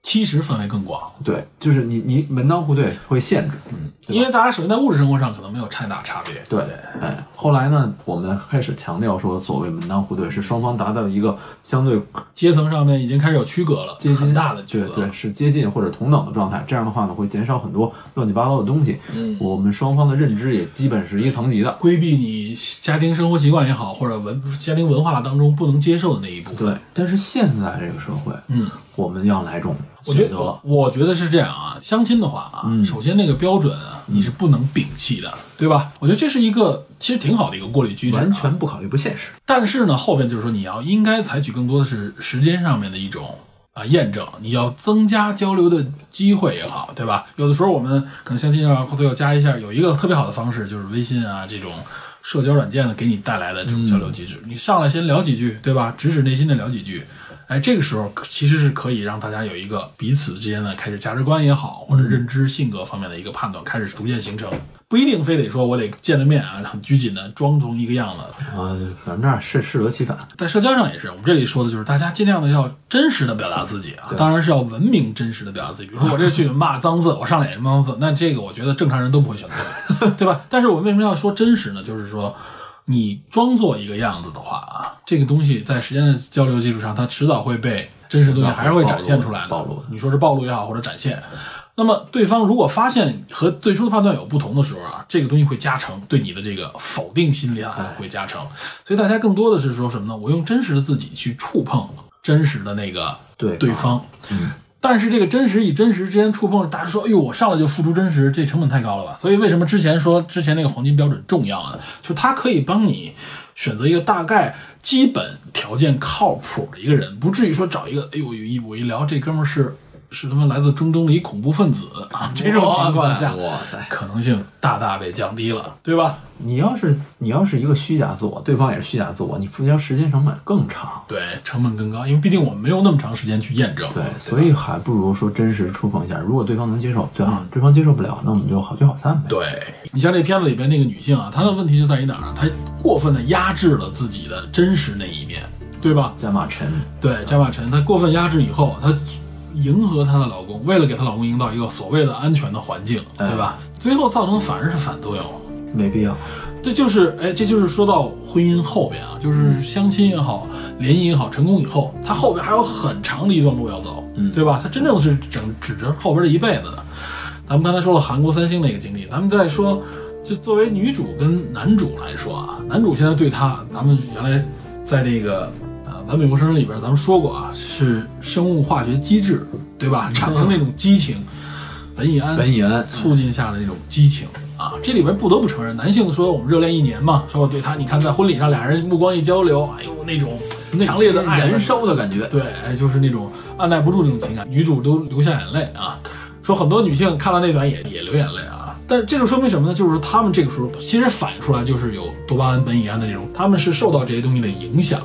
Speaker 2: 其实范围更广，
Speaker 3: 对，就是你你门当户对会限制，嗯，对吧
Speaker 2: 因为大家首先在物质生活上可能没有太大差别。
Speaker 3: 对，哎，后来呢，我们开始强调说，所谓门当户对是双方达到一个相对
Speaker 2: 阶层上面已经开始有区隔了，
Speaker 3: 接近
Speaker 2: 很大的区
Speaker 3: 对
Speaker 2: 隔。
Speaker 3: 对，是接近或者同等的状态。这样的话呢，会减少很多乱七八糟的东西。
Speaker 2: 嗯
Speaker 3: 我们双方的认知也基本是一层级的。
Speaker 2: 规避你家庭生活习惯也好，或者文家庭文化当中不能接受的那一部分。
Speaker 3: 对，但是现在这个社会，
Speaker 2: 嗯，
Speaker 3: 我们要哪种
Speaker 2: 我觉
Speaker 3: 选
Speaker 2: 得
Speaker 3: 择
Speaker 2: 我？我觉得是这样啊，相亲的话啊，
Speaker 3: 嗯
Speaker 2: 首先那个标准啊，你是不能摒弃的，对吧？我觉得这是一个其实挺好的一个过滤机制、啊，
Speaker 3: 完全不考虑不现实。
Speaker 2: 但是呢，后边就是说你要应该采取更多的是时间上面的一种啊验证，你要增加交流的机会也好，对吧？有的时候我们可能相亲啊，或者要加一下，有一个特别好的方式就是微信啊这种。社交软件呢给你带来的这种交流机制，你上来先聊几句，对吧？直指内心的聊几句，哎，这个时候其实是可以让大家有一个彼此之间的开始价值观也好，或者认知、性格方面的一个判断，开始逐渐形成。不一定非得说我得见了面啊，很拘谨的装成一个样子，
Speaker 3: 啊，反正那适适得其反。
Speaker 2: 在社交上也是，我们这里说的就是大家尽量的要真实的表达自己啊，当然是要文明真实的表达自己。比如说我这去骂脏字，我上来也是骂脏字，那这个我觉得正常人都不会选择，对吧？但是我们为什么要说真实呢？就是说，你装作一个样子的话啊，这个东西在时间的交流基础上，它迟早会被真实的东西还是会展现出来的。
Speaker 3: 暴露的
Speaker 2: 你说是暴露也好，或者展现。那么对方如果发现和最初的判断有不同的时候啊，这个东西会加成，对你的这个否定心理
Speaker 3: 哎
Speaker 2: 啊会加成。所以大家更多的是说什么呢？我用真实的自己去触碰真实的那个
Speaker 3: 对啊嗯
Speaker 2: 对方。但是这个真实与真实之间触碰，大家说，哎呦，我上来就付出真实，这成本太高了吧？所以为什么之前说之前那个黄金标准重要呢？就是它可以帮你选择一个大概基本条件靠谱的一个人，不至于说找一个，哎呦，我一我一聊这哥们儿是是他妈来自中东的一恐怖分子啊，这种情况下，
Speaker 3: 哇塞！
Speaker 2: 可能性大大被降低了，对吧？
Speaker 3: 你要是你要是一个虚假自我，对方也是虚假自我，你付交时间成本更长。
Speaker 2: 对，成本更高，因为毕竟我们没有那么长时间去验证。啊
Speaker 3: 对，
Speaker 2: 以
Speaker 3: 所以还不如说真实触碰一下。如果对方能接受最好，对方接受不了，那我们就好聚好散呗。
Speaker 2: 对你像这片子里边那个女性啊，她的问题就在于哪儿呢？她过分的压制了自己的真实那一面，对吧？
Speaker 3: 加马尘，
Speaker 2: 对，加马陈她过分压制以后，她迎合她的老公，为了给她老公营造一个所谓的安全的环境，对吧？最后造成反而是反作用。
Speaker 3: 没必要。
Speaker 2: 这就是，哎，这就是说到婚姻后边啊，就是相亲也好，联姻也好，成功以后，他后边还有很长的一段路要走，
Speaker 3: 嗯
Speaker 2: 对吧？他真正是整指着后边的一辈子的。咱们刚才说了韩国三星那个经历，咱们再说，就作为女主跟男主来说啊，男主现在对她，咱们原来在这个呃《完美陌生人》里边咱们说过啊，是生物化学机制，对吧？产生那种激情，苯乙胺，
Speaker 3: 本言
Speaker 2: 促进下的那种激情啊。这里边不得不承认，男性说我们热恋一年嘛，说我对他，你看在婚礼上俩人目光一交流，哎呦那种强烈的爱
Speaker 3: 燃烧的感觉。
Speaker 2: 对，哎就是那种按耐不住那种情感，女主都流下眼泪啊。说很多女性看到那段也也流眼泪啊，但是这就说明什么呢？就是说他们这个时候其实反映出来就是有多巴胺、苯乙胺的这种，他们是受到这些东西的影响。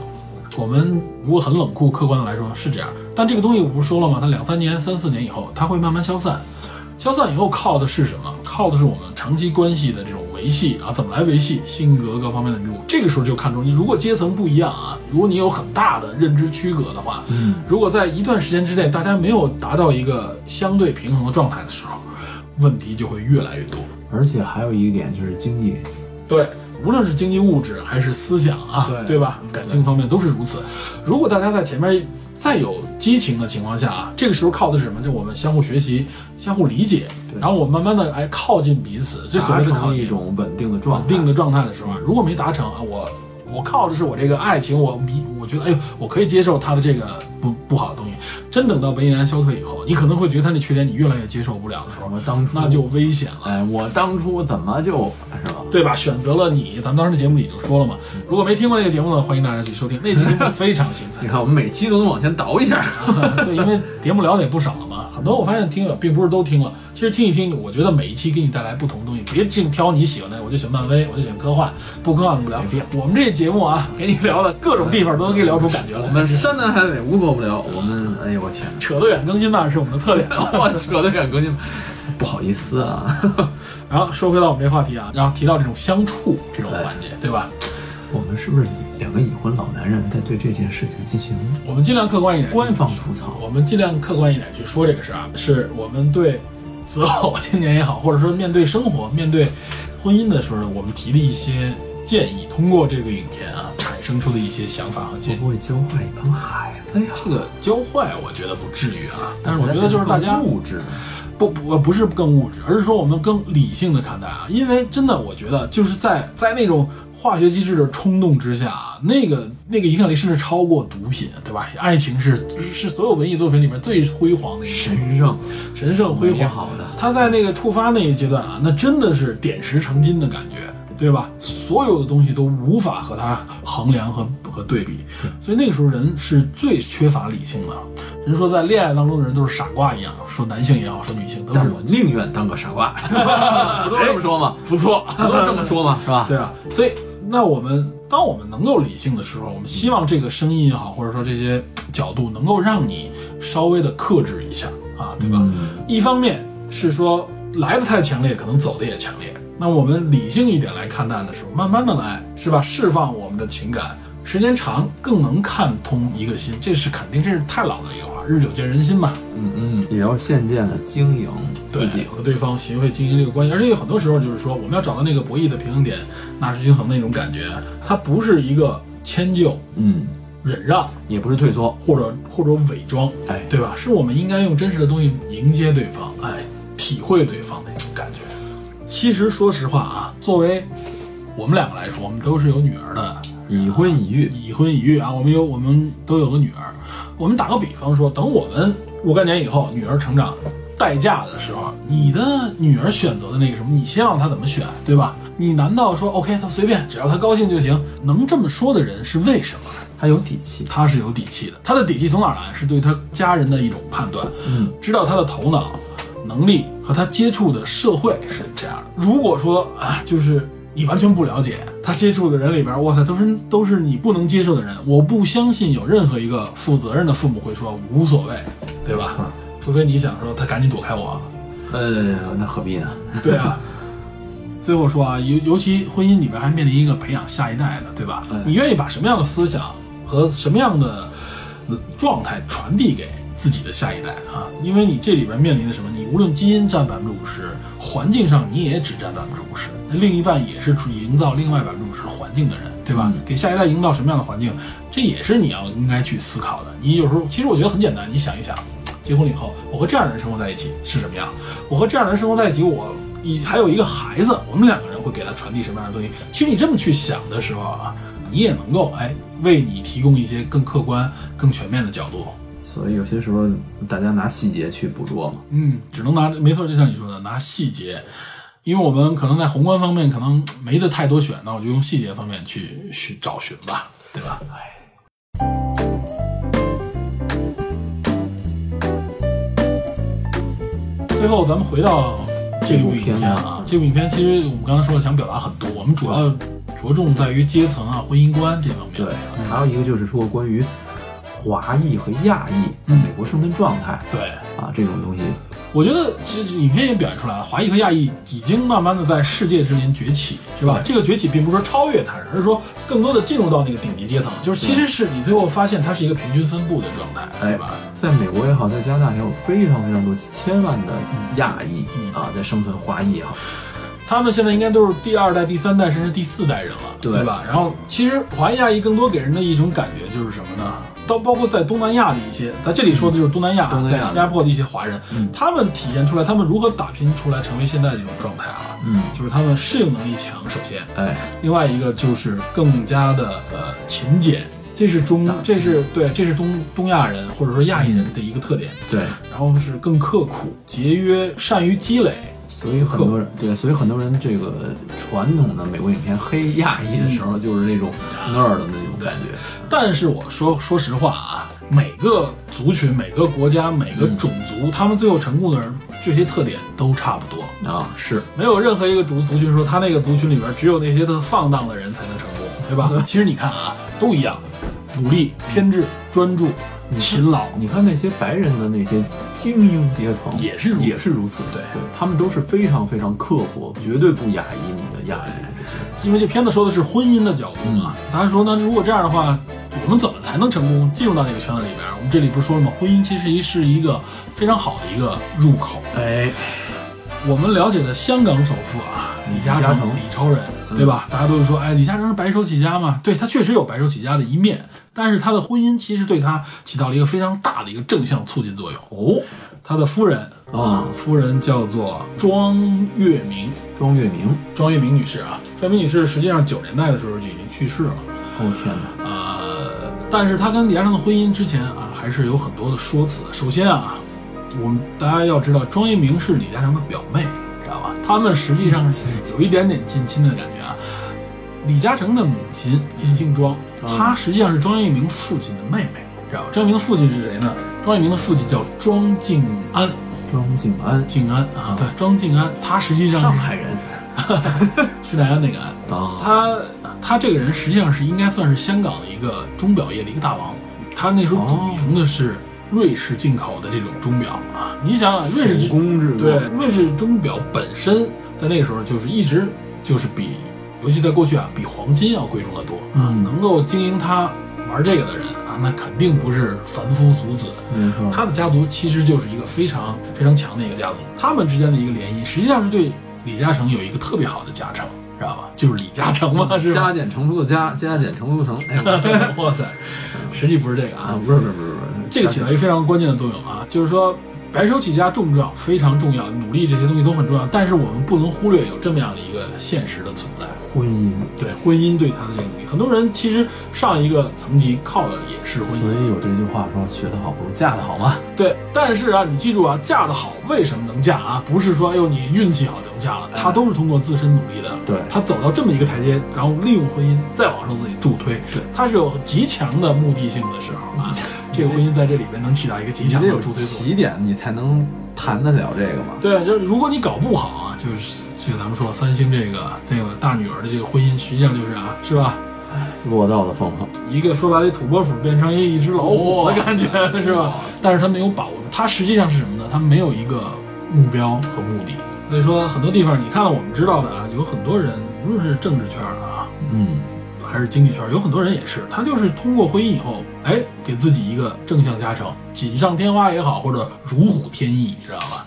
Speaker 2: 我们如果很冷酷、客观的来说是这样，但这个东西我不是说了吗？它两三年、三四年以后，它会慢慢消散。消散以后靠的是什么？靠的是我们长期关系的这种维系啊，怎么来维系性格各方面的这种。这个时候就看出你如果阶层不一样啊，如果你有很大的认知区隔的话，
Speaker 3: 嗯，
Speaker 2: 如果在一段时间之内大家没有达到一个相对平衡的状态的时候，问题就会越来越多。
Speaker 3: 而且还有一个点就是经济，
Speaker 2: 对，无论是经济物质还是思想啊，
Speaker 3: 对嗯
Speaker 2: 吧？感情方面都是如此。如果大家在前面再有激情的情况下啊，这个时候靠的是什么？就我们相互学习、相互理解，
Speaker 3: 对
Speaker 2: 然后我们慢慢的哎靠近彼此，这所
Speaker 3: 达
Speaker 2: 谓的靠
Speaker 3: 成一
Speaker 2: 近
Speaker 3: 种稳定的状
Speaker 2: 稳
Speaker 3: 态。
Speaker 2: 定的状态的时候啊，如果没达成啊，我我靠的是我这个爱情，我迷，我觉得哎呦，我可以接受他的这个不不好的东西。真等到苯乙胺消退以后，你可能会觉得他那缺点你越来越接受不了的时候，
Speaker 3: 我当初
Speaker 2: 那就危险了。
Speaker 3: 哎，我当初怎么就是吧？
Speaker 2: 对吧？选择了你，咱们当时节目里就说了嘛。
Speaker 3: 嗯
Speaker 2: 如果没听过那个节目呢，欢迎大家去收听，那期节目非常精 彩
Speaker 3: 你。看，我们每期都能往前倒一下。啊
Speaker 2: 对，因为节目聊的也不少了嘛，很多我发现听友并不是都听了，其实听一听，我觉得每一期给你带来不同的东西，别净挑你喜欢的，我就选漫威，我就选科幻，不科幻不聊
Speaker 3: 没必要。
Speaker 2: 我们这节目啊，给你聊的各种地方都能给你聊出感觉
Speaker 3: 我
Speaker 2: 来。
Speaker 3: 们山南海北无所不聊，我们哎呦我天
Speaker 2: 扯得远更新慢是我们的特点。
Speaker 3: 哪， 我扯得远，革新，不好意思啊。
Speaker 2: 然后说回到我们这话题啊，然后提到这种相处这种环节，对吧？
Speaker 3: 我们是不是两个已婚老男人在对这件事情进行
Speaker 2: 我们尽量客观一点，
Speaker 3: 官方吐槽？
Speaker 2: 我们尽量客观一点去说这个事儿啊，是我们对择偶青年也好，或者说面对生活、面对婚姻的时候呢，我们提的一些建议，通过这个影片啊产生出的一些想法和
Speaker 3: 会
Speaker 2: 建议。
Speaker 3: 不会教坏一帮孩子呀？
Speaker 2: 这个教坏我觉得不至于啊，但是我觉得就是大家
Speaker 3: 物质，
Speaker 2: 不不不是更物质，而是说我们更理性的看待啊，因为真的我觉得就是在在那种化学机制的冲动之下啊，那个那个影响力甚至超过毒品，对吧？爱情是是是所有文艺作品里面最辉煌的一个
Speaker 3: 神圣
Speaker 2: 神圣辉
Speaker 3: 美
Speaker 2: 煌。
Speaker 3: 好的，
Speaker 2: 他在那个触发那一阶段啊，那真的是点石成金的感觉，对吧？所有的东西都无法和他衡量和和对比，所以那个时候人是最缺乏理性的。人说在恋爱当中的人都是傻瓜一样，说男性也好，说女性都是
Speaker 3: 但我宁愿当个傻瓜， 不都这么说吗？
Speaker 2: 不错，
Speaker 3: 不都这么说吗？是吧？
Speaker 2: 对啊。所以那我们当我们能够理性的时候，我们希望这个声音也好，或者说这些角度能够让你稍微的克制一下啊，对吧？
Speaker 3: 嗯
Speaker 2: 一方面是说来的太强烈，可能走的也强烈。那我们理性一点来看待的时候，慢慢的来，是吧？释放我们的情感，时间长更能看通一个心，这是肯定，这是太老的一个话，日久见人心嘛。
Speaker 3: 嗯嗯，也要渐渐的经营
Speaker 2: 自
Speaker 3: 自
Speaker 2: 己
Speaker 3: 己。
Speaker 2: 和对方学会经营这个关系，而且有很多时候就是说，我们要找到那个博弈的平衡点，那是均衡那种感觉，它不是一个迁就、
Speaker 3: 嗯，
Speaker 2: 忍让
Speaker 3: 也不是退缩。
Speaker 2: 或者或者伪装，
Speaker 3: 哎，
Speaker 2: 对吧？是我们应该用真实的东西迎接对方，哎，体会对方那种感觉。其实说实话啊，作为我们两个来说，我们都是有女儿的，
Speaker 3: 已婚已育，
Speaker 2: 已婚已育啊，我们有我们都有个女儿。我们打个比方说，等我们若干年以后女儿成长待嫁的时候，你的女儿选择的那个什么，你先让她怎么选，对吧？你难道说 OK，她随便，只要她高兴就行？能这么说的人是为什么？
Speaker 3: 他有底气。
Speaker 2: 他是有底气的，他的底气从哪儿来？是对他家人的一种判断，
Speaker 3: 嗯，
Speaker 2: 知道他的头脑、能力和他接触的社会是这样的。如果说啊，就是你完全不了解他接触的人里边，哇塞，都是都是你不能接受的人，我不相信有任何一个负责任的父母会说无所谓，对吧？除非你想说他赶紧躲开我，
Speaker 3: 呃，那何必呢？
Speaker 2: 对啊。最后说啊，尤尤其婚姻里边还面临一个培养下一代的，对吧
Speaker 3: 嗯？
Speaker 2: 你愿意把什么样的思想和什么样的呃状态传递给自己的下一代啊？因为你这里边面临的什么？你无论基因占百分之五十，环境上你也只占百分之五十，另一半也是主营造另外百分之五十环境的人，对吧？
Speaker 3: 嗯
Speaker 2: 给下一代营造什么样的环境，这也是你要应该去思考的。你有时候其实我觉得很简单，你想一想，结婚了以后，我和这样的人生活在一起是什么样？我和这样的人生活在一起，我以还有一个孩子，我们两个人会给他传递什么样的东西？其实你这么去想的时候啊，你也能够哎为你提供一些更客观、更全面的角度。
Speaker 3: 所以有些时候大家拿细节去捕捉嘛。
Speaker 2: 嗯，只能拿没错，就像你说的，拿细节，因为我们可能在宏观方面可能没得太多选，那我就用细节方面去去找寻吧，对吧？最后，咱们回到这部影片
Speaker 3: 这部片
Speaker 2: 啊
Speaker 3: 啊，
Speaker 2: 这部影片其实我们刚才说了，想表达很多，我们主要着重在于阶层啊、婚姻观这方面。
Speaker 3: 对，还有一个就是说关于华裔和亚裔在美国生存状态
Speaker 2: 对，
Speaker 3: 啊这种东西，
Speaker 2: 我觉得这这影片也表现出来了，华裔和亚裔已经慢慢的在世界之林崛起，是吧？这个崛起并不是说超越他人，而是说更多的进入到那个顶级阶层，就是其实是你最后发现它是一个平均分布的状态，
Speaker 3: 哎
Speaker 2: 对吧？
Speaker 3: 在美国也好，在加拿大也有非常非常多几千万的亚裔
Speaker 2: 嗯
Speaker 3: 啊在生存，华裔也好，
Speaker 2: 他们现在应该都是第二代、第三代甚至第四代人了，
Speaker 3: 对
Speaker 2: 对吧？然后其实华裔亚裔更多给人的一种感觉就是什么呢？到包括在东南亚的一些，在这里说的就是东南亚，
Speaker 3: 东南亚
Speaker 2: 在新加坡的一些华人，
Speaker 3: 嗯
Speaker 2: 他们体现出来他们如何打拼出来成为现在这种状态啊，
Speaker 3: 嗯，
Speaker 2: 就是他们适应能力强，首先，
Speaker 3: 哎，
Speaker 2: 另外一个就是更加的呃勤俭，这是中
Speaker 3: 打
Speaker 2: 这是对这是东东亚人或者说亚裔人的一个特点，
Speaker 3: 对，
Speaker 2: 然后是更刻苦、节约、善于积累，
Speaker 3: 所以很多人对，所以很多人这个传统的美国影片黑亚裔的时候，就是那种 nerd 的那种感觉，
Speaker 2: 但是我说说实话啊，每个族群、每个国家、每个种族，他们最后成功的人，这些特点都差不多。
Speaker 3: 啊，是
Speaker 2: 没有任何一个族族群说他那个族群里边只有那些特放荡的人才能成功，对吧？其实你看啊，都一样，努力、偏执、专注、勤劳，
Speaker 3: 你看那些白人的那些精英阶层
Speaker 2: 也是如此
Speaker 3: 也是如此，
Speaker 2: 对
Speaker 3: 对，他们都是非常非常刻薄，绝对不亚于你的亚裔这些。
Speaker 2: 因为这片子说的是婚姻的角度嘛，他说呢，如果这样的话，我们怎么才能成功进入到那个圈子里边？我们这里不是说了吗？婚姻其实一是一个非常好的一个入口。
Speaker 3: 哎，
Speaker 2: 我们了解的香港首富啊，李嘉
Speaker 3: 李嘉
Speaker 2: 诚
Speaker 3: 诚、
Speaker 2: 李超人，
Speaker 3: 嗯
Speaker 2: 对吧？大家都是说，哎，李嘉诚是白手起家嘛？对他确实有白手起家的一面，但是他的婚姻其实对他起到了一个非常大的一个正向促进作用。
Speaker 3: 哦，
Speaker 2: 他的夫人
Speaker 3: 啊
Speaker 2: 夫人叫做庄月明，
Speaker 3: 庄月明，
Speaker 2: 庄月明女士啊，庄月明女士实际上九十年代的时候就已经去世了。
Speaker 3: 哦天哪，
Speaker 2: 呃，但是他跟李嘉诚的婚姻之前啊，还是有很多的说辞。首先啊，我们大家要知道，庄一鸣是李嘉诚的表妹，知道吧？他们实际上
Speaker 3: 亲
Speaker 2: 有一点点近亲的感觉啊。李嘉诚的母亲也姓庄，
Speaker 3: 嗯
Speaker 2: 她实际上是庄一鸣父亲的妹妹，知道吧？庄一鸣的父亲是谁呢？庄一鸣的父亲叫庄敬安，
Speaker 3: 庄静安，
Speaker 2: 敬安啊，对，庄敬安，他实际上是
Speaker 3: 上海人
Speaker 2: 是大安那个安。
Speaker 3: 啊，
Speaker 2: 他他这个人实际上是应该算是香港的一个钟表业的一个大王，他那时
Speaker 3: 哦
Speaker 2: 候主营的是瑞士进口的这种钟表啊。你想想，瑞士
Speaker 3: 手工制作
Speaker 2: 对，瑞士钟表本身在那个时候就是一直就是比，尤其在过去啊，比黄金要贵重得多啊。
Speaker 3: 嗯
Speaker 2: 能够经营它玩这个的人啊，那肯定不是凡夫俗子。
Speaker 3: 没错，
Speaker 2: 他的家族其实就是一个非常非常强的一个家族，他们之间的一个联姻，实际上是对李嘉诚有一个特别好的加成，知道吧？就是李嘉 诚嘛，是
Speaker 3: 加
Speaker 2: 吧？
Speaker 3: 减乘除的加，加减乘除的乘，哎我天哪
Speaker 2: 哇塞，实际不是这个
Speaker 3: 啊，
Speaker 2: 啊，
Speaker 3: 不是不是不是不是，
Speaker 2: 这个起到一个非常关键的作用啊，就是说白手起家重不重要，非常重要，努力这些东西都很重要，但是我们不能忽略有这么样的一个现实的存在。
Speaker 3: 婚姻，
Speaker 2: 对婚姻对他的这个努力，很多人其实上一个层级靠的也是婚姻
Speaker 3: 所。以有这句话说，学得好不如嫁得好嘛。
Speaker 2: 对，但是啊，你记住啊，嫁得好为什么能嫁啊？不是说哎呦你运气好就能嫁了，她都是通过自身努力的。
Speaker 3: 哎对
Speaker 2: 她走到这么一个台阶，然后利用婚姻再往上自己助推，
Speaker 3: 对，嗯
Speaker 2: 她是有极强的目的性的时候啊，这个婚姻在这里边能起到一个极
Speaker 3: 你
Speaker 2: 强
Speaker 3: 得
Speaker 2: 的
Speaker 3: 有
Speaker 2: 助推作用。
Speaker 3: 起点，你才能谈得了这个嘛。
Speaker 2: 对，就是如果你搞不好啊，就是这个咱们说三星这个这个大女儿的这个婚姻，实际上就是啊，是吧？
Speaker 3: 落到了凤凰，
Speaker 2: 一个说白了，土拨鼠变成一只老虎的感觉、是吧？但是他没有把握住，他实际上是什么呢？他没有一个目标和目的。所以说，很多地方你看到我们知道的啊，有很多人，无论是政治圈的啊，
Speaker 3: 嗯，
Speaker 2: 还是经济圈，有很多人也是，他就是通过婚姻以后，哎，给自己一个正向加成，锦上添花也好，或者如虎添翼，你知道吧？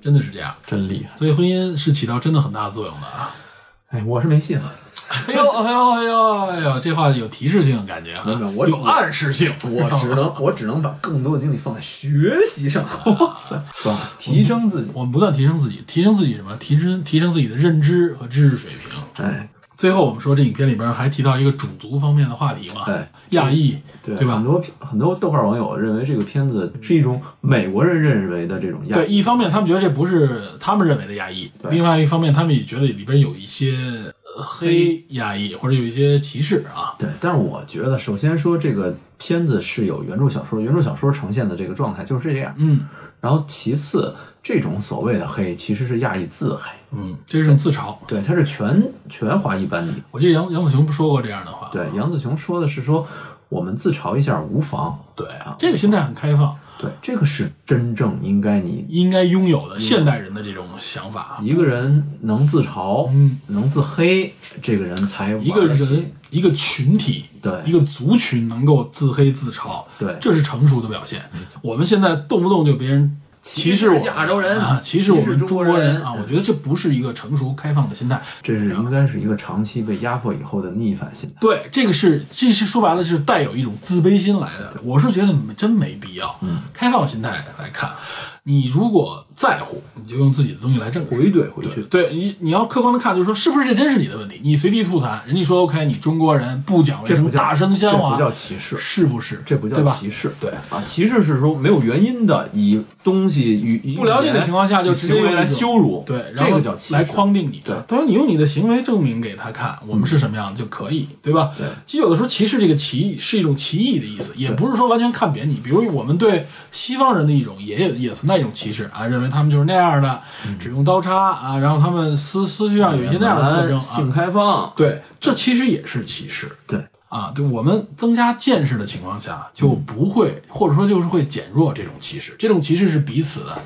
Speaker 2: 真的是这样，
Speaker 3: 真厉害。
Speaker 2: 所以婚姻是起到真的很大的作用的啊。
Speaker 3: 哎，我是没信啊，
Speaker 2: 哎呦哎呦哎呦哎呦，这话有提示性感觉啊
Speaker 3: 没有没有，我
Speaker 2: 有暗示性。
Speaker 3: 我 只能我只能把更多的精力放在学习 上。哇塞，是吧？提升自己。
Speaker 2: 我们不断提升自己，提升自己什么？提升提升自己的认知和知识水平。
Speaker 3: 哎，
Speaker 2: 最后，我们说这影片里边还提到一个种族方面的话题嘛，
Speaker 3: 对
Speaker 2: 亚裔，
Speaker 3: 哎啊对
Speaker 2: 对吧
Speaker 3: 很？多很多豆瓣网友认为这个片子是一种美国人认为的这种亚
Speaker 2: 对，一方面他们觉得这不是他们认为的亚裔，
Speaker 3: 对
Speaker 2: 另外一方面他们也觉得里边有一些黑亚裔或者有一些歧视啊。
Speaker 3: 对，但是我觉得，首先说这个片子是有原著小说，原著小说呈现的这个状态就是这样。
Speaker 2: 嗯，
Speaker 3: 然后其次，这种所谓的黑其实是亚裔自黑，
Speaker 1: 嗯，
Speaker 2: 这是一种自嘲。
Speaker 3: 对，他是全全华裔班底。
Speaker 2: 我记得杨杨子雄不说过这样的话。
Speaker 3: 对，杨子琼说的是说我们自嘲一下无妨，
Speaker 2: 对这个心态很开放，
Speaker 3: 对，这个是真正应该你
Speaker 2: 应该拥有的现代人的这种想法。啊
Speaker 3: 一个人能自嘲，
Speaker 2: 嗯，
Speaker 3: 能自黑，这个人才玩
Speaker 2: 一个
Speaker 3: 得起
Speaker 2: 人、一个群体、
Speaker 3: 对
Speaker 2: 一个族群能够自黑自嘲，
Speaker 3: 对
Speaker 2: 这是成熟的表现。我们现在动不动就别人歧视我们
Speaker 3: 歧视亚洲人
Speaker 2: 啊，歧视
Speaker 3: 歧
Speaker 2: 我
Speaker 3: 视
Speaker 2: 们
Speaker 3: 中
Speaker 2: 国
Speaker 3: 国人
Speaker 2: 啊，我觉得这不是一个成熟开放的心态。
Speaker 3: 这是应该是一个长期被压迫以后的逆反心态。
Speaker 2: 对，这个是这是说白了是带有一种自卑心来的。我是觉得没真没必要，
Speaker 3: 嗯，
Speaker 2: 开放心态来看，你如果在乎，你就用自己的东西来证明。
Speaker 3: 回怼回去，
Speaker 2: 对你，你要客观的看，就是说，是不是这真是你的问题？你随地吐痰，人家说 OK，你中国人不讲卫
Speaker 3: 这
Speaker 2: 生，
Speaker 3: 不叫
Speaker 2: 大声喧
Speaker 3: 这不叫
Speaker 2: 哗，
Speaker 3: 歧视，
Speaker 2: 是不是？
Speaker 3: 这不
Speaker 2: 对
Speaker 3: 叫
Speaker 2: 吧？
Speaker 3: 歧视，
Speaker 2: 对
Speaker 3: 啊，歧视是说没有原因的，以东西与以
Speaker 2: 不了解的情况下就
Speaker 3: 以
Speaker 2: 直接
Speaker 3: 行为
Speaker 2: 用
Speaker 3: 来
Speaker 2: 一种
Speaker 3: 羞辱，
Speaker 2: 对，然
Speaker 3: 这
Speaker 2: 后
Speaker 3: 个叫歧视，
Speaker 2: 来框定你。
Speaker 3: 对
Speaker 2: 等于你用你的行为证明给他看，我们是什么样的就可以，对吧？
Speaker 3: 嗯对
Speaker 2: 其实有的时候歧视这个歧是一种歧义的意思，也不是说完全看扁你。比如我们对西方人的一种也有也存在一种歧视啊，认为他们就是那样的，
Speaker 3: 嗯
Speaker 2: 只用刀叉啊，然后他们思思绪上有一些那样的特征
Speaker 3: 性
Speaker 2: 啊。
Speaker 3: 开放，
Speaker 2: 对，这其实也是歧视。
Speaker 3: 对，
Speaker 2: 啊，对我们增加见识的情况下，就不会、或者说就是会减弱这种歧视。这种歧视是彼此的，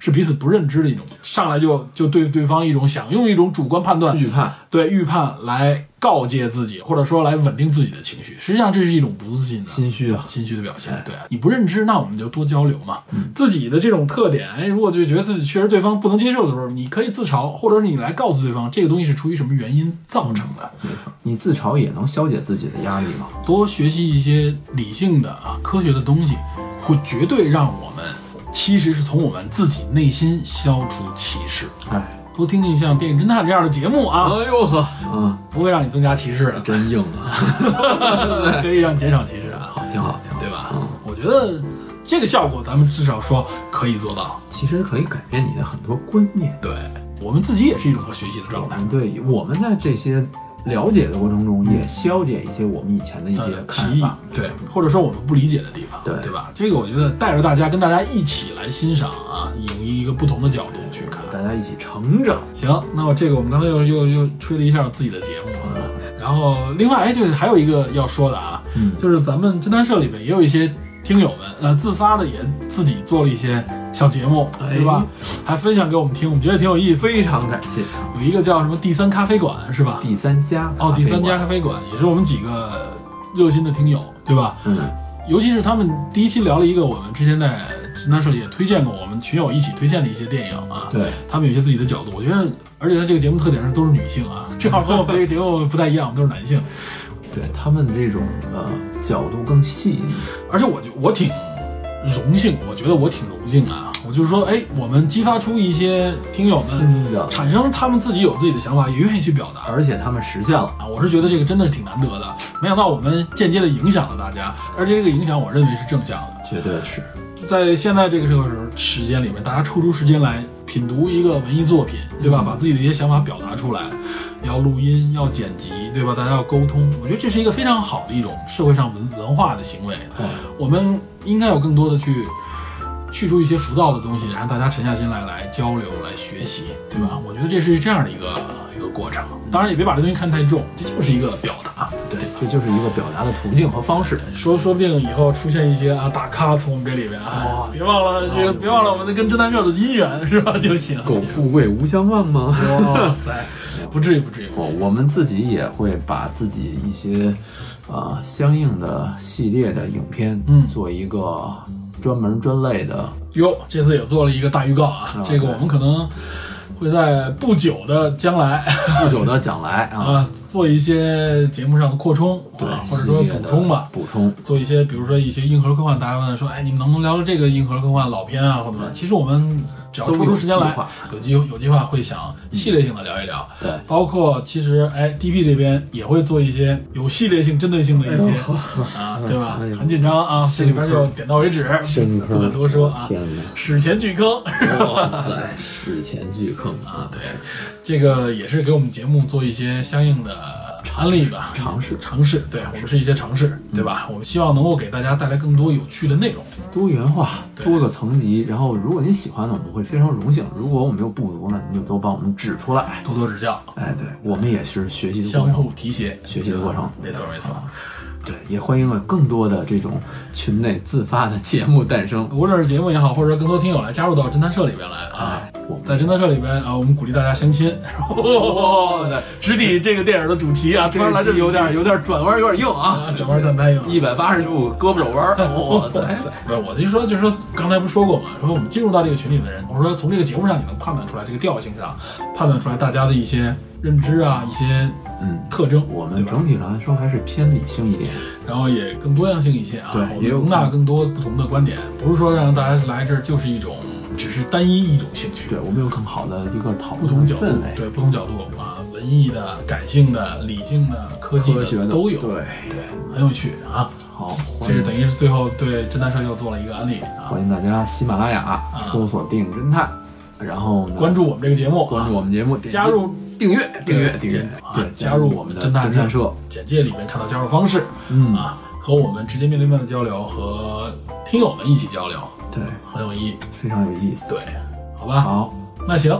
Speaker 2: 是彼此不认知的一种，上来就就对对方一种想用一种主观判断、
Speaker 3: 预判，
Speaker 2: 对预判来告诫自己，或者说来稳定自己的情绪。实际上这是一种不自信的。
Speaker 3: 心虚啊，
Speaker 2: 心虚的表现，对啊，你不认知，那我们就多交流嘛。
Speaker 3: 嗯
Speaker 2: 自己的这种特点，哎，如果就觉得自己确实对方不能接受的时候，你可以自嘲，或者是你来告诉对方这个东西是出于什么原因造成的。
Speaker 3: 没错，你自嘲也能消解自己的压力嘛，
Speaker 2: 多学习一些理性的啊科学的东西，会绝对让我们其实是从我们自己内心消除歧视。
Speaker 3: 哎，
Speaker 2: 多听听像《电影侦探》这样的节目啊，
Speaker 3: 呦呵，嗯，
Speaker 2: 不会让你增加歧视的，
Speaker 3: 真硬啊，
Speaker 2: 可以让你减少歧视啊，
Speaker 3: 挺好，挺好。
Speaker 2: 对吧
Speaker 3: 嗯？
Speaker 2: 我觉得这个效果咱们至少说可以做到。
Speaker 3: 其实可以改变你的很多观念。
Speaker 2: 对我们自己也是一种学习的状态。
Speaker 3: 嗯，对，我们在这些了解的过程中，也消解一些我们以前的一些
Speaker 2: 呃歧
Speaker 3: 看
Speaker 2: 义
Speaker 3: 法。，
Speaker 2: 对，或者说我们不理解的地方，
Speaker 3: 对
Speaker 2: 对吧？这个我觉得带着大家跟大家一起来欣赏啊，以一个不同的角度去看。
Speaker 3: 大家一起成长。
Speaker 2: 行，那我这个我们刚才又又又吹了一下我自己的节目啊，然后另外哎，就是还有一个要说的啊，
Speaker 3: 嗯
Speaker 2: 就是咱们侦探社里面也有一些听友们，呃，自发的也自己做了一些小节目，
Speaker 3: 哎
Speaker 2: 对吧？还分享给我们听，我们觉得挺有意思。
Speaker 3: 非常感谢
Speaker 2: 有一个叫什么第三咖啡馆是吧？
Speaker 3: 第三家
Speaker 2: 哦，第三家
Speaker 3: 咖
Speaker 2: 咖啡馆也是我们几个热心的听友，对吧？
Speaker 3: 啡馆，
Speaker 2: 尤其是他们第一期聊了一个我们之前在侦探社里也推荐过，我们群友一起推荐的一些电影啊
Speaker 3: 嗯，，对，
Speaker 2: 他们有些自己的角度，我觉得，而且呢，这个节目特点是都是女性啊，正好跟我们这个节目不太一样，我们都是男性。
Speaker 3: 对他们这种呃角度更细腻，
Speaker 2: 而且我就我挺荣幸，我觉得我挺荣幸啊，我就是说，哎，我们激发出一些听友们
Speaker 3: 新的，
Speaker 2: 产生他们自己有自己的想法，也愿意去表达
Speaker 3: 而且他们实现了。
Speaker 2: 啊，我是觉得这个真的是挺难得的，没想到我们间接的影响了大家，而且这个影响我认为是正向的。
Speaker 3: 绝对是，
Speaker 2: 在现在这个社会时候时间里面，大家抽出时间来品读一个文艺作品，对吧？把自己的一些想法表达出来，要录音，要剪辑，对吧？大家要沟通，我觉得这是一个非常好的一种社会上文文化的行为。
Speaker 3: 哎，
Speaker 2: 我们应该有更多的去去除一些浮躁的东西，让大家沉下心来来交流、来学习，对吧？我觉得这是这样的一个一个过程。当然，也别把这东西看太重，这就是一个表达，对。
Speaker 3: 这就是一个表达的途径和方式。
Speaker 2: 说说不定以后出现一些啊大咖从我们这里边啊
Speaker 3: 哇，
Speaker 2: 别忘了这个，别忘了我们的跟侦探社的姻缘是吧？就 行。
Speaker 3: 苟富贵无相忘吗？
Speaker 2: 哇塞，不至于不至于。
Speaker 3: 哦，我们自己也会把自己一些，呃，相应的系列的影片，
Speaker 2: 嗯
Speaker 3: 做一个专门专类的，
Speaker 2: 哟，这次也做了一个大预告啊
Speaker 3: 啊，
Speaker 2: 这个我们可能会在不久的将来
Speaker 3: 不久的将来啊，
Speaker 2: 啊做一些节目上的扩充，
Speaker 3: 对
Speaker 2: 啊，或者说
Speaker 3: 系列
Speaker 2: 补
Speaker 3: 的
Speaker 2: 充吧。
Speaker 3: 补充，
Speaker 2: 做一些，比如说一些硬核科幻，大家问说，哎，你们能不能聊聊这个硬核科幻老片啊，或者什么？其实我们只要抽出时间
Speaker 3: 嗯都有
Speaker 2: 来
Speaker 3: 计划，
Speaker 2: 有机有计划会想系列性的聊一聊。
Speaker 3: 对，
Speaker 2: 包括其实哎，DP 这边也会做一些有系列性、针对性的一些、啊，对吧？
Speaker 3: 哦哎呦
Speaker 2: 很紧张啊，这里边就点到为止，
Speaker 4: 深坑
Speaker 2: 不敢多说啊。
Speaker 4: 天哪！
Speaker 2: 史前巨坑
Speaker 3: 哇塞， 史前巨坑啊！
Speaker 2: 对，这个也是给我们节目做一些相应的案例吧，
Speaker 3: 尝试嗯
Speaker 2: 尝试，对我们是一些尝试，对吧？我们希望能够给大家带来更多有趣的内容。
Speaker 3: 多元化，
Speaker 2: 对
Speaker 3: 多个层级。然后，如果您喜欢呢，我们会非常荣幸；如果我们有不足呢，您就多帮我们指出来。
Speaker 2: 多多指教，
Speaker 3: 哎，对，我们也是学习的过
Speaker 2: 相
Speaker 3: 程，
Speaker 2: 互提携，
Speaker 3: 学习的过程。
Speaker 2: 没错没错。
Speaker 3: 对，也欢迎有更多的这种群内自发的节目诞生。
Speaker 2: 无论是节目也好，或者说更多听友来加入到侦探社里边来啊。
Speaker 3: 哎，我们
Speaker 2: 在侦探社里边啊，我们鼓励大家相 亲，
Speaker 3: 对
Speaker 2: 直抵这个电影的主题啊，突然来
Speaker 3: 这
Speaker 2: 这
Speaker 3: 集有点有点转弯，有点硬
Speaker 2: 啊，
Speaker 3: 啊，
Speaker 2: 转弯转太硬。
Speaker 3: 一百八十度胳膊肘弯儿， 哇塞！
Speaker 2: 不是，我的意思说就是说，刚才不是说过嘛，说我们进入到这个群里的人，我说从这个节目上你能判断出来这个调性上，判断出来大家的一些认知啊，一些
Speaker 3: 嗯，
Speaker 2: 特征，
Speaker 3: 我
Speaker 2: 对
Speaker 3: 们
Speaker 2: 吧
Speaker 3: 整体上来说还是偏理性一点。
Speaker 2: 然后也更多样性一些啊，
Speaker 3: 对
Speaker 2: 我们
Speaker 3: 也有
Speaker 2: 容纳更多不同的观点，不是说让大家来这儿就是一种，只是单一一种兴趣，
Speaker 3: 对，我们有更好的一个讨
Speaker 2: 不同
Speaker 3: 论
Speaker 2: 角度哎
Speaker 3: 氛围，，
Speaker 2: 对不同角度啊，文艺的、感性的、理性的、科技
Speaker 3: 科学
Speaker 2: 的
Speaker 3: 的
Speaker 2: 都有，
Speaker 3: 对对，
Speaker 2: 很有趣啊。
Speaker 3: 好，
Speaker 2: 这是等于是最后对侦探社又做了一个安利啊，
Speaker 3: 欢迎大家喜马拉雅搜索“电影侦探”，然后呢
Speaker 2: 关注我们这个节目，啊
Speaker 3: 关注我们节目，点击
Speaker 2: 加入
Speaker 3: 订阅订阅订阅
Speaker 2: 啊，
Speaker 3: 对，
Speaker 2: 加入
Speaker 3: 我们的
Speaker 2: 侦探
Speaker 3: 侦探社，
Speaker 2: 简介里面看到加入方式
Speaker 3: 嗯，
Speaker 2: 啊，和我们直接面对面的交流，和听友们一起交流，
Speaker 3: 对，
Speaker 2: 很有意义。
Speaker 3: 非常有意思。
Speaker 2: 对，好吧，
Speaker 3: 好，
Speaker 2: 那行，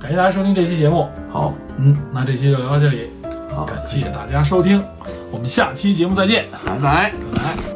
Speaker 2: 感谢大家收听这期节目，
Speaker 3: 好，
Speaker 2: 嗯，那这期就聊到这里，
Speaker 3: 好，
Speaker 2: 感谢大家收听，我们下期节目再见，
Speaker 3: 拜拜。
Speaker 2: 拜拜。